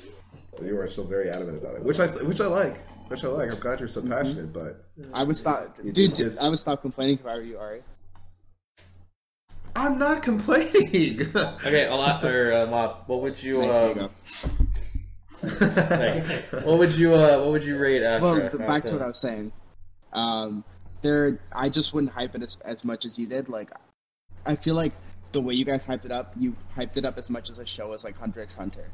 You are still very adamant about it, which I which I like, which I like. I'm glad you're
Mm-hmm.
so passionate, but
I would stop, dude.
it's
dude,
just-
I would stop complaining if I were you, Ari.
I'm not complaining.
okay, a lot, or uh, Mop, what would you?
Nice, there you
Um,
go.
thanks. what would you? Uh, what would you rate Astra?
Well, th- back to what I was saying. Um, there, I just wouldn't hype it as, as much as you did. Like, I feel like the way you guys hyped it up, you hyped it up as much as a show as like Hunter x Hunter,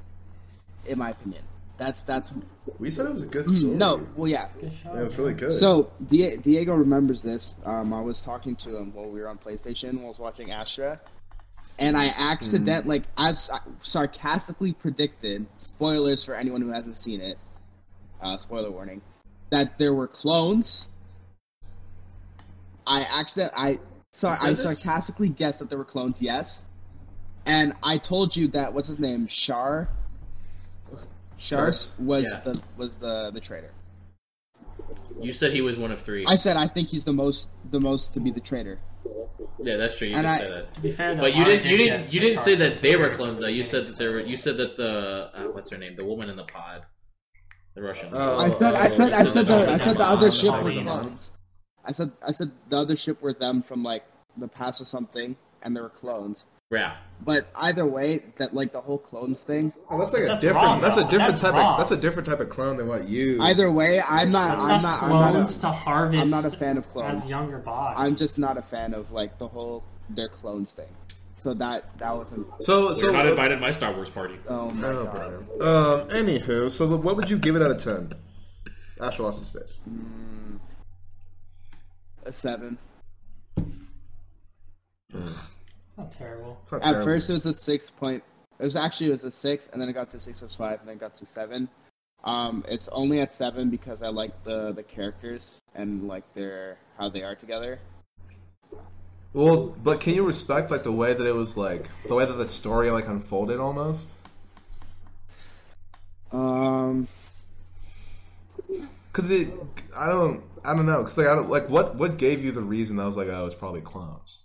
in my opinion. That's that's
we said it was a good story.
Mm, no, well, yeah.
Good show.
Yeah, it was really good.
So Die- Diego remembers this. Um, I was talking to him while we were on PlayStation. While I was watching Astra, and I accident
Mm-hmm.
like I s- sarcastically predicted spoilers for anyone who hasn't seen it. Uh, spoiler warning that there were clones. I accident I so,
You said
I
this?
sarcastically guessed that there were clones. Yes, and I told you that what's his name Shar. Shar was
Yeah.
the was the the traitor.
You said he was one of three.
I said I think he's the most the most to be the traitor.
yeah, that's true. You
And
did
I-
say that.
To be fair, though,
But you
Ari
didn't. You didn't.
guess
You
the
didn't say
Chargers
that they were
were
clones, though.
the
You said
main
that there were. You said that the uh, what's her name, the woman in the pod, the Russian.
Oh,
I said I
oh,
said I
so
said
that
the I
was
said
on
the other
the
ship
Halloween
were
one.
clones. I said I said the other ship were them from like the past or something, and they were clones.
Yeah.
But either way, that like the whole clones thing.
Oh, that's like a
That's
different.
wrong,
that's a
though.
different
That's
type.
wrong.
Of, that's a different type of clone than what you.
Either way, I'm not
It's
I'm
not
not I'm not
clones
a,
to harvest.
I'm not a fan of clones.
As younger bodies.
I'm just not a fan of like the whole their clones thing. So that that wasn't.
So so.
You're not invited to my Star Wars party.
Oh my
Oh,
god.
brother. Um. Anywho, so the- what would you give it out of ten? Astro Lost in Space.
A seven.
It's not terrible.
It's not
At
terrible.
first, it was a six point. It was actually it was a six, and then it got to six plus five, and then it got to seven. Um, it's only at seven because I like the the characters and like their how they are together.
Well, but can you respect like the way that it was like the way that the story like unfolded almost?
Um,
Because it, I don't, I don't know. Because like I don't like what what gave you the reason that I was like, oh, it's probably clones.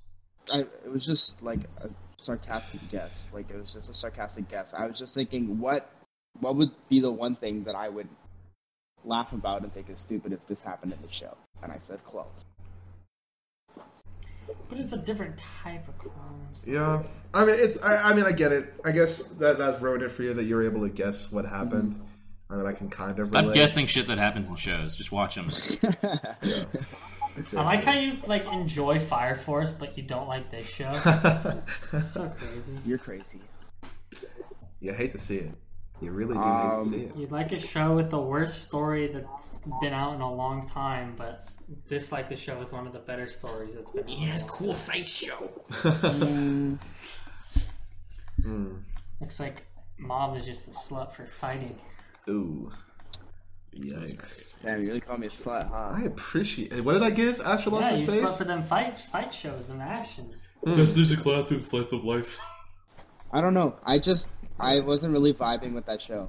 I, it was just like a sarcastic guess. Like it was just a sarcastic guess. I was just thinking, what what would be the one thing that I would laugh about and think is stupid if this happened in the show? And I said close.
But it's a different type of clones.
Yeah, I mean, it's. I, I mean, I get it. I guess that that ruined it for you that you were able to guess what happened. I mean, I can kind of.
Stop
relate.
guessing shit that happens in shows. Just watch them.
I like how you like enjoy Fire Force, but you don't like this show. It's so crazy.
You're crazy.
You hate to see it. You really do hate to
Um,
see it.
You like a show with the worst story that's been out in a long time, but dislike the show with one of the better stories that's been. Yeah, it's
cool fight show.
Um, Looks like mom is just a slut for fighting.
Ooh. Yikes.
Damn, you really call me a slut, huh?
I appreciate. What did I give? Astro
Yeah,
Lost
you
in
slut for
Space.
them fight fight shows and action.
Yes, Mm. there's a classroom slice of life.
I don't know. I just I wasn't really vibing with that show.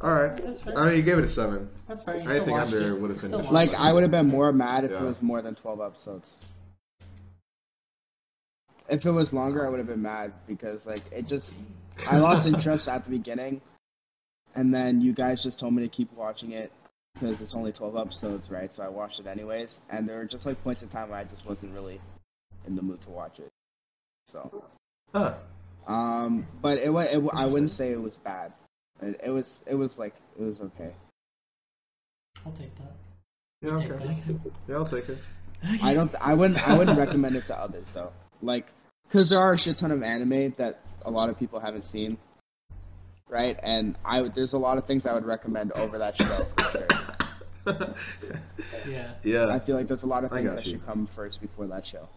All right.
That's fair.
I mean, you gave it a seven.
That's fair. You
I
still
think
watched
under
it.
would've
You still
been-
watched
Like I would have been more mad if
Yeah.
it was more than twelve episodes. If it was longer, I would have been mad because like it just I lost interest at the beginning, and then you guys just told me to keep watching it because it's only twelve episodes, right? So I watched it anyways, and there were just like points in time where I just wasn't really in the mood to watch it. So
Huh.
Um, but it, wa- it wa- I wouldn't say it was bad. It, it was it was like it was okay.
I'll take that.
Yeah.
Take
Okay.
that.
Yeah, I'll take it.
I don't I wouldn't I wouldn't recommend it to others though. Like cuz there are a shit ton of anime that a lot of people haven't seen. Right? And I would there's a lot of things I would recommend over that show for sure.
Yeah.
I
Yeah.
feel like there's a lot of
I
things
got
that
you.
should come first before that show.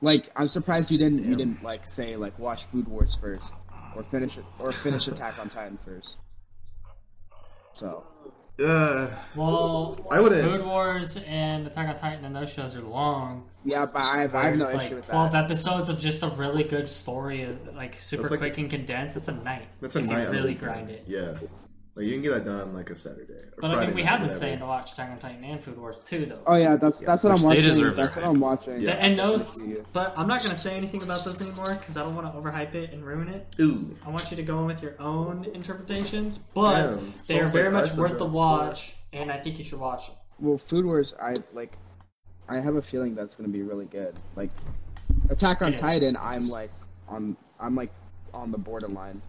Like I'm surprised you didn't you didn't like say like watch Food Wars first or finish or finish Attack on Titan first. So
Uh,
Well,
I wouldn't-
Food Wars and Attack on Titan and those shows are long.
yeah, but I have, I have
There's
no
like
issue with
twelve
that.
episodes of just a really good story, uh, like super
That's like-
quick and condensed. It's a night.
that's a
If you
night. on the
really
weekend.
grind it.
Yeah, like you can get that done like a Saturday. Or
But
Friday
I mean, we
night,
have been
whatever.
saying to watch Attack on Titan and Food Wars too, though.
Oh yeah, that's that's what
Which
I'm
they
watching.
deserve their
that's what
hype.
I'm watching.
Yeah.
And those, but I'm not gonna say anything about those anymore because I don't want to overhype it and ruin it.
Ooh,
I want you to go in with your own interpretations, but
Damn, it's
they are
almost
very
like
much
Ice
worth the
Syndrome.
watch, and I think you should watch them.
Well, Food Wars, I like. I have a feeling that's gonna be really good. Like, Attack on
It is.
Titan, I'm like on, I'm like on the borderline.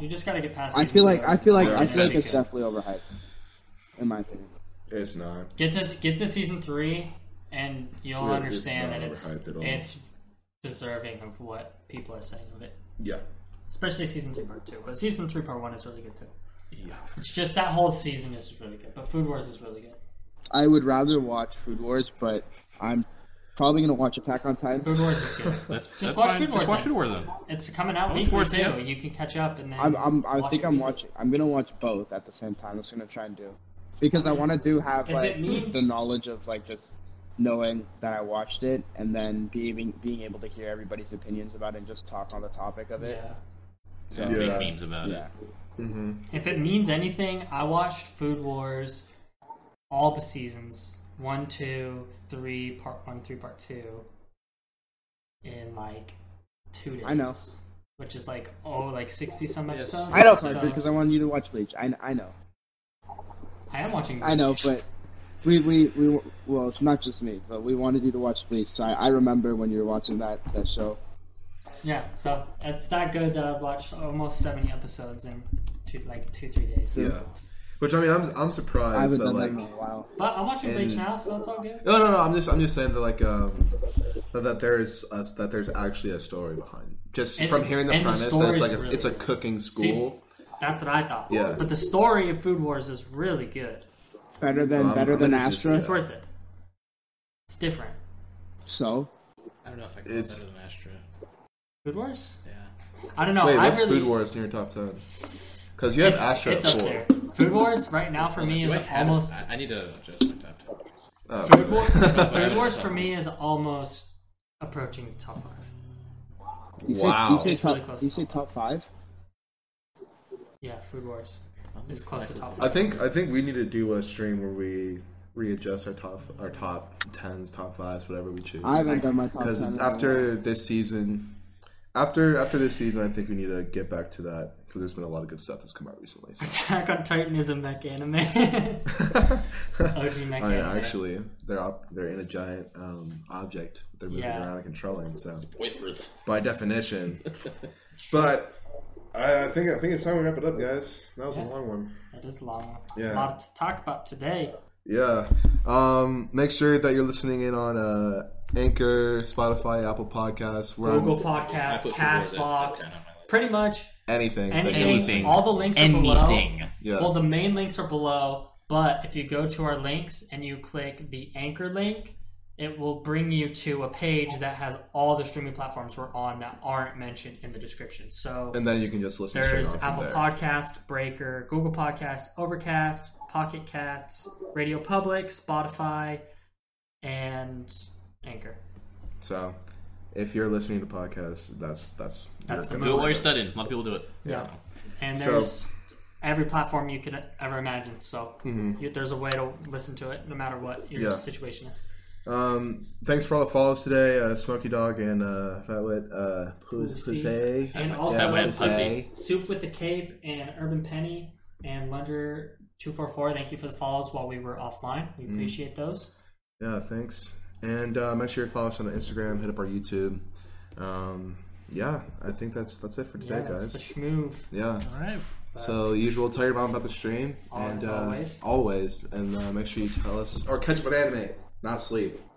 You just gotta get past.
I
season
feel
two.
like I feel like
Yeah,
I feel like
that's-
it's definitely overhyped, in my opinion.
it's not.
get this get to season three, and you'll
Yeah, it's
understand
not
that it's
overhyped at all.
it's deserving of what people are saying of it,
Yeah.
especially season two part two. But season three part one is really good too.
Yeah.
It's just that whole season is really good, but Food Wars is really good.
I would rather watch Food Wars, but I'm probably gonna watch Attack on Titan.
Food Wars is good.
That's, just
watch
fine.
Food Wars
Just watch
then.
Food Wars then.
It's coming out
What's
weekly
worse,
too.
yeah.
You can catch up and then.
I'm, I'm I
watch
think
it
I'm
weekly.
watching. I'm gonna watch both at the same time. That's what I'm gonna try and do, because I want to do have
If it
like
means-
the knowledge of like just knowing that I watched it and then being being able to hear everybody's opinions about it and just talk on the topic of it.
Yeah.
So,
Yeah.
Make memes about
yeah.
Mm-hmm.
If it means anything, I watched Food Wars, all the seasons one, two, three, part one, three, part two, in like two days.
I know.
Which is like oh, like sixty some
Yes.
episodes.
I know,
So,
because I wanted you to watch Bleach. I, I know,
I am watching.
I know, but we, we, we well, it's not just me, but we wanted you to watch Bleach. So I, I remember when you were watching that that show.
Yeah, so it's that good that I've watched almost seventy episodes in two, like two, three days.
Yeah. Which I mean, I'm I'm surprised
I haven't
that
done
like.
that in a while.
But I'm watching Bleach
And-
now, so it's all good.
No, no, no. I'm just, I'm just saying that, like, um, that, that there is a, that there's actually a story behind. Just
It's-
from hearing the
and the
premise, that it's
story's
like a,
really
it's a
good.
cooking school.
That's what I thought.
Yeah.
But the story of Food Wars is really good.
Better than
Um,
better than
I'm interested,
Astra.
It's worth it. It's different.
So
I don't know if I
call it It's- better
than Astra.
Food Wars?
Yeah.
I don't know.
Wait,
I
what's
really,
Food Wars in your top ten? Because you have
it's,
Astra
it's
at
up
four.
there. Food Wars right now for me is almost
I, I need to adjust my top ten.
Oh,
Food Wars.
I
Food
don't
Wars
know.
for me is almost approaching the top five.
you say
Wow.
you say
It's
top
really close
you
to
say
top five.
top five.
Yeah, Food Wars is close to top
I
five.
think I think we need to do a stream where we readjust our top our top tens, top fives, whatever we choose.
I haven't done my top
Because
ten. in a while.
after this season, after after this season, I think we need to get back to that because there's been a lot of good stuff that's come out recently. So.
Attack on Titan is a mech anime. OG mech
I mean,
anime.
actually, they're up, they're in a giant um, object. They're moving
Yeah.
around and controlling. So
Wait,
by definition, but I, I think I think it's time we wrap it up, guys. That was a long one.
That is long.
Yeah.
A lot to talk about today.
Yeah. Um, make sure that you're listening in on uh, Anchor, Spotify, Apple Podcasts, we're on
Google
s-
I
Podcasts,
put Food Wars at- at
Castbox,
10 on my list.
pretty much
anything. that you're
anything.
listening.
All the links are below.
Anything.
Yeah.
Well, the main links are below, but if you go to our links and you click the anchor link, it will bring you to a page that has all the streaming platforms we're on that aren't mentioned in the description. So
and then you can just listen straight
there's
off from
Apple
there.
Podcast, Breaker, Google Podcast, Overcast, Pocket Casts, Radio Public, Spotify, and Anchor.
so if you're listening to podcasts, that's that's
That's the
Do it
move.
while you're studying. A lot of people do it.
Yeah.
And
So-
there's every platform you could ever imagine. So you, there's a way to listen to it no matter what your
Mm-hmm. Yeah.
situation is.
Um, thanks for all the follows today, uh, Smoky Dog and uh, Fatwit. Uh, Puss-
Pussy.
Pussy.
And
Yeah,
also-
Fatwit, Pussy.
Soup with the Cape and Urban Penny and Lunger two four four. Thank you for the follows while we were offline. We
Mm-hmm.
appreciate those.
Yeah, thanks. And uh, make sure you follow us on Instagram. Hit up our YouTube. Um, yeah, I think that's that's it for today,
Yeah, it's
guys.
the schmoove.
yeah.
All right.
So usual, tell your mom about the stream,
Always,
and uh,
always.
always, and uh, make sure you tell us or catch up on anime, not sleep.